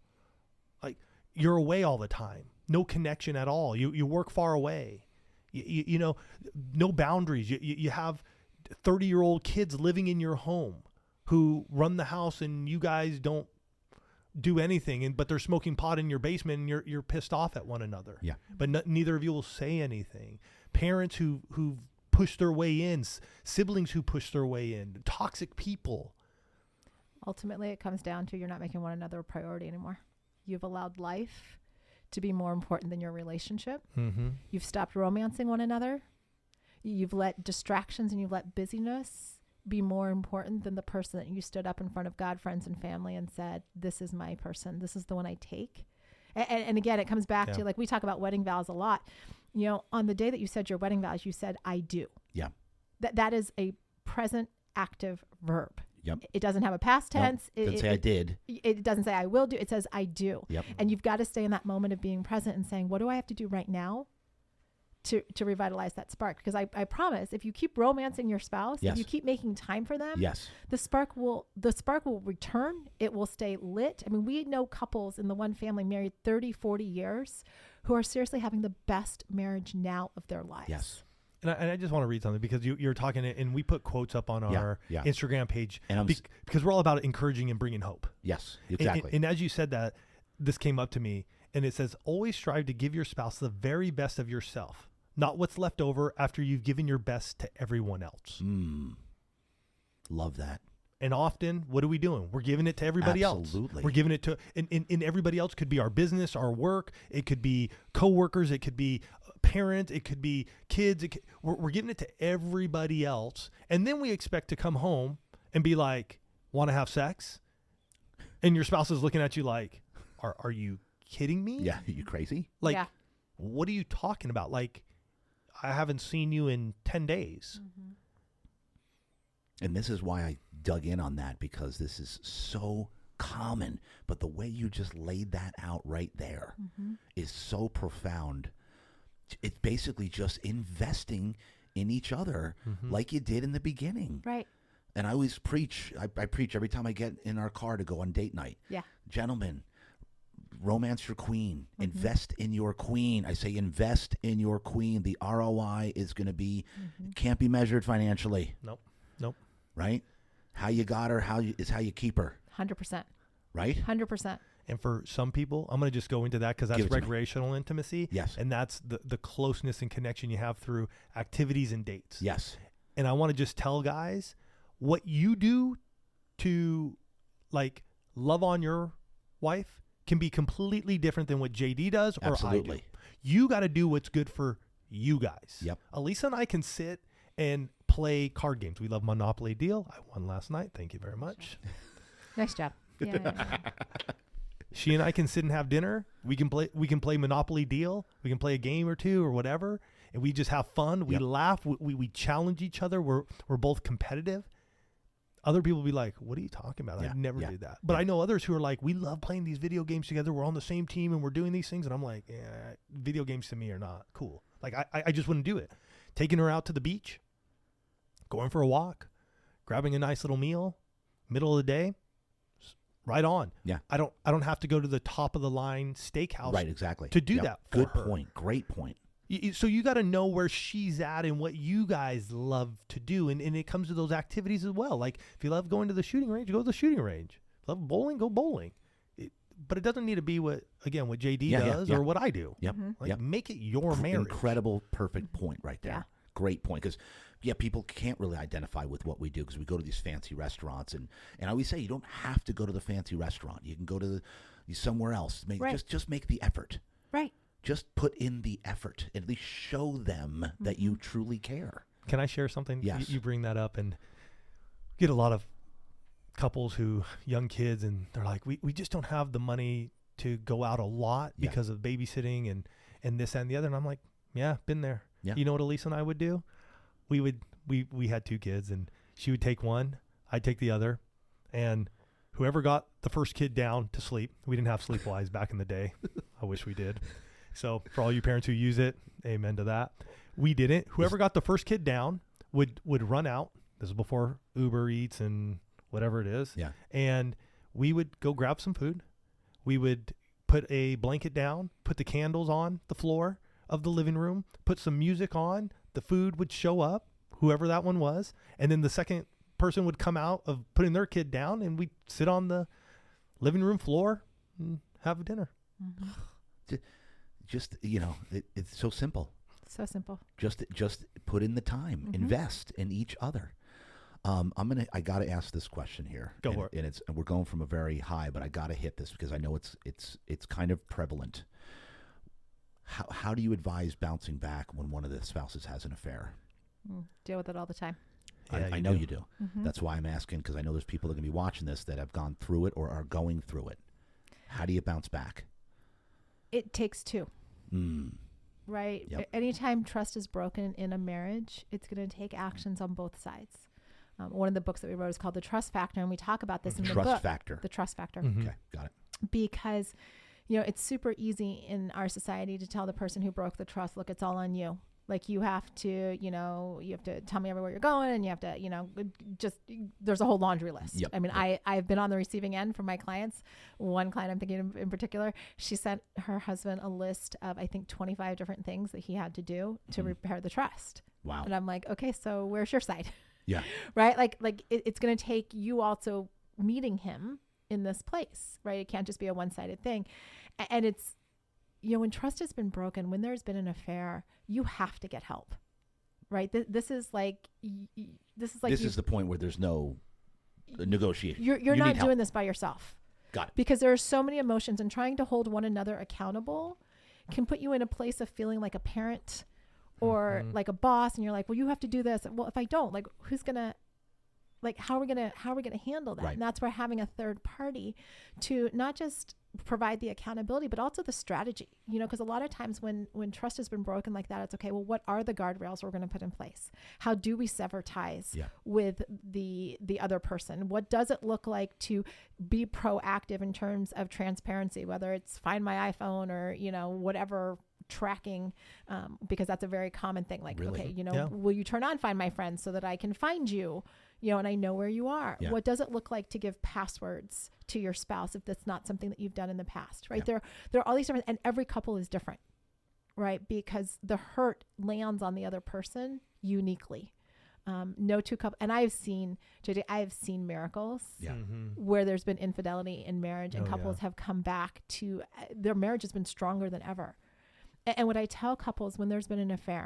B: Like you're away all the time, no connection at all. You you work far away. You, you, you know, no boundaries. You you, you have thirty year old kids living in your home who run the house, and you guys don't do anything and but they're smoking pot in your basement and you're you're pissed off at one another
A: Yeah.
B: but no, neither of you will say anything parents who who push their way in s- siblings who push their way in toxic people
C: ultimately it comes down to you're not making one another a priority anymore you've allowed life to be more important than your relationship
B: mm-hmm.
C: you've stopped romancing one another you've let distractions and you've let busyness be more important than the person that you stood up in front of god friends and family and said this is my person this is the one i take and, and, and again it comes back to
B: Yeah.
C: like we talk about wedding vows a lot you know on the day that you said your wedding vows you said i do
A: Yeah.
C: that that is a present active verb
A: Yep.
C: it doesn't have a past
A: Nope.
C: tense It-
A: Didn't
C: it-
A: say I
C: it-
A: did.
C: it doesn't say I will do. It says I do.
A: Yep.
C: And you've got to stay in that moment of being present and saying, what do I have to do right now to, to revitalize that spark? Because I, I promise if you keep romancing your spouse,
A: Yes.
C: if you keep making time for them,
A: Yes.
C: the spark will the spark will return. It will stay lit. I mean, we know couples in the one family married 30, 40 years who are seriously having the best marriage now of their lives.
A: Yes.
B: and I, and I just want to read something because you, you're talking and we put quotes up on
A: Yeah,
B: our
A: yeah.
B: instagram page
A: And I'm
B: bec-
A: s-
B: because we're all about encouraging and bringing hope
A: Yes.
B: And-
A: Exactly.
B: And, and as you said that, this came up to me, and it says, always strive to give your spouse the very best of yourself, not what's left over after you've given your best to everyone else.
A: Mm. Love that.
B: And often, what are we doing? We're giving it to everybody
A: Absolutely.
B: else. We're giving it to, and, and, and everybody else could be our business, our work, it could be coworkers, it could be uh, parents, it could be kids. It could, we're, we're giving it to everybody else. And then we expect to come home and be like, want to have sex? And your spouse is looking at you like, are, are you kidding me?
A: Yeah. You crazy?
B: Like,
C: Yeah.
B: what are you talking about? Like, I haven't seen you in 10 days.
A: And this is why I dug in on that because this is so common. But the way you just laid that out right there is so profound. It's basically just investing in each other like you did in the beginning.
C: Right.
A: And I always preach, I, I preach every time I get in our car to go on date night.
C: Yeah.
A: Gentlemen, romance your queen. Invest in your queen. I say invest in your queen. The ROI is going to be, can't be measured financially
B: Nope. Nope.
A: right? How you got her, how you is how you keep her,
C: Hundred percent.
A: right?
C: Hundred percent.
B: And for some people, I'm going to just go into that because that's
A: Give it to me.
B: recreational intimacy.
A: Yes.
B: And that's the, the closeness and connection you have through activities and dates.
A: Yes.
B: And I want to just tell guys what you do to like love on your wife can be completely different than what JD does or I do.
A: Absolutely.
B: You got to do what's good for you guys.
A: Yep.
B: Elisa and I can sit and play card games. We love Monopoly Deal. I won last night. Thank you very much.
C: Nice job. Yeah, yeah, yeah.
B: She and I can sit and have dinner. We can play. We can play Monopoly Deal. We can play a game or two or whatever, and we just have fun. We
A: Yep.
B: laugh. We, we we challenge each other. We're we're both competitive. Other people be like, "What are you talking about?
A: Yeah,
B: I'd never
A: yeah,
B: do that." But I know others who are like, "We love playing these video games together. We're on the same team and we're doing these things." And I'm like, "Yeah, video games to me are not cool. Like I I- I just wouldn't do it. Taking her out to the beach, going for a walk, grabbing a nice little meal, middle of the day, s- right on.
A: Yeah.
B: I don't I don't have to go to the top of the line steakhouse.
A: Right. Exactly.
B: to do
A: Yep.
B: that for
A: Good
B: her.
A: point. Great point.
B: Y- y- So you got to know where she's at and what you guys love to do, and, and it comes to those activities as well. Like if you love going to the shooting range, go to the shooting range. If you love bowling, go bowling. It, but it doesn't need to be what again what JD
A: Yeah, yeah,
B: does
A: yeah.
B: or what I do.
A: Yep.
B: Mm-hmm. Like
A: Yep.
B: make it your
A: Cr-
B: marriage. Mm-hmm.
A: Incredible, perfect point right there.
C: Yeah.
A: Great point because yeah, people can't really identify with what we do because we go to these fancy restaurants and and I always say you don't have to go to the fancy restaurant. You can go to the somewhere else. Make,
C: Right.
A: Just just make the effort.
C: right.
A: Just put in the effort. At least show them that
B: Mm-hmm.
A: you truly care.
B: Can I share something? Y-
A: Yes.
B: You, bring that up and get a lot of couples who young kids and they're like, we, we just don't have the money to go out a lot
A: Yeah.
B: because of babysitting and, and this and the other. And I'm like, yeah, been there.
A: Yeah.
B: You know what Elisa and I would do? We would, we, we had two kids and she would take one, I'd take the other. And whoever got the first kid down to sleep, we didn't have sleepwise back in the day. I wish we did. So for all you parents who use it, amen to that. We didn't. Whoever got the first kid down would would run out. This is before Uber Eats and whatever it is.
A: Yeah.
B: And we would go grab some food. We would put a blanket down, put the candles on the floor of the living room, put some music on. The food would show up, whoever that one was, and then the second person would come out of putting their kid down, and we'd sit on the living room floor and have dinner.
C: Mm-hmm.
A: Just you know, it, it's so simple.
C: So simple.
A: just just put in the time
B: Mm-hmm.
A: invest in each other um, i'm gonna i gotta ask this question here
B: Go
A: and,
B: for it.
A: and it's and we're going from a very high but i gotta hit this because i know it's it's it's kind of prevalent how, how do you advise bouncing back when one of the spouses has an affair
C: Mm, Deal with it all the time.
A: I,
B: Yeah,
A: I
B: you
A: know
B: do. Hmm?
A: you do that's why i'm asking because i know there's people that are gonna be watching this that have gone through it or are going through it how do you bounce back
C: It takes two.
B: Hmm.
A: mm,
C: right?
A: Yep.
C: A- Anytime trust is broken in a marriage, it's going to take actions on both sides. Um, one of the books that we wrote is called The Trust Factor, and we talk about this in the
A: trust
C: book.
A: factor
C: The Trust Factor.
B: Mm-hmm.
A: okay got it
C: Because, you know, it's super easy in our society to tell the person who broke the trust, look, it's all on you. Like you have to, you know, you have to tell me everywhere you're going, and you have to, you know, just there's a whole laundry list.
A: Yep,
C: I mean, I I've been on the receiving end for my clients. One client I'm thinking of in particular, she sent her husband a list of I think 25 different things that he had to do
A: Mm-hmm.
C: to repair the trust.
A: wow
C: And I'm like, okay, so where's your side?
A: yeah
C: right? Like like it, it's going to take you also meeting him in this place, right? It can't just be a one-sided thing. A- And it's you know, when trust has been broken, when there's been an affair, you have to get help. Right? Th- this is like y- y- this is like
A: this
C: you,
A: is the point where there's no uh, negotiation
C: you're you're
A: You
C: not
A: need help.
C: doing this by yourself
A: got it
C: because there are so many emotions and trying to hold one another accountable can put you in a place of feeling like a parent or
A: Mm-hmm.
C: like a boss and you're like well you have to do this well if i don't like who's gonna like how are we gonna how are we gonna handle that
A: Right.
C: and that's where having a third party to not just provide the accountability but also the strategy you know because a lot of times when when trust has been broken like that it's okay well what are the guardrails we're going to put in place how do we sever ties
A: Yeah.
C: with the the other person what does it look like to be proactive in terms of transparency whether it's find my iphone or you know whatever tracking um, because that's a very common thing like
A: Really?
C: okay you know
B: Yeah.
C: will you turn on find my friends so that i can find you you know and i know where you are
A: Yeah.
C: what does it look like to give passwords to your spouse if that's not something that you've done in the past right
A: Yeah.
C: there there are all these different and every couple is different right because the hurt lands on the other person uniquely Um, no two couple, and I've seen JJ. I have seen miracles
A: Yeah.
B: Mhm.
C: where there's been infidelity in marriage, and
B: Oh, yeah.
C: couples have come back to uh, their marriage has been stronger than ever. A- and what I tell couples when there's been an affair,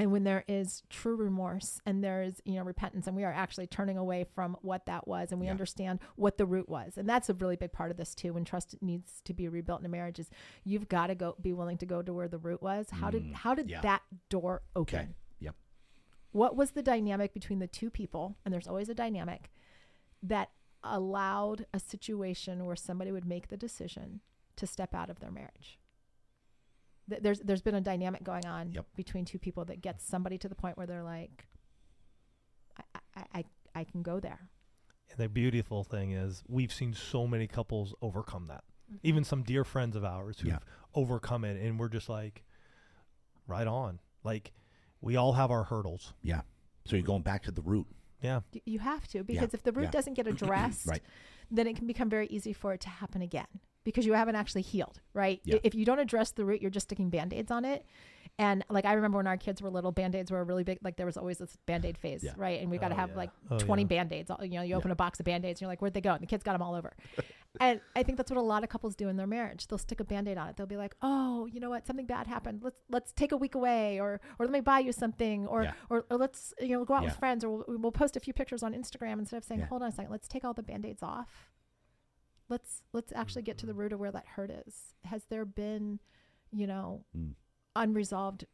C: and when there is true remorse and there is you know repentance and we are actually turning away from what that was and we
A: Yeah.
C: understand what the root was and that's a really big part of this too when trust needs to be rebuilt in a marriage is you've got to go be willing to go to where the root was how did how did
A: Mm, yeah.
C: that door open
A: Okay. Yep.
C: what was the dynamic between the two people and there's always a dynamic that allowed a situation where somebody would make the decision to step out of their marriage Th- there's there's been a dynamic going on
A: Yep.
C: between two people that gets somebody to the point where they're like I, I, I, I can go there
B: And the beautiful thing is, we've seen so many couples overcome that.
C: Mm-hmm.
B: Even some dear friends of ours who've
A: Yeah.
B: overcome it, and we're just like, right on. Like, we all have our hurdles.
A: Yeah. So you're going back to the root.
B: Yeah.
C: Y- you have to because if the root
A: yeah.
C: doesn't get addressed
A: Right.
C: then it can become very easy for it to happen again because you haven't actually healed, right?
A: Yeah.
C: If you don't address the root, you're just sticking band aids on it. And like I remember when our kids were little, band aids were a really big, like there was always this band aid phase,
A: Yeah.
C: right? And we got to
B: Oh,
C: have
B: yeah.
C: like
B: Oh,
C: 20
B: yeah.
C: band aids. You know, you open a box of band aids and you're like, where'd they go? And the kids got them all over. and I think that's what a lot of couples do in their marriage. They'll stick a band aid on it. They'll be like, oh, you know what? Something bad happened. Let's, let's take a week away or, or let me buy you something or,
A: Yeah.
C: or, or let's, you know, go out with
A: Yeah.
C: friends or we'll, we'll post a few pictures on Instagram instead of saying,
A: Yeah.
C: hold on a second, let's take all the band aids off let's let's actually get to the root of where that hurt is has there been you know
A: Mm.
C: unresolved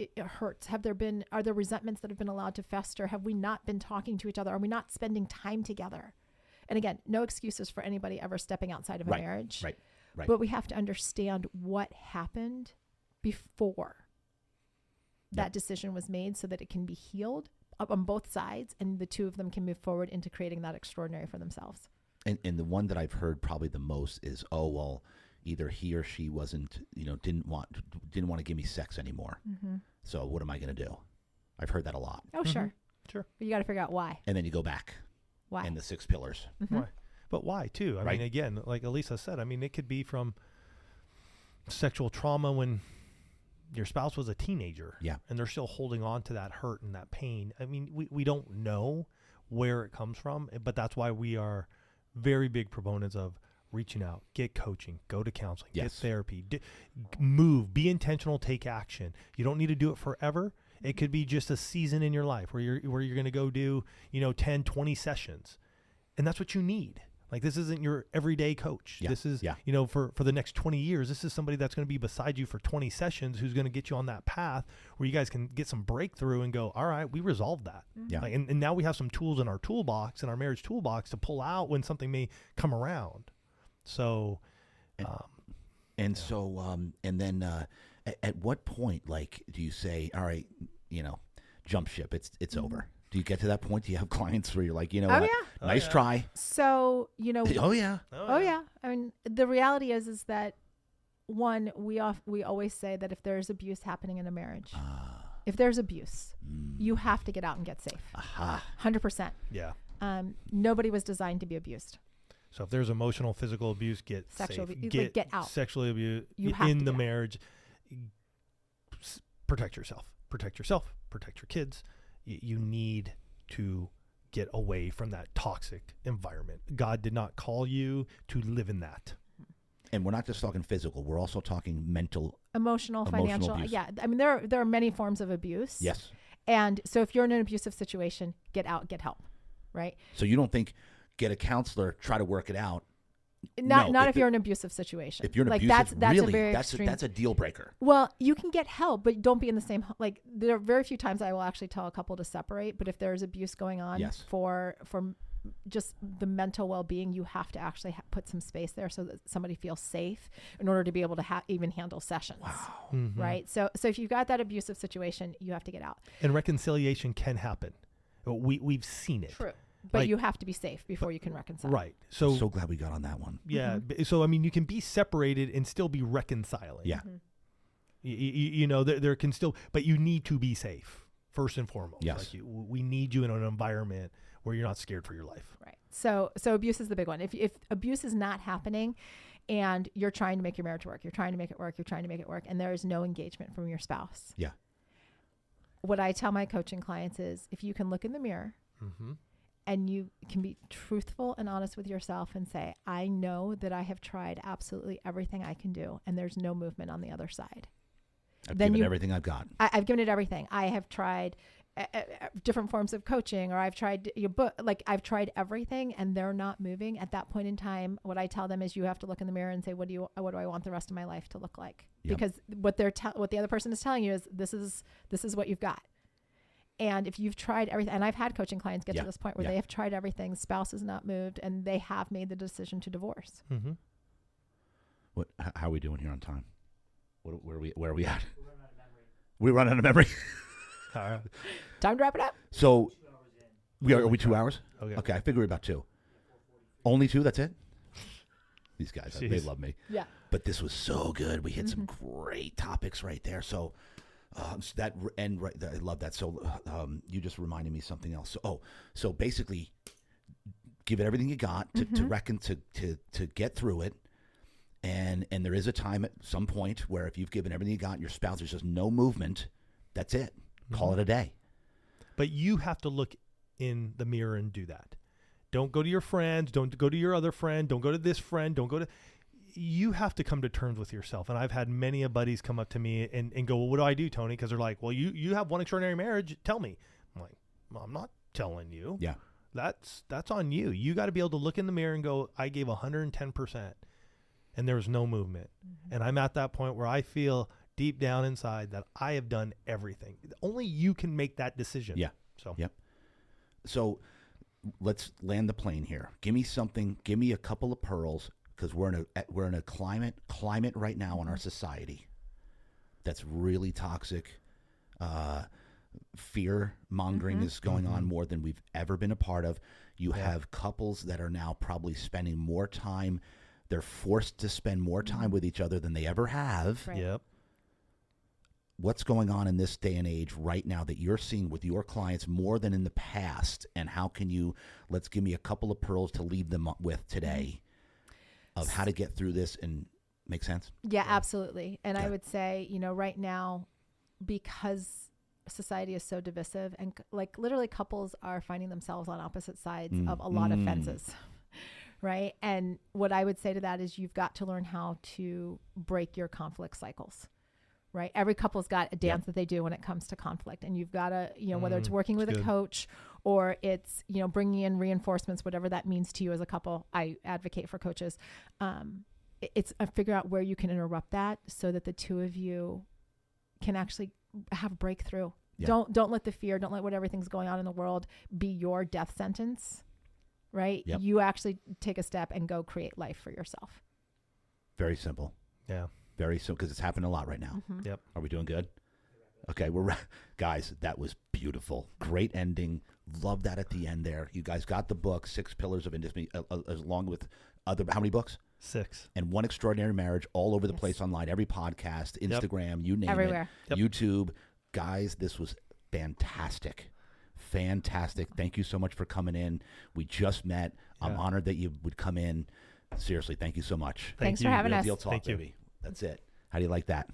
C: it, it hurts have there been are there resentments that have been allowed to fester have we not been talking to each other are we not spending time together and again no excuses for anybody ever stepping outside of a
A: Right,
C: marriage
A: right, right.
C: but we have to understand what happened before that
A: Yep.
C: decision was made so that it can be healed up on both sides and the two of them can move forward into creating that extraordinary for themselves
A: And and the one that I've heard probably the most is, oh well, either he or she wasn't, you know, didn't want didn't want to give me sex anymore.
C: Mm-hmm.
A: So what am I going to do? I've heard that a lot.
C: Oh, sure.
B: Sure.
C: But you got to figure out why.
A: And then you go back
C: Why? Mm-hmm.
A: and the six pillars.
B: Why? But why too? I
A: Mm-hmm. Right.
B: mean, again, like Elisa said, I mean, it could be from sexual trauma when your spouse was a teenager.
A: Yeah.
B: And they're still holding on to that hurt and that pain. I mean, we, we don't know where it comes from, eh, but that's why we are very big proponents of reaching out, get coaching, go to counseling, get
A: Yes.
B: therapy, d- move, be intentional, take action. You don't need to do it forever. It could be just a season in your life where you're where you're going to go do, you know, 10, 20 sessions and that's what you need like this isn't your everyday coach
A: Yeah,
B: this is
A: yeah.
B: you know for for the next 20 years this is somebody that's going to be beside you for 20 sessions who's going to get you on that path where you guys can get some breakthrough and go all right we resolved that
C: Mm-hmm.
A: Yeah.
B: like, and, and now we have some tools in our toolbox in our marriage toolbox to pull out when something may come around so
A: And so, um, and then uh, at, at what point, like, do you say, all right, you know, jump ship, it's it's over? Do you get to that point? Do you have clients where you're like, you know,
C: Mm-hmm. Oh,
A: what?
C: yeah.
A: nice
B: yeah.
A: try.
C: So, you know,
A: Oh yeah,
C: oh yeah. I mean, the reality is is that one, we off, we always say that if there's abuse happening in a marriage, if there's abuse, you have to get out and get safe.
A: aha,
C: 100%.
B: yeah
C: Um, nobody was designed to be abused.
B: so if there's emotional physical abuse get
C: Sexual
B: safe.
C: abu- like,
B: get,
C: get out.
B: sexually abused
C: You have
B: in
C: to
B: the
C: get out.
B: marriage S- protect yourself protect yourself protect your kids Y- you need to get away from that toxic environment god did not call you to live in that
A: and we're not just talking physical; we're also talking mental.
C: Emotional,
A: Emotional
C: financial. uh,
A: abuse.
C: Yeah. I mean, there are, there are many forms of abuse.
A: Yes.
C: And so if you're in an abusive situation, get out, get help. Right?
A: So you don't think get a counselor, try to work it out.
C: Not
A: No,
C: not
A: if
C: if, you're
A: it-
C: in an abusive situation.
A: If you're an
C: like
A: abusive,
C: that's that's
A: really,
C: a very
A: that's
C: extreme
A: a, that's a deal breaker.
C: Well, you can get help, but don't be in the same ho- like. There are very few times I will actually tell a couple to separate. But if there is abuse going on
A: Yes.
C: for for m- just the mental well being, you have to actually ha- put some space there so that somebody feels safe in order to be able to ha- even handle sessions. Wow.
B: Mm.
C: Right. So so if you've got that abusive situation, you have to get out.
B: and reconciliation can happen we, we've seen it
C: But
B: Like-
C: you have to be safe before you can reconcile.
B: right
A: I'm
B: so,
A: so glad we got on that one.
B: yeah b- so i mean you can be separated and still be reconciling
A: Yeah.
B: you, you know there, there can still but you need to be safe first and foremost
A: Yes.
B: like you, we need you in an environment where you're not scared for your life
C: Right. So so abuse is the big one. If if abuse is not happening and you're trying to make your marriage work, you're trying to make it work, you're trying to make it work and there is no engagement from your spouse.
A: Yeah.
C: what I tell my coaching clients is if you can look in the mirror
B: Mm-hmm.
C: and you can be truthful and honest with yourself and say, I know that I have tried absolutely everything I can do and there's no movement on the other side.
A: I've
C: Then
A: given
C: you-
A: everything I've got.
C: I, I've given it everything. I have tried uh, uh, uh, different forms of coaching or I've tried your book, like I've tried everything and they're not moving. At that point in time, what I tell them is you have to look in the mirror and say, what do you, uh, what do I want the rest of my life to look like?
A: Yep.
C: Because what they're, tell what the other person is telling you is this is, this is what you've got. And if you've tried everything, and I've had coaching clients get
A: Yeah,
C: to this point where
A: yeah.
C: they have tried everything, spouse has not moved, and they have made the decision to divorce.
B: Mm-hmm.
A: What? h- How are we doing here on time? What, where are we? Where are we at? We run out of memory.
B: Mm-hmm.
C: Time to wrap it up.
A: So, we are, are we two hours?
B: Okay.
A: Okay, I figure we're about two. Only two. That's it. These guys, they
B: Jeez.
A: love me.
C: Yeah.
A: But this was so good. We hit some great topics right there. So. Um, so that r- and right, I love that. So um, you just reminded me something else. So, oh, so basically, give it everything you got to, to reckon to, to to get through it, and and there is a time at some point where if you've given everything you got, your spouse there's just no movement. That's it. Call it a day.
B: But you have to look in the mirror and do that. Don't go to your friends. Don't go to your other friend. Don't go to this friend. Don't go to. You have to come to terms with yourself. And I've had many a buddies come up to me and, and go, "Well, what do I do, Tony?" Because they're like, "Well, you you have one extraordinary marriage. Tell me." I'm like, well, "I'm not telling you.
A: Yeah.
B: That's that's on you. You got to be able to look in the mirror and go, "I gave 110 percent, and there was no movement." And I'm at that point where I feel deep down inside that I have done everything. Only you can make that decision.
A: Yeah.
B: So.
A: Yep. So let's land the plane here. Give me something. Give me a couple of pearls because we're in a we're in a climate climate right now in our society that's really toxic. Uh, fear mongering is going on more than we've ever been a part of. You have couples that are now probably spending more time. They're forced to spend more time with each other than they ever have
C: Right.
B: Yep.
A: what's going on in this day and age right now that you're seeing with your clients more than in the past and how can you let's give me a couple of pearls to leave them up with today of how to get through this and make sense
C: Yeah, absolutely. And
A: Yeah.
C: I would say, you know, right now, because society is so divisive and c- like literally couples are finding themselves on opposite sides of a lot of
A: Mm.
C: fences. Right. And what I would say to that is you've got to learn how to break your conflict cycles. Right. Every couple's got a dance that they do when it comes to conflict. And you've got to, you know, whether it's
B: Mm,
C: working with
B: that's
C: a
B: good.
C: coach or it's, you know, bringing in reinforcements, whatever that means to you as a couple, I advocate for coaches. Um, i- it's uh, figure out where you can interrupt that so that the two of you can actually have a breakthrough.
A: Yeah.
C: Don't don't let the fear, don't let what everything's going on in the world be your death sentence, right?
A: Yep.
C: You actually take a step and go create life for yourself.
A: very simple
B: Yeah.
A: very simple because it's happening a lot right now
C: Mhm.
B: Yep.
A: are we doing good okay we're ra- guys that was beautiful great ending love that at the end there you guys got the book six pillars of indismi uh, uh, along with other how many books
B: Six.
A: and one extraordinary marriage all over the
C: Yes.
A: place online every podcast
B: Yep.
A: instagram you name it
C: Everywhere.
B: Yep.
A: YouTube. Guys, this was fantastic. Fantastic. Thank you so much for coming in. We just met. I'm
B: Yeah.
A: honored that you would come in. Seriously, thank you so much.
C: Thanks for
B: you.
C: having
A: Real
C: us.
A: deal talk,
B: Thank you.
A: baby. That's it. How do you like that?